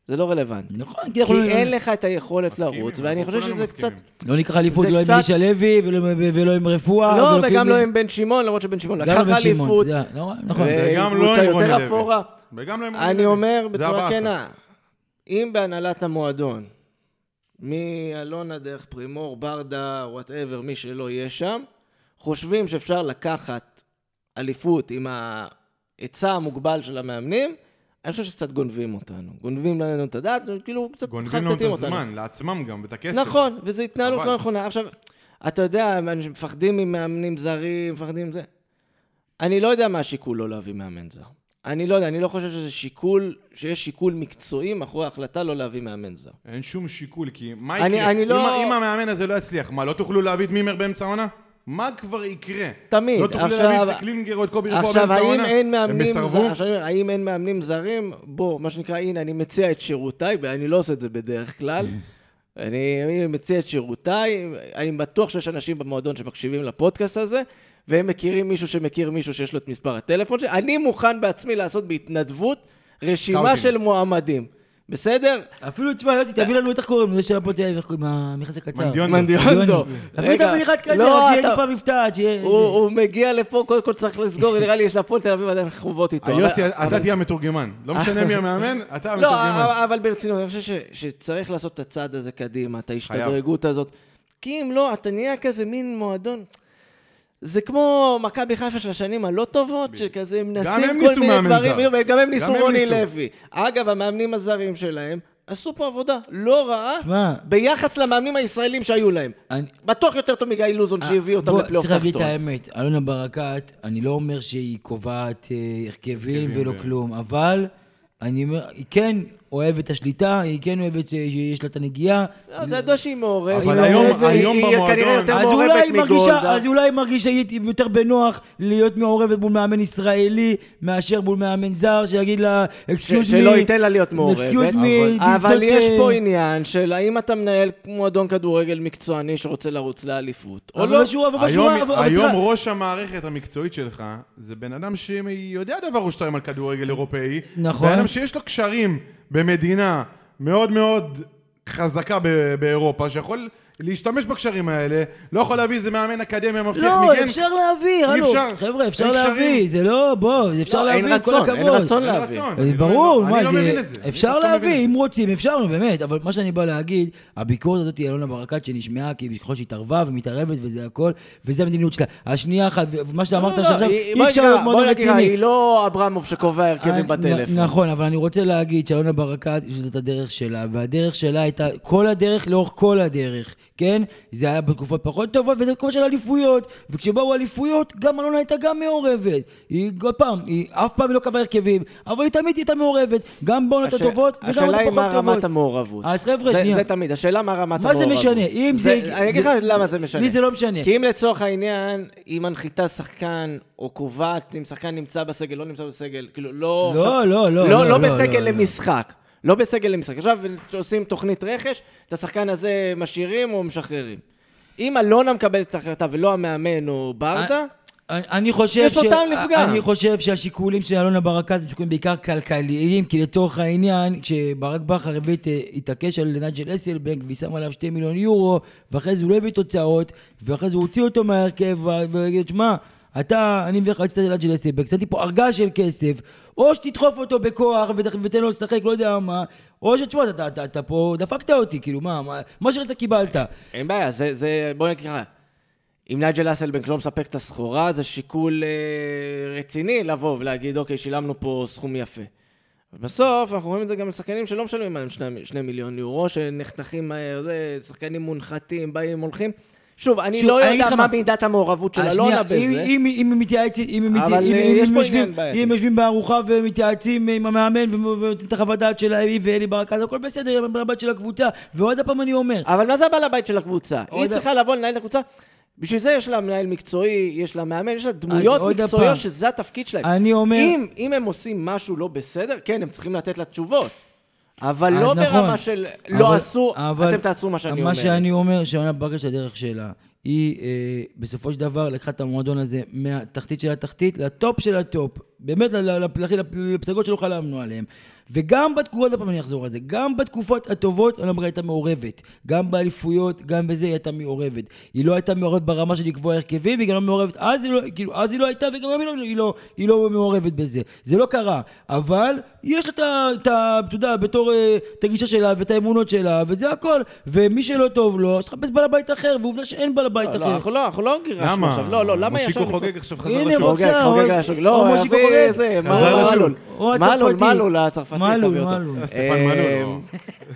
Speaker 1: זה לא רלוונטי.
Speaker 3: נכון, כי אנחנו-
Speaker 1: כי אין לך את היכולת
Speaker 2: מסכימים,
Speaker 1: לרוץ,
Speaker 2: אנחנו
Speaker 1: ואני חושב
Speaker 2: כולנו
Speaker 1: שזה קצת...
Speaker 2: מסכימים.
Speaker 3: לא ניקח אליפות
Speaker 1: זה
Speaker 3: לא עם
Speaker 1: קצת-
Speaker 3: אלישע לוי ולא, ולא עם רפואה.
Speaker 1: לא,
Speaker 3: ולא
Speaker 1: וגם
Speaker 3: קיבלי.
Speaker 1: לא עם בן שמעון, למרות שבן שמעון
Speaker 3: כאילו- גם
Speaker 1: לקח
Speaker 3: לא בן שמעון,
Speaker 1: אליפות,
Speaker 3: אתה יודע, לא, נכון.
Speaker 1: ועם
Speaker 2: וגם לא
Speaker 1: אה, קבוצה
Speaker 2: עם רוני
Speaker 1: יותר
Speaker 2: לוי.
Speaker 1: אפורה.
Speaker 2: וגם לא עם רוני
Speaker 1: אני
Speaker 2: לוי.
Speaker 1: אומר
Speaker 2: זה
Speaker 1: בצורה
Speaker 2: הבאסה.
Speaker 1: כנה, אם בהנהלת המועדון, מאלונה דרך פרימור, ברדה, וואטאבר, מי שלא יהיה שם, חושבים שאפשר לקחת אליפות עם ההיצע המוגבל של המאמנים, אני חושב שקצת גונבים אותנו. גונבים לנו את הדעת, כאילו קצת
Speaker 2: גונבים לנו את
Speaker 1: מחרטטים אותנו.
Speaker 2: הזמן, לעצמם גם, ואת הכסף.
Speaker 1: נכון, וזו התנהלות
Speaker 2: חבל.
Speaker 1: לא נכונה. עכשיו, אתה יודע, אנשים מפחדים ממאמנים זרים, מפחדים מזה. אני לא יודע מה השיקול לא להביא מאמן זר. אני לא יודע, אני לא חושב שזה שיקול, שיש שיקול מקצועי מאחורי ההחלטה לא להביא מאמן זר.
Speaker 2: אין שום שיקול, כי מה
Speaker 1: אני-
Speaker 2: יקרה?
Speaker 1: אני
Speaker 2: אם
Speaker 1: לא-
Speaker 2: ה- אם המאמן הזה לא יצליח, מה, לא תוכלו להביא את מימר באמצע העונה? מה כבר יקרה?
Speaker 1: תמיד,
Speaker 2: לא תוכלו
Speaker 1: עכשיו-
Speaker 2: להביא את קלינגר או את קובי רפואה
Speaker 1: עכשיו,
Speaker 2: באמצע העונה?
Speaker 1: האם אין מאמנים
Speaker 2: הם
Speaker 1: זרים,
Speaker 2: יסרבו?
Speaker 1: עכשיו, אני אומר, האם אין מאמנים זרים? בוא, מה שנקרא, הנה, אני מציע את שירותיי, ואני לא עושה את זה בדרך כלל. אני אני מציע את שירותיי, אני בטוח שיש אנשים במועדון שמקשיבים לפודקאסט הזה, והם מכירים מישהו שמכיר מישהו שיש לו את מספר הטלפון שלי. אני מוכן בעצמי לעשות בהתנדבות רשימה
Speaker 2: סקאוטינג.
Speaker 1: של מועמדים. בסדר?
Speaker 3: אפילו, תשמע, יוסי, תביא לנו את איך קוראים, זה של הפועל תל אביב, איך קוראים, המכרז הקצר.
Speaker 2: מנדיון.
Speaker 1: אה, מנדיונדו.
Speaker 3: אפילו
Speaker 1: רגע,
Speaker 3: תביא לי אחד כזה,
Speaker 1: לא,
Speaker 3: רק שיהיה
Speaker 1: אתה-
Speaker 3: לי פעם מבטעת, שיהיה...
Speaker 1: הוא הוא מגיע לפה, קודם כל צריך לסגור, נראה לי יש להפועל תל אביב עדיין חובות איתו. אבל-
Speaker 2: היוסי,
Speaker 1: אבל-
Speaker 2: אתה תהיה המתורגמן. לא משנה מי המאמן, אתה
Speaker 1: לא,
Speaker 2: המתורגמן.
Speaker 1: אבל ברצינות, אני חושב ש- שצריך לעשות את הצעד הזה קדימה, את ההשתדרגות הזאת. כי אם לא, אתה נהיה כזה מין מועדון. זה כמו מכבי חיפה של השנים הלא טובות, שכזה הם
Speaker 2: הם
Speaker 1: מנסים כל
Speaker 2: ניסו
Speaker 1: מיני
Speaker 2: מאמן
Speaker 1: דברים,
Speaker 2: זר.
Speaker 1: גם הם ניסו
Speaker 2: גם הם
Speaker 1: רוני
Speaker 2: ניסו.
Speaker 1: לוי. אגב, המאמנים הזרים שלהם עשו פה עבודה לא רעה
Speaker 3: שמע.
Speaker 1: ביחס למאמנים הישראלים שהיו להם.
Speaker 3: אני-
Speaker 1: בטוח יותר טוב מגיא לוזון שהביא אותם
Speaker 3: אה, בוא,
Speaker 1: לפלייאוף
Speaker 3: צריך להגיד את
Speaker 1: תחתון.
Speaker 3: האמת, אלונה ברקת, אני לא אומר שהיא קובעת אה, הרכבים
Speaker 2: הרכבים
Speaker 3: ולא
Speaker 2: ו-
Speaker 3: כלום, אבל אני אומר, היא כן אוהבת את השליטה, היא כן אוהבת שיש לה את הנגיעה.
Speaker 1: לא, זה ידוע שהיא מעורבת.
Speaker 2: אבל
Speaker 1: היא
Speaker 2: היום-
Speaker 1: מעורבת, היא-
Speaker 2: היום
Speaker 1: היא
Speaker 2: במועדון-
Speaker 1: כנראה יותר
Speaker 3: אז
Speaker 1: מעורבת
Speaker 3: אולי היא מרגישה,
Speaker 1: מגולדה.
Speaker 3: אז אולי היא מרגישה שהיא תהיה יותר בנוח להיות מעורבת מול מאמן ישראלי מאשר מול מאמן זר שיגיד לה, אקסקיוז מי,
Speaker 1: שלא ייתן לה להיות מעורבת.
Speaker 3: אקסקיוז
Speaker 2: אבל-
Speaker 3: מי,
Speaker 1: אבל יש פה עניין של האם אתה מנהל מועדון כדורגל מקצועני שרוצה לרוץ לאליפות, או לא.
Speaker 2: היום, היום ראש המערכת המקצועית שלך זה בן אדם שיודע דבר או שתיים על כדורגל אירופאי.
Speaker 3: נכון.
Speaker 2: בן אדם שיש לו קשרים במדינה מאוד מאוד חזקה ב- באירופה, שיכול להשתמש בקשרים האלה, לא יכול להביא איזה מאמן אקדמיה מבטיח
Speaker 3: לא,
Speaker 2: מגן.
Speaker 3: אפשר
Speaker 2: אי
Speaker 3: להביא, הלו,
Speaker 2: אפשר.
Speaker 3: חבר'ה, אפשר
Speaker 2: אין קשרים.
Speaker 3: להביא, זה לא, בוא, זה אפשר
Speaker 1: לא, אין
Speaker 3: להביא, כל
Speaker 1: רצון,
Speaker 3: הכבוד.
Speaker 1: אין רצון
Speaker 2: אין
Speaker 1: להביא.
Speaker 2: רצון.
Speaker 3: אז
Speaker 2: אני לא-
Speaker 3: אה, ברור,
Speaker 2: אני
Speaker 3: מה
Speaker 2: לא
Speaker 3: זה,
Speaker 2: מבין את זה. אני
Speaker 3: אפשר
Speaker 2: פשוט לא מבין את
Speaker 3: להביא,
Speaker 2: זה.
Speaker 3: אם רוצים, אפשר, נו, באמת, אבל מה שאני בא להגיד, הביקורת הזאת היא אלונה ברקת שנשמעה ככל שהיא התערבה ומתערבת וזה הכל, וזה המדיניות שלה. השנייה אחת, ומה שאתה אמרת
Speaker 1: לא,
Speaker 3: שעכשיו,
Speaker 1: היא-
Speaker 3: אי
Speaker 1: בוא
Speaker 3: אפשר
Speaker 1: נקרא-
Speaker 3: להיות מאוד
Speaker 1: בוא נקרא,
Speaker 3: רציני.
Speaker 1: היא לא אברמוב שקובע הרכבים
Speaker 3: אה,
Speaker 1: בטלפון.
Speaker 3: נ- נכון, אבל אני רוצה להגיד שאלונה ברקת, זאת הדרך שלה, והדרך שלה הייתה כל הדרך לאורך כל הדרך, כן? זה היה בתקופות פחות טובות, וזה בתקופות של אליפויות. וכשבאו אליפויות, גם אלונה הייתה גם מעורבת. היא, עוד פעם, היא אף פעם לא קבעה הרכבים, אבל היא תמיד הייתה מעורבת, גם בעונות
Speaker 1: הש-
Speaker 3: הטובות וגם בעונות
Speaker 1: השאלה היא
Speaker 3: הפחות טובות.
Speaker 1: מה רמת המעורבות.
Speaker 3: אז חבר'ה,
Speaker 1: זה-
Speaker 3: שנייה.
Speaker 1: זה תמיד, השאלה מה רמת
Speaker 3: מה זה
Speaker 1: המעורבות.
Speaker 3: משנה? אם זה-
Speaker 1: אני אגיד לך
Speaker 3: זה-
Speaker 1: למה זה משנה.
Speaker 3: לי זה לא משנה.
Speaker 1: כי אם לצורך העניין, היא מנחיתה שחקן, או קובעת אם שחקן נמצא בסגל, לא נמצא בסגל, כאילו, לא...
Speaker 3: לא,
Speaker 1: עכשיו-
Speaker 3: לא, לא,
Speaker 1: לא,
Speaker 3: לא,
Speaker 1: לא
Speaker 3: לא,
Speaker 1: בסגל
Speaker 3: לא, לא.
Speaker 1: למשחק. לא בסגל למשחק. עכשיו עושים תוכנית רכש, את השחקן הזה משאירים או משחררים. אם אלונה מקבלת את ההחלטה ולא המאמן או ברדה,
Speaker 3: אה, אני- אני חושב
Speaker 1: יש לו טעם לפגם.
Speaker 3: אני חושב שהשיקולים של אלונה ברקת הם שיקולים בעיקר כלכליים, כי לצורך העניין, כשברק בכר הביא את, אה, התעקש על נג'ל אסלבנק ושם עליו שתי מיליון יורו, ואחרי זה הוא לא הביא תוצאות, ואחרי זה הוא הוציא אותו מההרכב, ו- ויגיד, שמע, אתה, אני מביא לך רצית את נג'ל אסלבנק, שמתי פה ארגז של כסף, או שתדחוף אותו בכוח ות- ותן לו לשחק, לא יודע מה, או שתשמע, אתה, אתה, אתה פה דפקת אותי, כאילו, מה, מה, מה שרצית קיבלת.
Speaker 1: אין בעיה, זה, זה בוא נגיד ככה, אם נייג'ל אסלבנק לא מספק את הסחורה, זה שיקול אה, רציני לבוא ולהגיד, אוקיי, שילמנו פה סכום יפה. בסוף, אנחנו רואים את זה גם לשחקנים שלא משלמים עליהם שני, שני מיליון יורו, שנחתכים מהר, זה, שחקנים מונחתים, באים, הולכים. שוב, אני
Speaker 3: שוב,
Speaker 1: לא
Speaker 3: אני אגיד
Speaker 1: יודע
Speaker 3: לך
Speaker 1: מה
Speaker 3: מה-
Speaker 1: מידת המעורבות של
Speaker 3: אה,
Speaker 1: אלונה
Speaker 3: שנייה,
Speaker 1: בזה.
Speaker 3: אם, אם, אם היא מתייעצת, אם, אם,
Speaker 1: אבל,
Speaker 3: אם,
Speaker 1: אה,
Speaker 3: אם,
Speaker 1: יש
Speaker 3: אם,
Speaker 1: פה
Speaker 3: יושבים,
Speaker 1: עניין בעייתי.
Speaker 3: אם יושבים בארוחה ומתייעצים עם המאמן ו- ו- ונותנים את החוות דעת שלה, היא ואלי ברק, אז הכל בסדר, היא הבעל הבית של הקבוצה. ועוד פעם אני אומר,
Speaker 1: אבל מה זה הבעל הבית של הקבוצה?
Speaker 3: עוד
Speaker 1: היא
Speaker 3: ה-
Speaker 1: צריכה לבוא לנהל את הקבוצה. בשביל זה יש לה מנהל מקצועי, יש לה מאמן, יש לה דמויות
Speaker 3: עוד
Speaker 1: מקצועיות
Speaker 3: הפעם,
Speaker 1: שזה התפקיד שלהם.
Speaker 3: אני אומר-
Speaker 1: אם, אם הם עושים משהו לא בסדר, כן, הם צריכים לתת לה תשובות. אבל
Speaker 3: אז
Speaker 1: לא
Speaker 3: נכון.
Speaker 1: ברמה של לא
Speaker 3: אבל-
Speaker 1: עשו,
Speaker 3: אבל-
Speaker 1: אתם תעשו מה שאני אומר.
Speaker 3: מה שאני אומר, שעונה ברגש הדרך שלה, היא אה, בסופו של דבר לקחה את המועדון הזה מהתחתית של התחתית לטופ של הטופ. באמת, ל- ל- לפלחי- לפסגות שלא חלמנו עליהן. וגם בתקופות, עוד פעם אני אחזור על זה, גם בתקופות הטובות עונה ברגש הייתה מעורבת. גם באליפויות, גם בזה היא הייתה מעורבת. היא לא הייתה מעורבת ברמה של לקבוע הרכבים, והיא גם לא מעורבת, אז היא לא, כאילו, אז היא לא הייתה, וגם היום היא לא, היא לא, היא לא מעורבת בזה. זה לא קרה. אבל יש לה את ה- את ה... אתה יודע, בתור... אה, את הגישה שלה ואת האמונות שלה, וזה הכל. ומי שלא טוב לו, אז תחפש בעל הבית אחר, ועובדה שאין בעל הבית
Speaker 1: לא, לא,
Speaker 3: אחר.
Speaker 1: אנחנו לא, אנחנו לא גירשנו
Speaker 2: למה?
Speaker 1: עכשיו. לא, לא, למה ישר...
Speaker 2: מושיקו
Speaker 1: נכנס-
Speaker 2: חוגג עכשיו חזר
Speaker 3: הנה,
Speaker 2: לשוק.
Speaker 1: חוגג,
Speaker 3: בבקשה,
Speaker 1: חוגג
Speaker 3: עוד-
Speaker 1: על השוק.
Speaker 3: או
Speaker 1: לא,
Speaker 3: מושיקו
Speaker 1: אבי,
Speaker 3: חוגג.
Speaker 1: זה,
Speaker 2: חזר לשוק.
Speaker 1: מלול.
Speaker 3: או
Speaker 1: מלול,
Speaker 3: הצרפתי.
Speaker 1: מלול, הצרפתי,
Speaker 3: מלול,
Speaker 1: תביא אותו.
Speaker 3: מלול.
Speaker 2: סטפן מלול,
Speaker 1: אה,
Speaker 2: לא.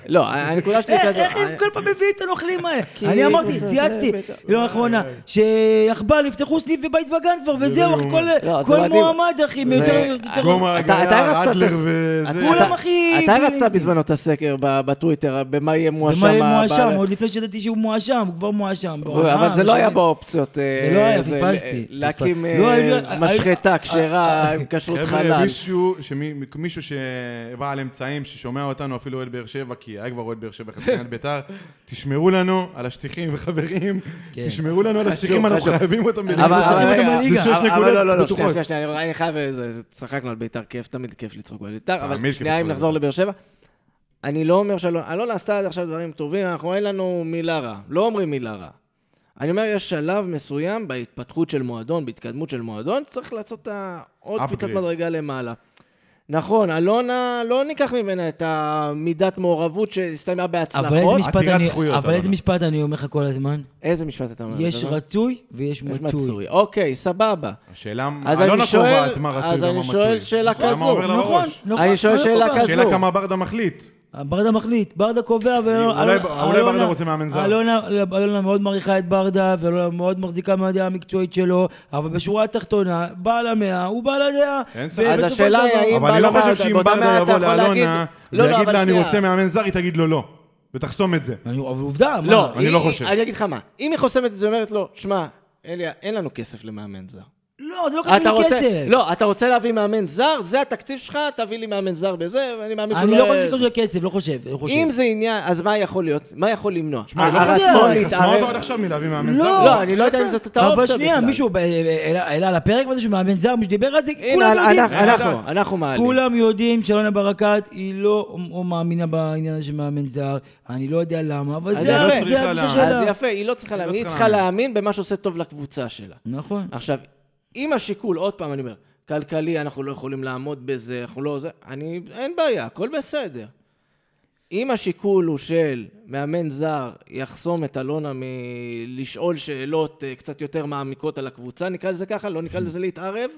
Speaker 1: לא, הנקודה שלי... אה,
Speaker 3: איך
Speaker 1: כזה-
Speaker 3: איך הם כל פעם מביאים את הנוכלים האלה?
Speaker 1: כי-
Speaker 3: אני אמרתי,
Speaker 1: זה-
Speaker 3: צייצתי,
Speaker 1: זה-
Speaker 3: לא לאחרונה, שיחבל יפתחו סניף בבית וגן כבר, וזהו,
Speaker 2: לא
Speaker 3: אחי,
Speaker 2: יאומן.
Speaker 3: כל-
Speaker 1: לא, זה אה,
Speaker 3: כל
Speaker 1: מדהים.
Speaker 3: מועמד, אחי,
Speaker 1: ו-
Speaker 3: יותר... יותר-
Speaker 2: גומא,
Speaker 1: אתה- אתה
Speaker 2: הגריה,
Speaker 1: הרצת את
Speaker 2: אדלר
Speaker 1: הס-
Speaker 2: וזה.
Speaker 1: אתה-
Speaker 3: כולם הכי
Speaker 1: אתה הרצת
Speaker 3: פמיניסטים.
Speaker 1: בזמנו את הסקר ב- בטוויטר, במה יהיה מואשם.
Speaker 3: במה יהיה
Speaker 1: ה-
Speaker 3: מואשם,
Speaker 1: ב-
Speaker 3: עוד לפני שידעתי שהוא מואשם, הוא כבר מואשם.
Speaker 1: אבל
Speaker 3: אה,
Speaker 1: זה לא היה
Speaker 3: משנה.
Speaker 1: באופציות. אה,
Speaker 3: זה לא היה, פספסתי.
Speaker 1: להקים
Speaker 3: פספסתי. לא,
Speaker 1: אה,
Speaker 3: היו לי-
Speaker 1: משחטה
Speaker 3: היו- אה,
Speaker 1: כשרה עם כשרות
Speaker 2: חבר'ה,
Speaker 1: חלל.
Speaker 2: מישהו, שמי- מישהו שבעל אמצעים, ששומע אותנו אפילו אוהד באר שבע, כי היה כבר אוהד באר שבע, חצי מנת ביתר, תשמעו לנו על השטיחים, חברים.
Speaker 3: כן.
Speaker 2: תשמעו לנו על השטיחים, אנחנו
Speaker 1: חשוב.
Speaker 2: חייבים אותם
Speaker 1: אבל- אבל
Speaker 3: צריכים
Speaker 1: רגע,
Speaker 3: אותם
Speaker 1: אבל-
Speaker 3: בליגה.
Speaker 2: זה שש
Speaker 1: אבל-
Speaker 2: נקודות
Speaker 1: אבל לא, לא, לא, שנייה,
Speaker 2: בטוחות.
Speaker 1: שנייה, שנייה, אני חייב... זה- זה- צחקנו על בית"ר, כיף, תמיד כיף לצחוק על בית"ר, אבל
Speaker 2: תמיד כיף
Speaker 1: שנייה,
Speaker 2: לצחוק
Speaker 1: אם
Speaker 2: על
Speaker 1: נחזור
Speaker 2: בית"ר.
Speaker 1: לבאר שבע, אני לא אומר שאלונה, אלונה עשתה עד עכשיו דברים טובים, אנחנו אין לנו מילה רע. לא אומרים מילה רע. אני אומר, יש שלב מסוים בהתפתחות של מועדון, בהתקדמות של מועדון, צריך לעשות את ה- עוד
Speaker 2: Upgrade.
Speaker 1: קפיצת מדרגה למעלה. נכון, אלונה, לא ניקח ממנה את המידת מעורבות שהסתיימה בהצלחות.
Speaker 3: אבל איזה משפט
Speaker 2: עתירת
Speaker 3: אני-
Speaker 2: זכויות,
Speaker 3: אבל איזה
Speaker 2: אבל.
Speaker 3: משפט אני אומר לך כל הזמן?
Speaker 1: איזה משפט אתה אומר?
Speaker 3: יש
Speaker 1: אתה יודע?
Speaker 3: רצוי ויש
Speaker 1: יש
Speaker 3: מצוי.
Speaker 1: מצוי. אוקיי, סבבה.
Speaker 2: השאלה, לא נכון
Speaker 1: אז
Speaker 2: אלונה
Speaker 1: אני שואל-
Speaker 2: קובעת מה רצוי
Speaker 1: אז
Speaker 2: ומה
Speaker 1: אני
Speaker 2: מצוי.
Speaker 1: שואל שאלה
Speaker 2: השאלה מה
Speaker 1: כזו.
Speaker 2: עובר
Speaker 1: נכון,
Speaker 2: לראש.
Speaker 1: אני שואל
Speaker 3: לא
Speaker 1: שאלה
Speaker 3: קובע.
Speaker 1: כזו.
Speaker 2: השאלה כמה ברדה מחליט.
Speaker 3: ברדה מחליט, ברדה קובע, ואלונה...
Speaker 2: אולי-
Speaker 3: אלונה-
Speaker 2: אולי ברדה רוצה מאמן זר.
Speaker 3: אלונה, אלונה מאוד מעריכה את ברדה, ואלונה מאוד מחזיקה מהדעה המקצועית שלו, אבל בשורה התחתונה, בעל המאה הוא בעל הדעה.
Speaker 2: אין ספק.
Speaker 3: ובסופו
Speaker 2: אז
Speaker 3: של
Speaker 1: השאלה היא
Speaker 3: דבר-
Speaker 1: האם- אם
Speaker 2: אבל אני לא
Speaker 1: באלונה-
Speaker 2: חושב שאם
Speaker 1: באותה
Speaker 2: ברדה
Speaker 1: מאה אתה
Speaker 2: יבוא
Speaker 1: יכול
Speaker 2: לאלונה
Speaker 1: להגיד- לא, לא,
Speaker 2: ויגיד
Speaker 1: אבל
Speaker 2: לה אני
Speaker 1: שנייה.
Speaker 2: רוצה מאמן זר, היא תגיד לו לא. ותחסום את זה.
Speaker 3: אני- אבל עובדה, מה?
Speaker 1: לא,
Speaker 2: אני
Speaker 1: היא-
Speaker 2: לא חושב.
Speaker 1: אני אגיד לך מה, אם היא חוסמת את זה, היא אומרת לו, שמע, אליה, אין לנו כסף למאמן זר.
Speaker 3: לא, זה לא קשור
Speaker 1: רוצה,
Speaker 3: לכסף.
Speaker 1: לא, אתה רוצה להביא מאמן זר, זה התקציב שלך, תביא לי מאמן זר בזה, ואני מאמין
Speaker 3: אני לא חושב שזה קשור לכסף, לא חושב, לא חושב.
Speaker 1: אם זה עניין, אז מה יכול להיות? מה יכול למנוע?
Speaker 2: שמע, היא לא
Speaker 3: הרצון
Speaker 2: חסמה היא חסמה
Speaker 1: להתערב-
Speaker 2: אותו עד עכשיו מלהביא מאמן
Speaker 3: לא.
Speaker 2: זר.
Speaker 1: לא, אני לא יודע אם זאת אותה אופציה
Speaker 3: אבל
Speaker 1: בכלל.
Speaker 3: שנייה, מישהו ב- אה, העלה העלה על הפרק הזה שהוא מאמן זר, מישהו דיבר על זה,
Speaker 1: הנה,
Speaker 3: כולם יודעים.
Speaker 1: אנחנו, אנחנו, אנחנו מעלים.
Speaker 3: כולם יודעים שאלונה ברקת היא לא או מאמינה בעניין הזה של מאמן זר, אני לא יודע למה, אבל
Speaker 1: אז
Speaker 3: זה
Speaker 1: יפה.
Speaker 3: ה- זה
Speaker 2: צריכה
Speaker 3: הגישה
Speaker 2: להאמין.
Speaker 1: אז
Speaker 3: שלה.
Speaker 1: יפה, היא לא צריכה
Speaker 2: היא לא
Speaker 1: להאמין, היא
Speaker 2: צריכה
Speaker 1: צריכה
Speaker 2: להאמין.
Speaker 1: להאמין במה שעושה טוב לקבוצה שלה.
Speaker 3: נכון.
Speaker 1: עכשיו, אם השיקול, עוד פעם אני אומר, כלכלי, אנחנו לא יכולים לעמוד בזה, אנחנו לא... זה, אני, אין בעיה, הכל בסדר. אם השיקול הוא של מאמן זר יחסום את אלונה מלשאול שאלות אה, קצת יותר מעמיקות על הקבוצה, נקרא לזה ככה, לא נקרא לזה להתערב,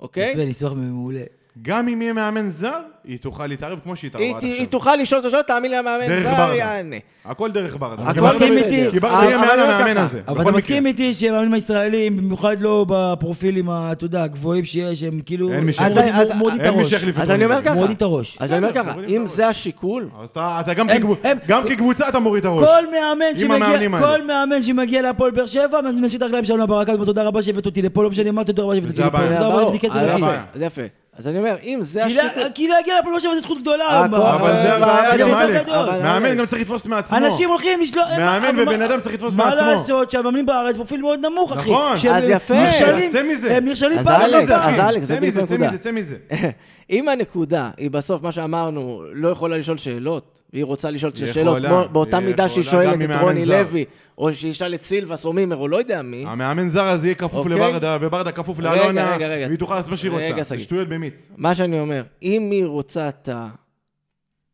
Speaker 1: אוקיי?
Speaker 3: יפה, ניסוח מעולה.
Speaker 2: גם אם יהיה מאמן זר, היא תוכל להתערב כמו שהיא התערבה
Speaker 1: היא
Speaker 2: עד
Speaker 1: ת- היא
Speaker 2: עכשיו.
Speaker 1: תוכל לשאול את השאלות, תאמין לי, המאמן
Speaker 2: דרך
Speaker 1: זר
Speaker 2: ברדה.
Speaker 1: יענה.
Speaker 2: הכל דרך ברדה.
Speaker 3: אתה
Speaker 2: כי ברדה
Speaker 3: מסכים
Speaker 2: ב-
Speaker 3: איתי?
Speaker 2: כי ברדה
Speaker 1: אבל-
Speaker 2: יהיה
Speaker 1: אבל
Speaker 2: מעל
Speaker 1: לא
Speaker 2: המאמן
Speaker 1: ככה.
Speaker 2: הזה.
Speaker 3: אבל
Speaker 2: בכל
Speaker 3: אתה
Speaker 2: מקרה.
Speaker 3: מסכים איתי שהמאמנים הישראלים, במיוחד לא בפרופילים, ה- אתה יודע, הגבוהים שיש, הם כאילו...
Speaker 2: אין מי
Speaker 3: אז-
Speaker 2: שיחליף-
Speaker 3: אז- מורדים את
Speaker 2: אין מי
Speaker 3: הראש.
Speaker 2: שיחליף את
Speaker 1: אז אני
Speaker 2: רוני
Speaker 1: אומר
Speaker 2: לוי.
Speaker 1: ככה.
Speaker 3: מורידים את הראש.
Speaker 1: אז אני אומר
Speaker 2: בסדר,
Speaker 1: ככה,
Speaker 2: מורידים את
Speaker 1: אם
Speaker 2: הראש. אה,
Speaker 1: זה השיקול,
Speaker 2: אז אתה אתה גם
Speaker 3: הם-
Speaker 2: כקבוצ-
Speaker 3: הם-
Speaker 2: גם כקבוצה אתה מוריד את הראש.
Speaker 3: כל מאמן
Speaker 2: המאמנים האלה.
Speaker 3: שמגיע, כל מאמן שמגיע להפועל באר שבע, משאיר את הרגליים שלנו לברקת, ואומר, תודה רבה שהבאת אותי לפה, לא משנה מה, תודה רבה שהבאת אותי
Speaker 2: וזה
Speaker 3: לפה,
Speaker 2: הבעיה.
Speaker 3: תודה רבה
Speaker 1: ברור,
Speaker 3: שהבאתי כסף
Speaker 1: אז
Speaker 2: זה
Speaker 1: יפה,
Speaker 3: לכיס.
Speaker 2: הבעיה.
Speaker 1: אז אה, יפה. אז אני אומר, אם זה
Speaker 3: כי לה-
Speaker 1: השיקול...
Speaker 3: כי להגיע להפועל באר שבע זה זכות גדולה.
Speaker 1: הכל-
Speaker 3: ברק.
Speaker 2: אבל זה
Speaker 1: אבל-
Speaker 2: הבעיה
Speaker 1: אבל-
Speaker 2: גם
Speaker 1: אבל-
Speaker 2: אלף.
Speaker 1: אבל-
Speaker 2: מאמן
Speaker 1: אלף.
Speaker 2: גם צריך לתפוס מעצמו.
Speaker 3: אנשים הולכים לשלוח...
Speaker 2: מאמן
Speaker 3: אבל מה-
Speaker 2: ובן אדם צריך לתפוס
Speaker 3: מה
Speaker 2: מעצמו.
Speaker 3: לעשות שהמאמנים בארץ פרופיל מאוד נמוך, אחי.
Speaker 2: נכון.
Speaker 3: שהם
Speaker 1: אז יפה.
Speaker 3: נכשלים-
Speaker 2: צא מזה.
Speaker 3: הם נכשלים
Speaker 1: אז
Speaker 3: פעם אחר
Speaker 1: אלכס,
Speaker 3: פעם.
Speaker 1: אז אלכס, זה
Speaker 2: צא מזה,
Speaker 1: בדיוק
Speaker 2: צא
Speaker 1: הנקודה.
Speaker 2: מזה, צא מזה.
Speaker 1: אם הנקודה היא בסוף, מה שאמרנו, לא יכולה לשאול שאלות, והיא רוצה לשאול
Speaker 2: יכולה,
Speaker 1: שאלות כמו- באותה
Speaker 2: היא
Speaker 1: מידה שהיא
Speaker 2: יכולה, גם
Speaker 1: שואלת את
Speaker 2: ממאמן
Speaker 1: רוני
Speaker 2: זר. אה.
Speaker 1: לוי, או שישאל את סילבס או מימר, או לא יודע מי,
Speaker 2: המאמן זר הזה יהיה כפוף
Speaker 1: אוקיי.
Speaker 2: לברדה, וברדה כפוף
Speaker 1: רגע,
Speaker 2: לאלונה,
Speaker 1: רגע, רגע.
Speaker 2: והיא תוכל לעשות מה שהיא
Speaker 1: רגע,
Speaker 2: רוצה. זה
Speaker 1: שגיא.
Speaker 2: שטויות במיץ.
Speaker 1: מה שאני אומר, אם היא רוצה את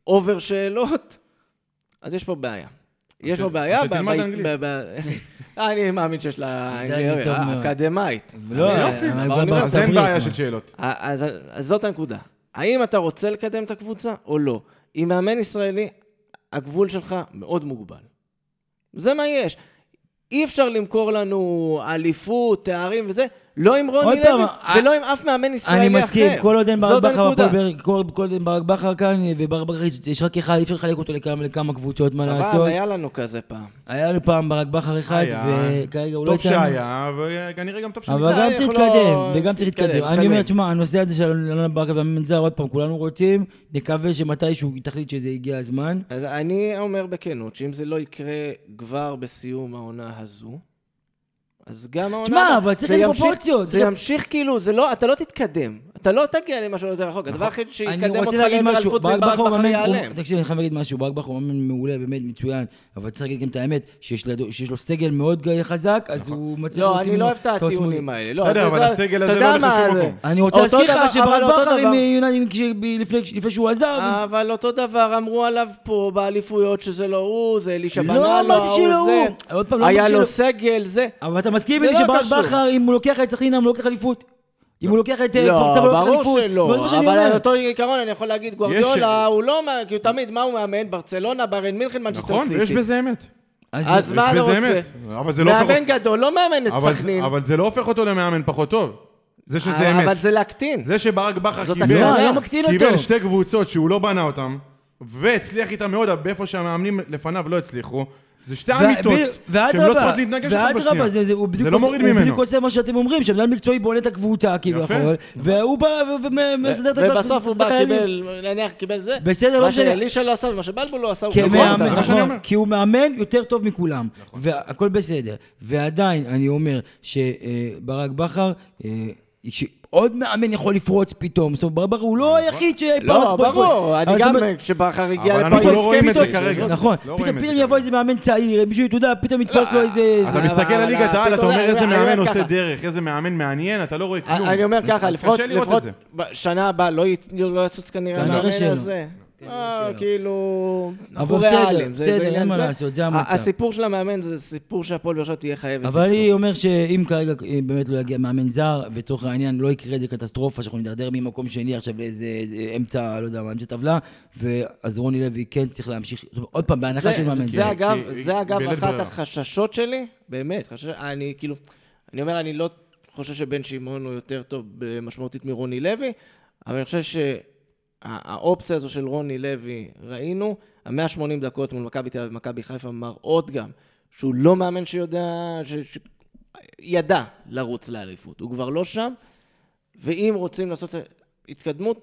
Speaker 1: האובר שאלות, אז יש פה בעיה. יש פה בעיה, ב-
Speaker 2: שתלמד
Speaker 1: ב-
Speaker 2: אנגלית.
Speaker 1: ב- ב- אני מאמין שיש לה
Speaker 3: עידן היא טוב מאוד.
Speaker 1: אקדמאית.
Speaker 3: לא,
Speaker 1: אני-
Speaker 3: יופי.
Speaker 1: אבל
Speaker 3: אבל
Speaker 1: אני אומר,
Speaker 3: בארצות
Speaker 2: אז אין
Speaker 3: הברית,
Speaker 2: בעיה
Speaker 3: מה.
Speaker 2: של שאלות.
Speaker 1: אז, אז זאת הנקודה. האם אתה רוצה לקדם את הקבוצה או לא? עם מאמן ישראלי, הגבול שלך מאוד מוגבל. זה מה יש. אי אפשר למכור לנו אליפות, תארים וזה, לא עם
Speaker 3: עוד
Speaker 1: רוני
Speaker 3: פעם,
Speaker 1: לוי
Speaker 3: א-
Speaker 1: ולא עם אף מאמן ישראלי אחר.
Speaker 3: אני מסכים, כל עוד אין ברק
Speaker 1: זאת
Speaker 3: בכר
Speaker 1: הנקודה.
Speaker 3: והפועל באר- כל כל עוד אין ברק בכר כאן, וברק בכר יש רק אחד, אי אפשר לחלק אותו לכמה- לכמה קבוצות, מה לעשות.
Speaker 1: אבל היה לנו כזה פעם.
Speaker 3: היה לנו פעם ברק בכר אחד,
Speaker 2: היה.
Speaker 3: וכרגע הוא לא
Speaker 2: טוב
Speaker 3: איתנו.
Speaker 2: שהיה, וכנראה גם טוב
Speaker 3: אבל
Speaker 2: שניתן.
Speaker 1: אנחנו
Speaker 3: גם צריך
Speaker 1: לא-
Speaker 3: להתקדם, וגם צריך
Speaker 1: תתקדם,
Speaker 3: להתקדם. אני
Speaker 1: תתקדם.
Speaker 3: אומר, תשמע, הנושא הזה של אלונה ברקת והמנזר, עוד פעם, כולנו רוצים, נקווה שמתישהו היא תחליט שזה הגיע הזמן.
Speaker 1: אז אני אומר בכנות, שאם זה לא יקרה כבר בסיום העונה הזו, אז גם העונה...
Speaker 3: תשמע,
Speaker 1: הבאה-
Speaker 3: אבל צריך
Speaker 1: זה
Speaker 3: להיות
Speaker 1: ימשיך-
Speaker 3: פרופורציות,
Speaker 1: זה
Speaker 3: זה גם-
Speaker 1: ימשיך כאילו, זה לא, אתה לא תתקדם. אתה לא תגיע למשהו יותר רחוק. הדבר היחיד
Speaker 3: נכון. אני
Speaker 1: שיקדם אותך
Speaker 3: רוצה להגיד
Speaker 1: לעבר
Speaker 3: משהו,
Speaker 1: אליפות זה
Speaker 3: ברק
Speaker 1: אם ברק
Speaker 3: בכר הוא
Speaker 1: בכר
Speaker 3: מאמן,
Speaker 1: ייעלם.
Speaker 3: הוא- תקשיב, אני חייב להגיד משהו, ברק בכר הוא מאמן מעולה, באמת מצוין, אבל צריך להגיד גם את האמת, שיש לידו- שיש לו סגל מאוד חזק,
Speaker 2: נכון.
Speaker 3: אז הוא מצליח
Speaker 1: לא, אני
Speaker 3: להוציא
Speaker 1: לא
Speaker 3: ממנו
Speaker 1: אוהב את
Speaker 3: העצמאות.
Speaker 1: הטיעונים האלה. לא,
Speaker 2: בסדר,
Speaker 1: זה-
Speaker 2: אבל
Speaker 1: זה-
Speaker 2: הסגל
Speaker 1: אתה
Speaker 2: הזה
Speaker 1: יודע
Speaker 2: לא הולך
Speaker 1: מה
Speaker 2: לשום
Speaker 1: זה.
Speaker 2: מקום.
Speaker 3: אני רוצה
Speaker 1: אותו
Speaker 3: להזכיר
Speaker 1: דבר-
Speaker 3: לך שברק
Speaker 1: אבל אותו
Speaker 3: בכר,
Speaker 1: דבר- אה,
Speaker 3: עם יונתן, כש- לפני- לפני שהוא עזב,
Speaker 1: אבל אותו דבר אמרו עליו פה באליפויות שזה לא הוא, זה אלישע
Speaker 3: לא
Speaker 1: בנאלו,
Speaker 3: אמרתי
Speaker 1: ההוא
Speaker 3: שלא
Speaker 1: זה.
Speaker 3: הוא. עוד פעם, לא
Speaker 1: היה
Speaker 3: אמרתי
Speaker 1: לו
Speaker 3: שלא.
Speaker 1: סגל, זה.
Speaker 3: אבל אתה מסכים
Speaker 1: זה
Speaker 3: איתי
Speaker 1: לא
Speaker 3: שברק
Speaker 1: קשור.
Speaker 3: בכר, אם הוא לוקח את סכנין, הוא לא לוקח אליפות. אם הוא לוקח את אה,
Speaker 1: לא,
Speaker 3: כפר סבא, הוא לוקח אליפות.
Speaker 1: ברור
Speaker 3: לא, זה
Speaker 1: שלא,
Speaker 3: מה שאני
Speaker 1: אבל על
Speaker 3: אומר.
Speaker 1: אותו עיקרון אני יכול להגיד, גוורדיולה הוא לא, מה- כי הוא תמיד, מה הוא מאמן? ברצלונה, ברן מינכן, מנצ'סטר
Speaker 2: נכון,
Speaker 1: סיטי.
Speaker 2: ויש בזה אמת.
Speaker 1: אז מה
Speaker 2: יש
Speaker 1: אתה
Speaker 2: בזה
Speaker 1: רוצה?
Speaker 2: אמת. אבל זה לא הופך
Speaker 1: מאמן
Speaker 2: אותו-
Speaker 1: גדול לא מאמן את
Speaker 2: אבל-
Speaker 1: סכנין. אה,
Speaker 2: אבל זה לא הופך אותו למאמן פחות טוב. זה שזה
Speaker 1: אבל
Speaker 2: אמת.
Speaker 1: זה להקטין.
Speaker 2: זה שברק בכר
Speaker 1: זאת
Speaker 2: קיבל,
Speaker 1: הכוונה. לא, לא
Speaker 3: מקטין
Speaker 2: קיבל
Speaker 3: אותו.
Speaker 2: שתי קבוצות שהוא לא בנה אותן, והצליח איתן מאוד, אבל באיפה שהמאמנים לפניו לא הצליחו, זה שתי
Speaker 3: ו-
Speaker 2: אמיתות,
Speaker 3: ב-
Speaker 2: שהן
Speaker 3: ואדרבה,
Speaker 2: לא צריכות להתנגש אחת
Speaker 3: ואדרבה,
Speaker 2: בשנייה.
Speaker 3: זה- זה- הוא בדיוק
Speaker 2: זה לא
Speaker 3: עושה-
Speaker 2: מוריד
Speaker 3: הוא
Speaker 2: ממנו.
Speaker 3: בדיוק עושה מה שאתם אומרים, שמנהל מקצועי בונה את הקבוצה כביכול, והוא בא ו- ו- ומסדר את הדבר-
Speaker 1: ובסוף הוא
Speaker 3: את
Speaker 1: בא,
Speaker 3: החיילים.
Speaker 1: קיבל, נניח קיבל זה.
Speaker 3: בסדר, לא
Speaker 1: מה
Speaker 3: משנה.
Speaker 1: שאלישע לא עשה ומה שבלבול לא עשה, הוא גמר
Speaker 3: כמאמן,
Speaker 1: אותה.
Speaker 2: זה מה שאני
Speaker 3: נכון,
Speaker 2: אומר.
Speaker 3: כי הוא מאמן יותר טוב מכולם,
Speaker 2: נכון.
Speaker 3: והכל בסדר. ועדיין, אני אומר שברק בכר, אה, ש- עוד מאמן יכול לפרוץ פתאום, זאת אומרת, ברק בכר
Speaker 2: נכון.
Speaker 3: הוא לא היחיד שאי פעם...
Speaker 1: לא,
Speaker 3: יכול-
Speaker 1: ברור, אני
Speaker 3: אבל זאת
Speaker 1: גם,
Speaker 3: אומרת-
Speaker 1: כשבכר הגיע לפה,
Speaker 2: אבל אנחנו
Speaker 1: הוא
Speaker 2: אה, לא רואים את זה
Speaker 1: הסכם איתו.
Speaker 2: כרגע.
Speaker 3: נכון,
Speaker 2: לא
Speaker 3: פתאום
Speaker 2: רואים את זה
Speaker 3: פתאום
Speaker 2: כרגע. לא, אה,
Speaker 3: יבוא איזה מאמן צעיר, מישהו, אתה יודע, פתאום יתפוס לו איזה...
Speaker 2: אתה
Speaker 1: אבל-
Speaker 2: מסתכל
Speaker 1: אבל
Speaker 2: על ליגת העל, אתה
Speaker 1: הפתרון-
Speaker 2: אומר איזה
Speaker 1: אה, אני אומר
Speaker 2: מאמן עושה
Speaker 1: ככה. אה,
Speaker 2: דרך, איזה מאמן מעניין, אתה לא רואה כלום.
Speaker 1: אני אומר ככה,
Speaker 2: אז
Speaker 1: לפחות,
Speaker 2: קשה לראות את
Speaker 1: לפחות
Speaker 2: זה.
Speaker 1: בשנה הבאה לא י- לא יצוץ כנראה
Speaker 3: כנראה
Speaker 1: המאמן
Speaker 3: שלא.
Speaker 1: הזה. אה, כאילו...
Speaker 3: אבל
Speaker 1: אנחנו
Speaker 3: בסדר,
Speaker 1: ריאליים, זה-
Speaker 3: בסדר,
Speaker 1: זה
Speaker 3: אין
Speaker 1: עניין
Speaker 3: מה
Speaker 1: של-
Speaker 3: לעשות, זה המצב.
Speaker 1: הסיפור של המאמן זה סיפור שהפועל באר שבע תהיה חייבת.
Speaker 3: אבל
Speaker 1: לפתור.
Speaker 3: אני אומר שאם כרגע אה, באמת לא יגיע מאמן זר, ולצורך העניין לא יקרה איזה קטסטרופה, שאנחנו נידרדר ממקום שני עכשיו לאיזה אה, אמצע, לא יודע מה, אמצע טבלה, ואז רוני לוי כן צריך להמשיך, זאת אומרת, עוד פעם, בהנחה
Speaker 1: זה-
Speaker 3: של מאמן
Speaker 1: זה
Speaker 3: זר.
Speaker 1: אגב,
Speaker 2: כי- לא-
Speaker 1: זה אגב
Speaker 2: בלית
Speaker 1: אחת
Speaker 2: ברירה.
Speaker 1: החששות שלי, באמת, חשש, אני כאילו, אני אומר, אני לא חושב שבן שמעון הוא יותר טוב אה, משמעותית מרוני לוי, אבל אני חושב שהאופציה הזו של רוני לוי, ראינו, ה-180 דקות מול מכבי תל אביב ומכבי חיפה מראות גם שהוא לא מאמן שיודע, ש... ש... ידע לרוץ לאליפות, הוא כבר לא שם, ואם רוצים לעשות התקדמות,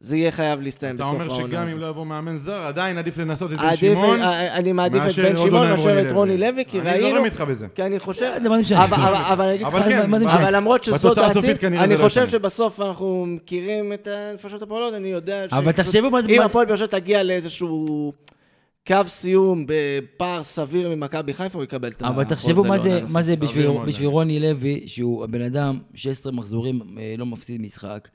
Speaker 1: זה יהיה חייב להסתיים
Speaker 2: אתה
Speaker 1: בסוף העונה
Speaker 2: אומר
Speaker 1: הזאת.
Speaker 2: שגם אם לא יבוא מאמן זר, עדיין עדיף לנסות את בן
Speaker 1: עדיף-
Speaker 2: שמעון.
Speaker 1: אה, אני מעדיף את
Speaker 2: מאשר
Speaker 1: בן
Speaker 2: עוד
Speaker 1: שמעון
Speaker 2: עונה עם
Speaker 1: מאשר את רוני לוי, כי
Speaker 2: אני
Speaker 1: ראינו...
Speaker 2: זורם איתך בזה.
Speaker 1: כי אני חושב...
Speaker 3: זה מה זה משנה.
Speaker 1: אבל- אבל- אבל אני אגיד לך...
Speaker 2: אבל כן,
Speaker 1: מה זה
Speaker 2: ב-
Speaker 1: משנה? אבל למרות שזו
Speaker 2: בתוצאה
Speaker 1: דעתי,
Speaker 2: הסופית כנראה זה
Speaker 1: אני
Speaker 2: לא
Speaker 1: חושב
Speaker 2: ישנה.
Speaker 1: שבסוף אנחנו מכירים את הנפשות הפועלות, אני יודע ש...
Speaker 3: אבל תחשבו מה-
Speaker 1: אם
Speaker 3: מה-
Speaker 1: הפועל באר שבע תגיע לאיזשהו קו סיום בפער סביר ממכבי חיפה, הוא יקבל את לא
Speaker 3: אבל
Speaker 1: החוזה
Speaker 3: תחשבו מה זה-
Speaker 1: לעונה
Speaker 3: מה זה
Speaker 2: סביר
Speaker 3: בשביל-
Speaker 2: מאוד,
Speaker 3: בשביל
Speaker 2: אני-
Speaker 3: רוני לוי, שהוא הבן אדם 16 מחזורים אה, לא מפסיד משחק,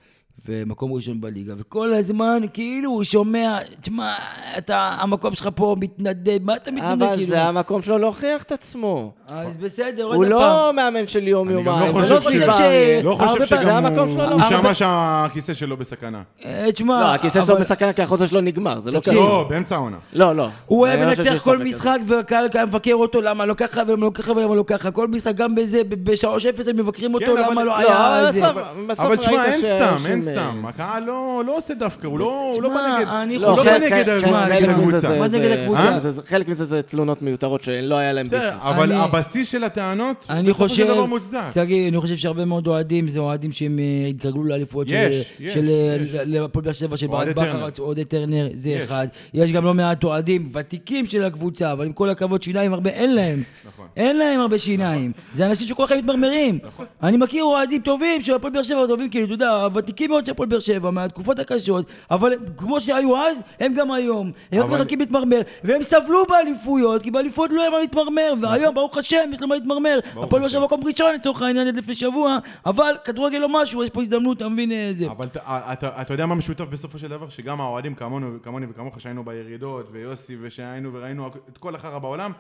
Speaker 3: ומקום ראשון בליגה, וכל הזמן כאילו הוא שומע, תשמע, אתה, המקום שלך פה מתנדב, מה אתה
Speaker 1: נוספת.
Speaker 3: מתנדב
Speaker 1: אבל
Speaker 3: כאילו?
Speaker 1: זה המקום שלו להוכיח את עצמו.
Speaker 3: אז בסדר,
Speaker 1: הוא
Speaker 3: עוד פעם.
Speaker 1: לא מאמן של
Speaker 2: אני גם לא
Speaker 1: יום-יומיים,
Speaker 2: חושב
Speaker 3: חושב
Speaker 2: ש-
Speaker 1: ש...
Speaker 2: לא
Speaker 3: הרבה
Speaker 2: חושב
Speaker 3: פעמים-
Speaker 1: זה
Speaker 2: שגם
Speaker 1: המקום
Speaker 2: הוא-
Speaker 1: שלו, לא?
Speaker 2: הוא שמע
Speaker 3: הרבה-
Speaker 2: שהכיסא שלו בסכנה.
Speaker 3: אה, תשמע,
Speaker 1: לא, הכיסא שלו
Speaker 3: אבל-
Speaker 1: בסכנה כי החוזה שלו נגמר, זה לא
Speaker 3: תקשיב.
Speaker 1: קשור.
Speaker 2: לא, באמצע העונה.
Speaker 1: לא, לא.
Speaker 3: הוא היה
Speaker 1: אני לא חושב
Speaker 3: מנצח
Speaker 1: שיש
Speaker 3: כל
Speaker 1: ספק כזה.
Speaker 3: משחק, והקהל היה מבקר אותו, למה לא ככה, ולמה לא ככה, ולמה לא ככה. כל משחק, גם בזה, ב-3-0 הם מבקרים אותו,
Speaker 2: כן, אבל-
Speaker 3: למה לא
Speaker 2: לא,
Speaker 3: היה...
Speaker 1: אבל
Speaker 3: זה.
Speaker 1: בסוף- בסוף
Speaker 2: אבל תשמע,
Speaker 1: ראית
Speaker 2: אין
Speaker 1: ש-
Speaker 2: סתם,
Speaker 1: שהם-
Speaker 2: אין סתם. הקהל לא לא עושה דווקא, הוא לא הוא לא
Speaker 3: תשמע,
Speaker 2: בא נגד
Speaker 3: אני
Speaker 2: הוא לא
Speaker 3: חושב-
Speaker 2: בא נגד
Speaker 1: חלק-
Speaker 2: ה-
Speaker 3: תשמע,
Speaker 2: נגד
Speaker 1: כן, חלק
Speaker 3: תשמע,
Speaker 1: מזה
Speaker 2: הקבוצה.
Speaker 3: מה זה נגד הקבוצה?
Speaker 1: אה? זה- זה- חלק מזה זה תלונות מיותרות שלא היה להם ביסוס.
Speaker 2: בסדר, אבל
Speaker 3: אני-
Speaker 2: הבסיס של הטענות, הוא
Speaker 3: אני
Speaker 2: בסופו של
Speaker 3: חושב,
Speaker 2: דבר מוצדק.
Speaker 3: שגיא, אני חושב שהרבה מאוד אוהדים, זה אוהדים שהם אה, התגלגלו לאליפויות של-
Speaker 2: יש, יש,
Speaker 3: של אה,
Speaker 2: יש.
Speaker 3: ל- להפועל באר שבע, של ברק
Speaker 2: אוהדי
Speaker 3: בכר,
Speaker 2: טרנר.
Speaker 3: עודד טרנר, זה
Speaker 2: יש.
Speaker 3: אחד. יש גם לא מעט אוהדים ותיקים של הקבוצה, אבל עם כל הכבוד, שיניים הרבה אין להם.
Speaker 2: נכון.
Speaker 3: אין להם הרבה שיניים. זה אנשים שכל החיים מתמרמרים. אני מכיר אוהדים טובים של הפועל באר שבע, טובים, כאילו, אתה יודע, ותיקים מאוד של הפועל באר שבע, מהתקופות הקשות, אבל כמו שהיו אז, הם גם היום. הם רק
Speaker 2: אבל-
Speaker 3: מחכים להתמרמר, והם סבלו באליפויות, כי באליפויות לא היה מה להתמרמר,
Speaker 2: נכון.
Speaker 3: והיום, ברוך השם, יש לו מה להתמרמר. הפועל באר שבע
Speaker 2: השם.
Speaker 3: מקום ראשון, לצורך העניין, עד לפני שבוע, אבל כדורגל לא משהו, יש פה הזדמנות, אתה מבין אה, זה.
Speaker 2: אבל אתה- אתה אתה יודע מה משותף בסופו של דבר? שגם האוהדים כמונו כמוני וכמוך שהיינו בירידות, ויוסי ושהיינו וראינו את כל החרא בעולם,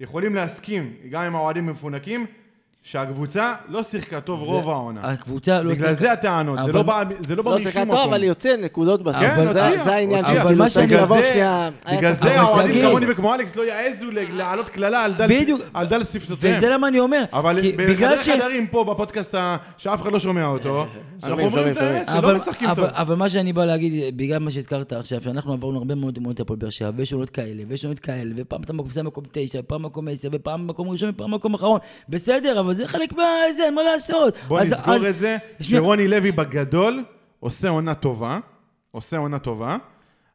Speaker 2: יכולים להסכים, גם עם האוהדים מפונקים, שהקבוצה לא שיחקה טוב רוב העונה.
Speaker 3: הקבוצה לא...
Speaker 2: בגלל
Speaker 3: שיחקה-
Speaker 2: זה הטענות, זה
Speaker 3: אבל-
Speaker 2: לא בא- זה לא בא
Speaker 1: לא
Speaker 2: משום
Speaker 1: שיחקה
Speaker 2: מקום.
Speaker 1: טוב, אבל היא יוצאת נקודות בסוף.
Speaker 2: כן,
Speaker 1: זה-
Speaker 2: הוציאה,
Speaker 1: זה העניין כאילו
Speaker 2: הוציאה.
Speaker 1: שכאילו
Speaker 3: מה שאני-
Speaker 1: צריך לבוא
Speaker 2: בגלל זה-
Speaker 1: שנייה...
Speaker 2: בגלל
Speaker 1: היה צריך-
Speaker 2: זה
Speaker 3: אבל
Speaker 2: האוהדים
Speaker 3: שגיא-
Speaker 2: כמוני וכמו אלכס לא יעזו ל- להעלות קללה על דל-
Speaker 3: בדיוק.
Speaker 2: על דל שפתותיהם.
Speaker 3: וזה למה אני אומר,
Speaker 2: אבל
Speaker 3: כי-
Speaker 2: בחדר
Speaker 3: בגלל ש... אה,
Speaker 2: חדרים פה בפודקאסט ה- שאף אחד לא שומע אותו, אנחנו
Speaker 1: שומעים,
Speaker 2: אומרים את
Speaker 1: שומעים,
Speaker 2: האמת
Speaker 3: אבל-
Speaker 2: שלא משחקים
Speaker 3: אבל-
Speaker 2: טוב.
Speaker 3: אבל מה שאני בא להגיד, בגלל מה שהזכרת עכשיו, שאנחנו עברנו הרבה מאוד עונות הפועל באר שבע, ויש עונות כאלה, ויש עונות כאלה, ופעם אתה מקום- שם מקום תשע, ופעם מקום עשר, ופעם מקום ראשון, ופעם מקום אחרון. בסדר, אבל זה חלק מהזה, אין מה לעשות.
Speaker 2: בוא
Speaker 3: אז- אז-
Speaker 2: נסגור את זה,
Speaker 3: שנייה.
Speaker 2: שרוני לוי בגדול עושה עונה טובה, עושה עונה טובה,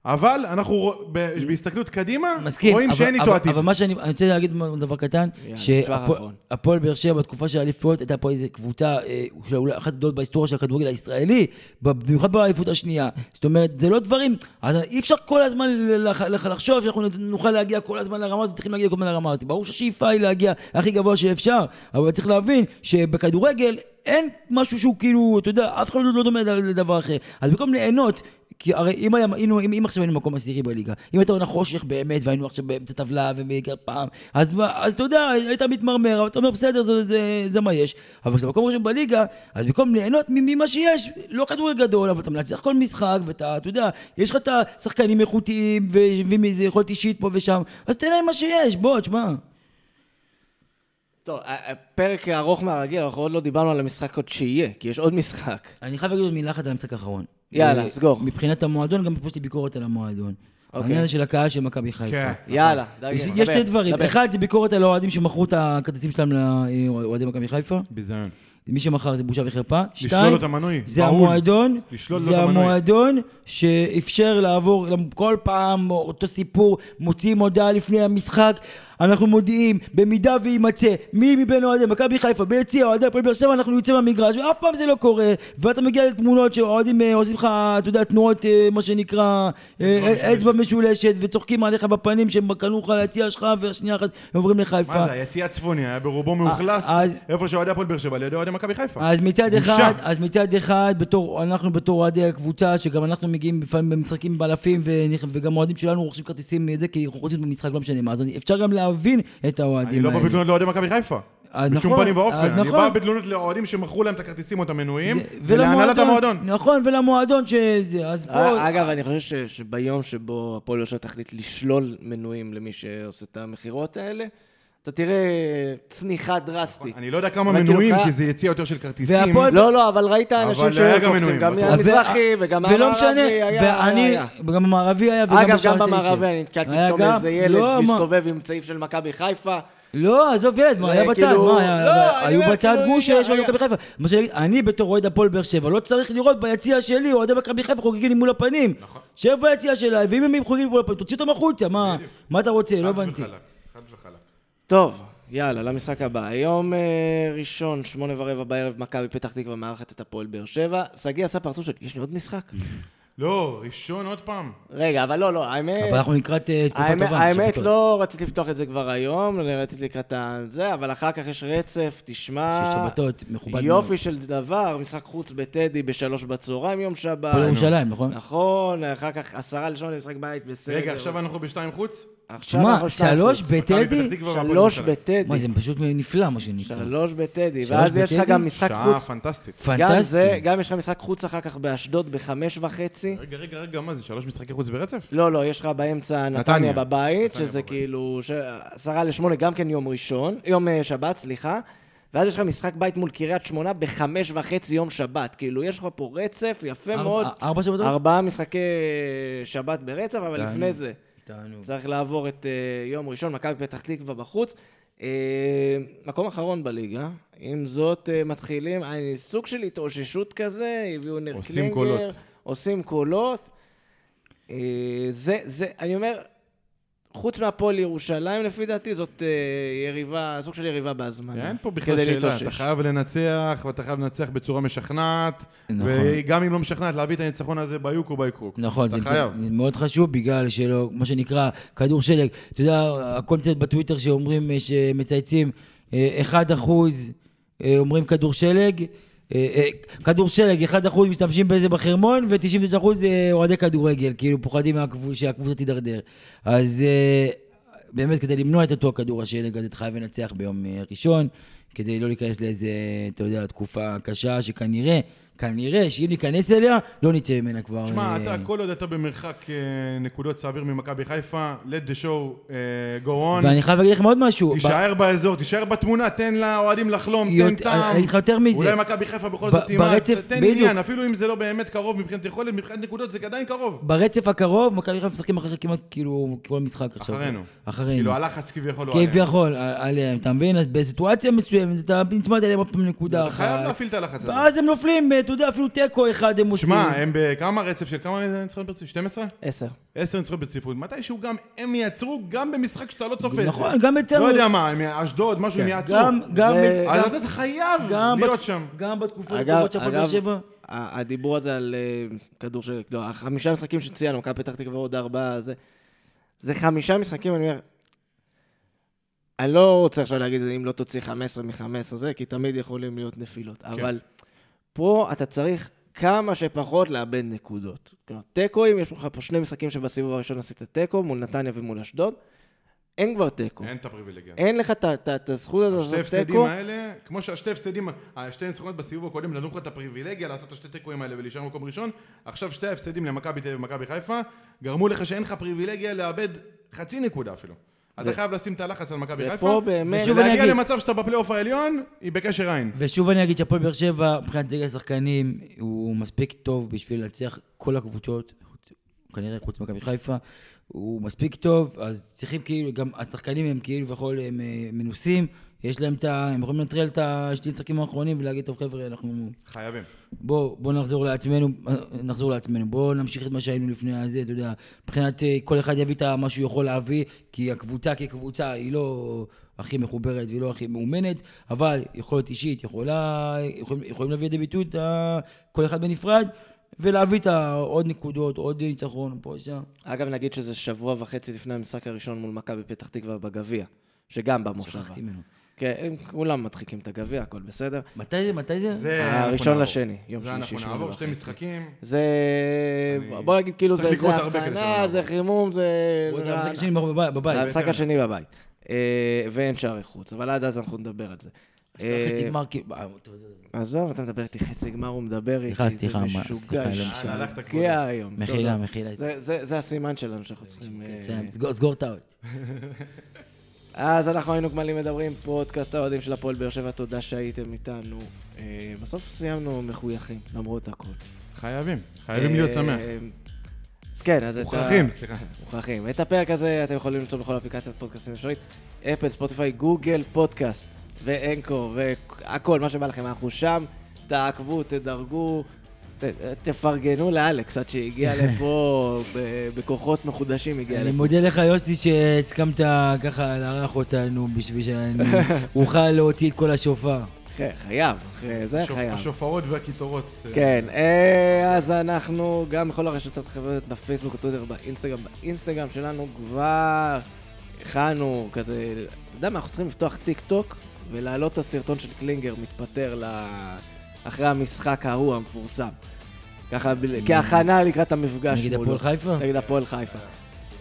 Speaker 2: אבל אנחנו רוא- ב- בהסתכלות קדימה,
Speaker 3: מסכים.
Speaker 2: רואים
Speaker 3: אבל-
Speaker 2: שאין איתו
Speaker 3: אבל-
Speaker 2: עתיד.
Speaker 3: אבל מה שאני אני רוצה להגיד דבר קטן,
Speaker 1: יאללה, דבר אחרון.
Speaker 3: שהפועל באר שבע בתקופה של האליפויות הייתה פה איזו קבוצה, אה, של אולי אחת הגדולות בהיסטוריה של הכדורגל הישראלי, במיוחד באליפות השנייה. זאת אומרת, זה לא דברים, אז אי אפשר כל הזמן ל- לח- לח- לחשוב שאנחנו נוכל להגיע כל הזמן לרמה הזאת, צריכים להגיע כל הזמן לרמה הזאת. ברור שהשאיפה היא להגיע הכי גבוה שאפשר, אבל צריך להבין שבכדורגל אין משהו שהוא כאילו, אתה יודע, אף אחד לא דומה לדבר אחר. אז במקום ליהנות כי הרי אם, היה, היינו, אם, אם עכשיו היינו מקום עשירי בליגה, אם הייתה עונה חושך באמת, והיינו עכשיו באמצע טבלה וגרפם, אז, מה- אז אתה יודע, היית מתמרמר, אבל אתה אומר, בסדר, זה, זה, זה מה יש. אבל כשאתה מקום ראשון בליגה, אז במקום ליהנות מ- ממה שיש, לא כדורגל גדול, אבל אתה מנצח כל משחק, ואתה, אתה יודע, יש לך את השחקנים איכותיים, ו- ומאיזה יכולת אישית פה ושם, אז תן להם מה שיש, בוא, תשמע.
Speaker 1: טוב, פרק ארוך מהרגיל, אנחנו עוד לא דיברנו על המשחק עוד שיהיה, כי יש עוד משחק.
Speaker 3: אני חייב להגיד עוד מילה אחת על המשחק האחרון.
Speaker 1: יאללה,
Speaker 3: אה,
Speaker 1: סגור.
Speaker 3: מבחינת המועדון, גם פה יש לי ביקורת על המועדון.
Speaker 1: אוקיי.
Speaker 3: העניין הזה של הקהל של מכבי חיפה.
Speaker 2: כן.
Speaker 1: יאללה, דגן,
Speaker 3: יש
Speaker 1: דבר,
Speaker 3: יש שתי דברים,
Speaker 1: דבר.
Speaker 3: אחד זה ביקורת על האוהדים שמכרו את הכרטיסים שלהם לאוהדי מכבי חיפה,
Speaker 2: ביזיון.
Speaker 3: מי שמכר זה בושה וחרפה, שתיים,
Speaker 2: לשלול לו את המנוי,
Speaker 3: זה
Speaker 2: בהול.
Speaker 3: המועדון,
Speaker 2: לשלול לו
Speaker 3: זה
Speaker 2: את המנוי.
Speaker 3: המועדון שאפשר לעבור, כל פעם אותו סיפור, מוציאים הודעה לפני המשחק, אנחנו מודיעים, במידה ויימצא, מי מבין אוהדי מכבי חיפה, ביציע אוהדי הפועל באר שבע, אנחנו נצא מהמגרש, ואף פעם זה לא קורה, ואתה מגיע לתמונות שאוהדים אה, עושים לך, אתה יודע, תנועות, אה, מה שנקרא, אה, אצבע משולשת, וצוחקים עליך בפנים שהם קנו לך ליציע שלך, והשנייה אחת הם עוברים לחיפה.
Speaker 2: מה זה, היציע הצפוני היה ברובו מאוכלס,
Speaker 3: אה, אז-
Speaker 2: איפה שאוהדי הפועל באר שבע, לידי אוהדי מכבי חיפה.
Speaker 3: אז מצד
Speaker 2: בושה.
Speaker 3: אחד, אז מצד אחד, בתור, אנחנו בתור אוהדי הקבוצה, שגם אנחנו מגיעים לפעמים במשחקים באלפים, ונכ- וגם אוהדים שלנו רוכשים כרטיסים את זה, כי אנחנו רוצים במשחק, לא משנה מה, אז אני, אפשר גם להבין את
Speaker 2: אני
Speaker 3: האוהדים
Speaker 2: לא
Speaker 3: האלה.
Speaker 2: בא בתלונות לאוהדי מכבי חיפה.
Speaker 3: אז
Speaker 2: בשום
Speaker 3: נכון,
Speaker 2: פנים ואופן.
Speaker 3: אז
Speaker 2: אני
Speaker 3: נכון.
Speaker 2: בא בתלונות לאוהדים שמכרו להם את הכרטיסים או את המנויים,
Speaker 3: זה-
Speaker 2: ולהנהלת המועדון.
Speaker 3: נכון, ולמועדון שזה, אז פה...
Speaker 1: אה, אגב, אני חושב ש- שביום שבו הפועל יושב תחליט לשלול מנויים למי שעושה את המכירות האלה, אתה תראה צניחה דרסטית.
Speaker 2: אני לא יודע כמה
Speaker 1: אבל כאילו
Speaker 2: מנויים,
Speaker 1: כ-
Speaker 2: כי זה יציאה יותר של כרטיסים.
Speaker 3: אה, והפועל-
Speaker 1: לא, לא, אבל ראית אנשים
Speaker 2: אבל היה גם
Speaker 1: שקופצים,
Speaker 2: מנויים, נכון.
Speaker 1: גם
Speaker 2: בטוח.
Speaker 1: ליאן
Speaker 3: ו-
Speaker 1: מזרחי וגם
Speaker 3: ולא
Speaker 1: המערבי.
Speaker 3: משנה,
Speaker 1: היה-
Speaker 3: ואני,
Speaker 1: היה.
Speaker 3: גם המערבי היה, וגם
Speaker 1: אגב,
Speaker 3: בשער
Speaker 1: גם
Speaker 3: תשע.
Speaker 1: במערבי אני נתקלתי
Speaker 3: היה
Speaker 1: פתאום
Speaker 3: גם-
Speaker 1: איזה ילד
Speaker 3: לא, מה-
Speaker 1: מסתובב עם צעיף של מכבי חיפה.
Speaker 3: לא, עזוב ילד, מה, היה
Speaker 1: זה
Speaker 3: בצד,
Speaker 1: כאילו-
Speaker 3: מה, היה-
Speaker 1: לא,
Speaker 3: היה-
Speaker 1: אני
Speaker 3: היו
Speaker 1: אומר,
Speaker 3: בצד
Speaker 1: כאילו,
Speaker 3: גוש
Speaker 1: רגע,
Speaker 3: שיש אוהדי
Speaker 1: רגע.
Speaker 3: מכבי חיפה. מה שאני- אני בתור אוהד הפועל באר שבע, לא צריך לראות ביציע שלי אוהדי מכבי חיפה חוגגים לי מול הפנים.
Speaker 2: נכון.
Speaker 3: שב ביציע שלה, ואם הם חוגגים לי מול הפנים, תוציא אותם החוצה, מה, מה אתה רוצה, לא
Speaker 2: חד
Speaker 3: הבנתי.
Speaker 2: וחלק, חד וחלק.
Speaker 1: טוב, יאללה, למשחק הבא. היום אה, ראשון, שמונה ורבע בערב, מכבי פתח תקווה מארחת את הפועל באר שבע. שגיא עשה פרצוף של, יש לי עוד משחק?
Speaker 2: לא, ראשון עוד פעם.
Speaker 1: רגע, אבל לא, לא, האמת...
Speaker 3: אבל אנחנו לקראת אה, תקופה
Speaker 1: האמת,
Speaker 3: טובה.
Speaker 1: האמת
Speaker 3: שבתון.
Speaker 1: לא רציתי לפתוח את זה כבר היום, אלא רציתי לקראת ה- זה, אבל אחר כך יש רצף, תשמע...
Speaker 3: שיש שבתות, מכובד
Speaker 1: יופי
Speaker 3: מאוד.
Speaker 1: של דבר, משחק חוץ בטדי בשלוש בצהריים יום שבת.
Speaker 3: פה ירושלים, נכון?
Speaker 1: נכון, אחר כך עשרה לשון למשחק בית, בסדר.
Speaker 2: רגע, עכשיו אנחנו בשתיים חוץ?
Speaker 1: עכשיו
Speaker 3: תשמע,
Speaker 1: אנחנו שתיים
Speaker 3: שלוש
Speaker 1: חוץ.
Speaker 2: מכבי
Speaker 3: בטדי?
Speaker 2: פתח תקווה והפועל
Speaker 1: שלוש
Speaker 2: ירושלים.
Speaker 1: בטדי.
Speaker 3: מה, זה פשוט נפלא, מה שנקרא.
Speaker 1: שלוש בטדי,
Speaker 3: שלוש
Speaker 1: ואז יש לך
Speaker 3: בטדי?
Speaker 1: גם משחק
Speaker 2: שעה
Speaker 1: חוץ.
Speaker 2: פנטסטית.
Speaker 1: גם זה,
Speaker 3: פנטסטי.
Speaker 1: גם יש לך משחק חוץ אחר כך באשדוד בחמש וחצי.
Speaker 2: רגע, רגע, רגע, מה זה, שלוש משחקי חוץ ברצף?
Speaker 1: לא, לא, יש לך באמצע נתניה
Speaker 2: נתניה.
Speaker 1: בבית,
Speaker 2: נתניה
Speaker 1: שזה
Speaker 2: בבית.
Speaker 1: כאילו, ש- עשרה לשמונה, גם כן יום ראשון, יום אה, שבת, סליחה. ואז יש לך משחק בית מול קריית שמונה בחמש וחצי יום שבת. כאילו, יש לך פה רצף יפה
Speaker 3: ארבע-
Speaker 1: מאוד.
Speaker 3: ארבע שבתות?
Speaker 1: ארבעה משחקי שבת ברצף, אבל
Speaker 3: תענוג.
Speaker 1: לפני זה
Speaker 3: תענוג.
Speaker 1: צריך לעבור את אה, יום ראשון, מכבי פתח תקווה בחוץ. אה, מקום אחרון בליגה. עם זאת, אה, מתחילים, אה, סוג של התאוששות כזה, הביאו ניר
Speaker 2: עושים
Speaker 1: קלינגר.
Speaker 2: קולות.
Speaker 1: עושים קולות. אה, זה, זה, אני אומר, חוץ מהפועל ירושלים, לפי דעתי, זאת אה, יריבה, סוג של יריבה בהזמנה.
Speaker 2: אין כן, פה בכלל
Speaker 1: כדי
Speaker 2: שאלה,
Speaker 1: להתאושש.
Speaker 2: אתה חייב לנצח, ואתה חייב לנצח בצורה משכנעת,
Speaker 3: נכון.
Speaker 2: וגם אם לא משכנעת, להביא את הניצחון הזה ביוק ובייקרוק.
Speaker 3: נכון, זה
Speaker 2: אתה חייב.
Speaker 3: זה מאוד חשוב בגלל שלא, מה שנקרא, כדור שלג. אתה יודע, הקונספט בטוויטר שאומרים, אה, שמצייצים אה, 1 אחוז, אה, אומרים כדור שלג, אה, אה, כדור שלג, 1 אחוז משתמשים בזה בחרמון, ו-99 אחוז אה, אוהדי כדורגל, כאילו פוחדים מהקבוצ- שהקבוצה תידרדר. אז אה, באמת, כדי למנוע את אותו כדור השלג הזה, אתה חייב לנצח ביום אה, ראשון, כדי לא להיכנס לאיזה, אתה יודע, תקופה קשה, שכנראה... כנראה שאם ניכנס אליה, לא נצא ממנה כבר.
Speaker 2: תשמע,
Speaker 3: אה,
Speaker 2: אתה, כל עוד אתה במרחק אה, נקודות סביר ממכבי חיפה, let the show אה, go on,
Speaker 3: ואני חייב להגיד לכם עוד משהו.
Speaker 2: תישאר באזור, תישאר בתמונה, תן לאוהדים לחלום, תן
Speaker 3: יות-
Speaker 2: טעם.
Speaker 3: אני אגיד לך יותר מזה.
Speaker 2: אולי מכבי חיפה בכל
Speaker 3: ב-
Speaker 2: זאת תימד,
Speaker 3: ברצף-
Speaker 2: תן
Speaker 3: בדיוק.
Speaker 2: עניין, אפילו אם זה לא באמת קרוב מבחינת יכולת, מבחינת נקודות זה עדיין קרוב.
Speaker 3: ברצף הקרוב, מכבי חיפה משחקים אחרי כמעט כאילו כל משחק עכשיו.
Speaker 2: אחרינו.
Speaker 3: אחרינו.
Speaker 2: כאילו הלחץ כביכול לא עליהם.
Speaker 3: כביכול, ע- עליהם, אתה מבין? אז בסיטואציה מסוימת, אתה נצמד אליהם עוד פעם נקודה
Speaker 2: אתה
Speaker 3: אחת.
Speaker 2: חייב להפעיל את הלחץ הזה.
Speaker 3: ואז הם נופלים, אה, אתה יודע, אפילו תיקו אחד הם עושים.
Speaker 2: שמע, הם בכמה רצף של כמה ניצחונות ברציפות? 12?
Speaker 1: עשר.
Speaker 2: 10 ניצחונות ברציפות. מתישהו גם הם ייצרו גם במשחק שאתה לא צופה. את זה.
Speaker 3: נכון, גם אצלנו.
Speaker 2: לא יודע מה, הם- אשדוד, משהו, הם יעצרו.
Speaker 3: גם, גם,
Speaker 1: זה-
Speaker 2: אז
Speaker 3: גם-
Speaker 2: אתה חייב
Speaker 3: גם
Speaker 2: להיות
Speaker 3: בת-
Speaker 2: שם.
Speaker 3: גם בתקופות
Speaker 1: אגב,
Speaker 3: הקרובות של הפועל באר
Speaker 1: אגב,
Speaker 3: שבע.
Speaker 1: ה- הדיבור הזה על אה, כדור של... לא, החמישה משחקים שציינו, מכבי פתח תקווה עוד ארבעה, זה... זה חמישה משחקים, אני אומר... אני לא רוצה עכשיו להגיד אם לא תוציא 15 מ-15 זה, כי תמיד יכולים להיות
Speaker 3: כן.
Speaker 1: נפילות. אבל פה אתה צריך כמה שפחות לאבד נקודות. כלומר, תיקואים, יש לך פה שני משחקים שבסיבוב הראשון עשית תיקו, מול נתניה ומול אשדוד. אין כבר
Speaker 3: כן.
Speaker 1: תיקו.
Speaker 2: אין את הפריבילגיה.
Speaker 1: אין לך את ה- את ה- את הזכות הזאת
Speaker 2: שתי
Speaker 1: לעשות
Speaker 2: הפסדים אה?
Speaker 1: תיקו.
Speaker 2: האלה, כמו שהשתי הפסדים, השתי ניצחונות בסיבוב הקודם, נתנו לך את הפריבילגיה לעשות את השתי תיקואים האלה ולהישאר במקום ראשון, עכשיו שתי ההפסדים למכבי תל אביב ומכבי חיפה, גרמו לך שאין לך פריבילגיה לאבד חצי נקודה אפילו. אתה חייב לשים את הלחץ על מכבי
Speaker 1: ופה
Speaker 2: חיפה,
Speaker 1: באמת-
Speaker 3: ושוב אני
Speaker 2: ולהגיע
Speaker 3: אגיד-
Speaker 2: למצב שאתה בפלייאוף העליון, היא בקשר עין.
Speaker 3: ושוב אני אגיד שהפועל באר שבע, מבחינת סגל השחקנים, הוא מספיק טוב בשביל להצליח כל הקבוצות, חוץ- כנראה חוץ מכבי חיפה, הוא מספיק טוב, אז צריכים כאילו, גם השחקנים הם כאילו וכל הם אה, מנוסים, יש להם את ה... הם יכולים לנטרל את השתי משחקים האחרונים ולהגיד, טוב חבר'ה, אנחנו...
Speaker 2: חייבים.
Speaker 3: בואו בוא נחזור לעצמנו, אה, נחזור לעצמנו, בואו נמשיך את מה שהיינו לפני הזה, אתה יודע, מבחינת אה, כל אחד יביא את ה- מה שהוא יכול להביא, כי הקבוצה כקבוצה היא לא הכי מחוברת והיא לא הכי מאומנת, אבל יכולת אישית יכולה, יכולים, יכולים להביא את הביטוי, את ה- כל אחד בנפרד, ולהביא את העוד נקודות, עוד ניצחון, פה שם.
Speaker 1: אגב, נגיד שזה שבוע וחצי לפני המשחק הראשון מול מכבי פתח תקווה בגביע, שגם במושבה.
Speaker 3: שכחתי ממנו.
Speaker 1: כן, הם כולם מדחיקים את הגביע, הכל בסדר.
Speaker 3: מתי זה? מתי זה?
Speaker 2: זה אנחנו
Speaker 1: הראשון
Speaker 2: נעבור.
Speaker 1: לשני, יום
Speaker 2: זה
Speaker 1: שלישי,
Speaker 2: אנחנו
Speaker 1: שמונה
Speaker 2: נעבור שתי
Speaker 1: וחצי.
Speaker 2: משחקים.
Speaker 1: זה...
Speaker 2: אני-
Speaker 1: בוא נגיד, כאילו,
Speaker 2: צריך
Speaker 1: זה
Speaker 2: לקרות
Speaker 1: זה
Speaker 2: הרבה כדי שלא
Speaker 1: הכנה,
Speaker 2: נעבור.
Speaker 1: זה חימום, זה...
Speaker 3: הוא את המשחק השני בב- בבית.
Speaker 1: המשחק השני בבית. אה, ואין שערי חוץ, אבל עד אז אנחנו נדבר על זה. אה,
Speaker 3: חצי גמר כאילו... אה, טוב, זה-
Speaker 1: עזוב, אתה מדבר איתי חצי גמר, הוא מדבר איתי.
Speaker 3: סליחה, סליחה, מה-
Speaker 1: זה משוגע, אה,
Speaker 3: סליחה, לא
Speaker 2: משנה. הלכת
Speaker 1: משוגע
Speaker 2: קודם.
Speaker 1: היום. טוב,
Speaker 3: מחילה, כן,
Speaker 1: טוב.
Speaker 3: מחילה.
Speaker 1: זה- זה- זה הסימן שלנו שאנחנו צריכים... אה,
Speaker 3: סיים, סגור- סגור את האוט.
Speaker 1: אז אנחנו היינו גמלים מדברים, פודקאסט האוהדים של הפועל באר שבע, תודה שהייתם איתנו. אה, בסוף סיימנו מחויכים, למרות הכל.
Speaker 2: חייבים, חייבים להיות
Speaker 1: אה,
Speaker 2: שמח.
Speaker 1: אז כן, אז את ה...
Speaker 2: מוכרחים, סליחה.
Speaker 1: מוכרחים. את הפרק הזה אתם יכולים למצוא בכל אפליקציית פודקאסטים אפשרית, אפל, ספוטיפיי, גוגל, פודקאסט, ואנקור, והכל, מה שבא לכם, אנחנו שם. תעקבו, תדרגו, ת, תפרגנו לאלכס עד שהגיע לפה ב- בכוחות מחודשים, הגיע
Speaker 3: אני
Speaker 1: לפה.
Speaker 3: מודה לך, יוסי, שהסכמת ככה לארח אותנו בשביל שאני אוכל להוציא את כל השופר.
Speaker 1: כן, חייב, אחרי זה
Speaker 2: השופ-
Speaker 1: חייב.
Speaker 2: השופרות והקיטורות. אה,
Speaker 1: כן, אה, אז אנחנו גם בכל הרשתות החברתיות, בפייסבוק, בטוויטר, באינסטגרם, באינסטגרם שלנו כבר הכנו כזה, אתה יודע מה, אנחנו צריכים לפתוח טיק טוק ולהעלות את הסרטון של קלינגר מתפטר ל... אחרי המשחק ההוא המפורסם. ככה, ב- כהכנה לקראת המפגש
Speaker 3: נגיד הפועל חיפה?
Speaker 1: נגד הפועל חיפה.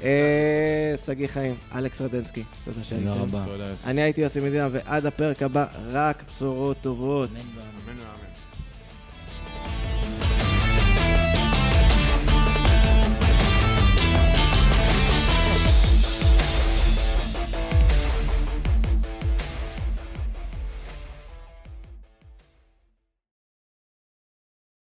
Speaker 1: אה, שגיא חיים, אלכס רדנסקי, תודה
Speaker 3: תודה
Speaker 1: שהייתם.
Speaker 3: רבה.
Speaker 2: תודה, יוסי.
Speaker 1: אני הייתי יוסי מדינה, ועד הפרק הבא, רק בשורות טובות.
Speaker 3: אמן ואמן.
Speaker 2: אמן ואמן.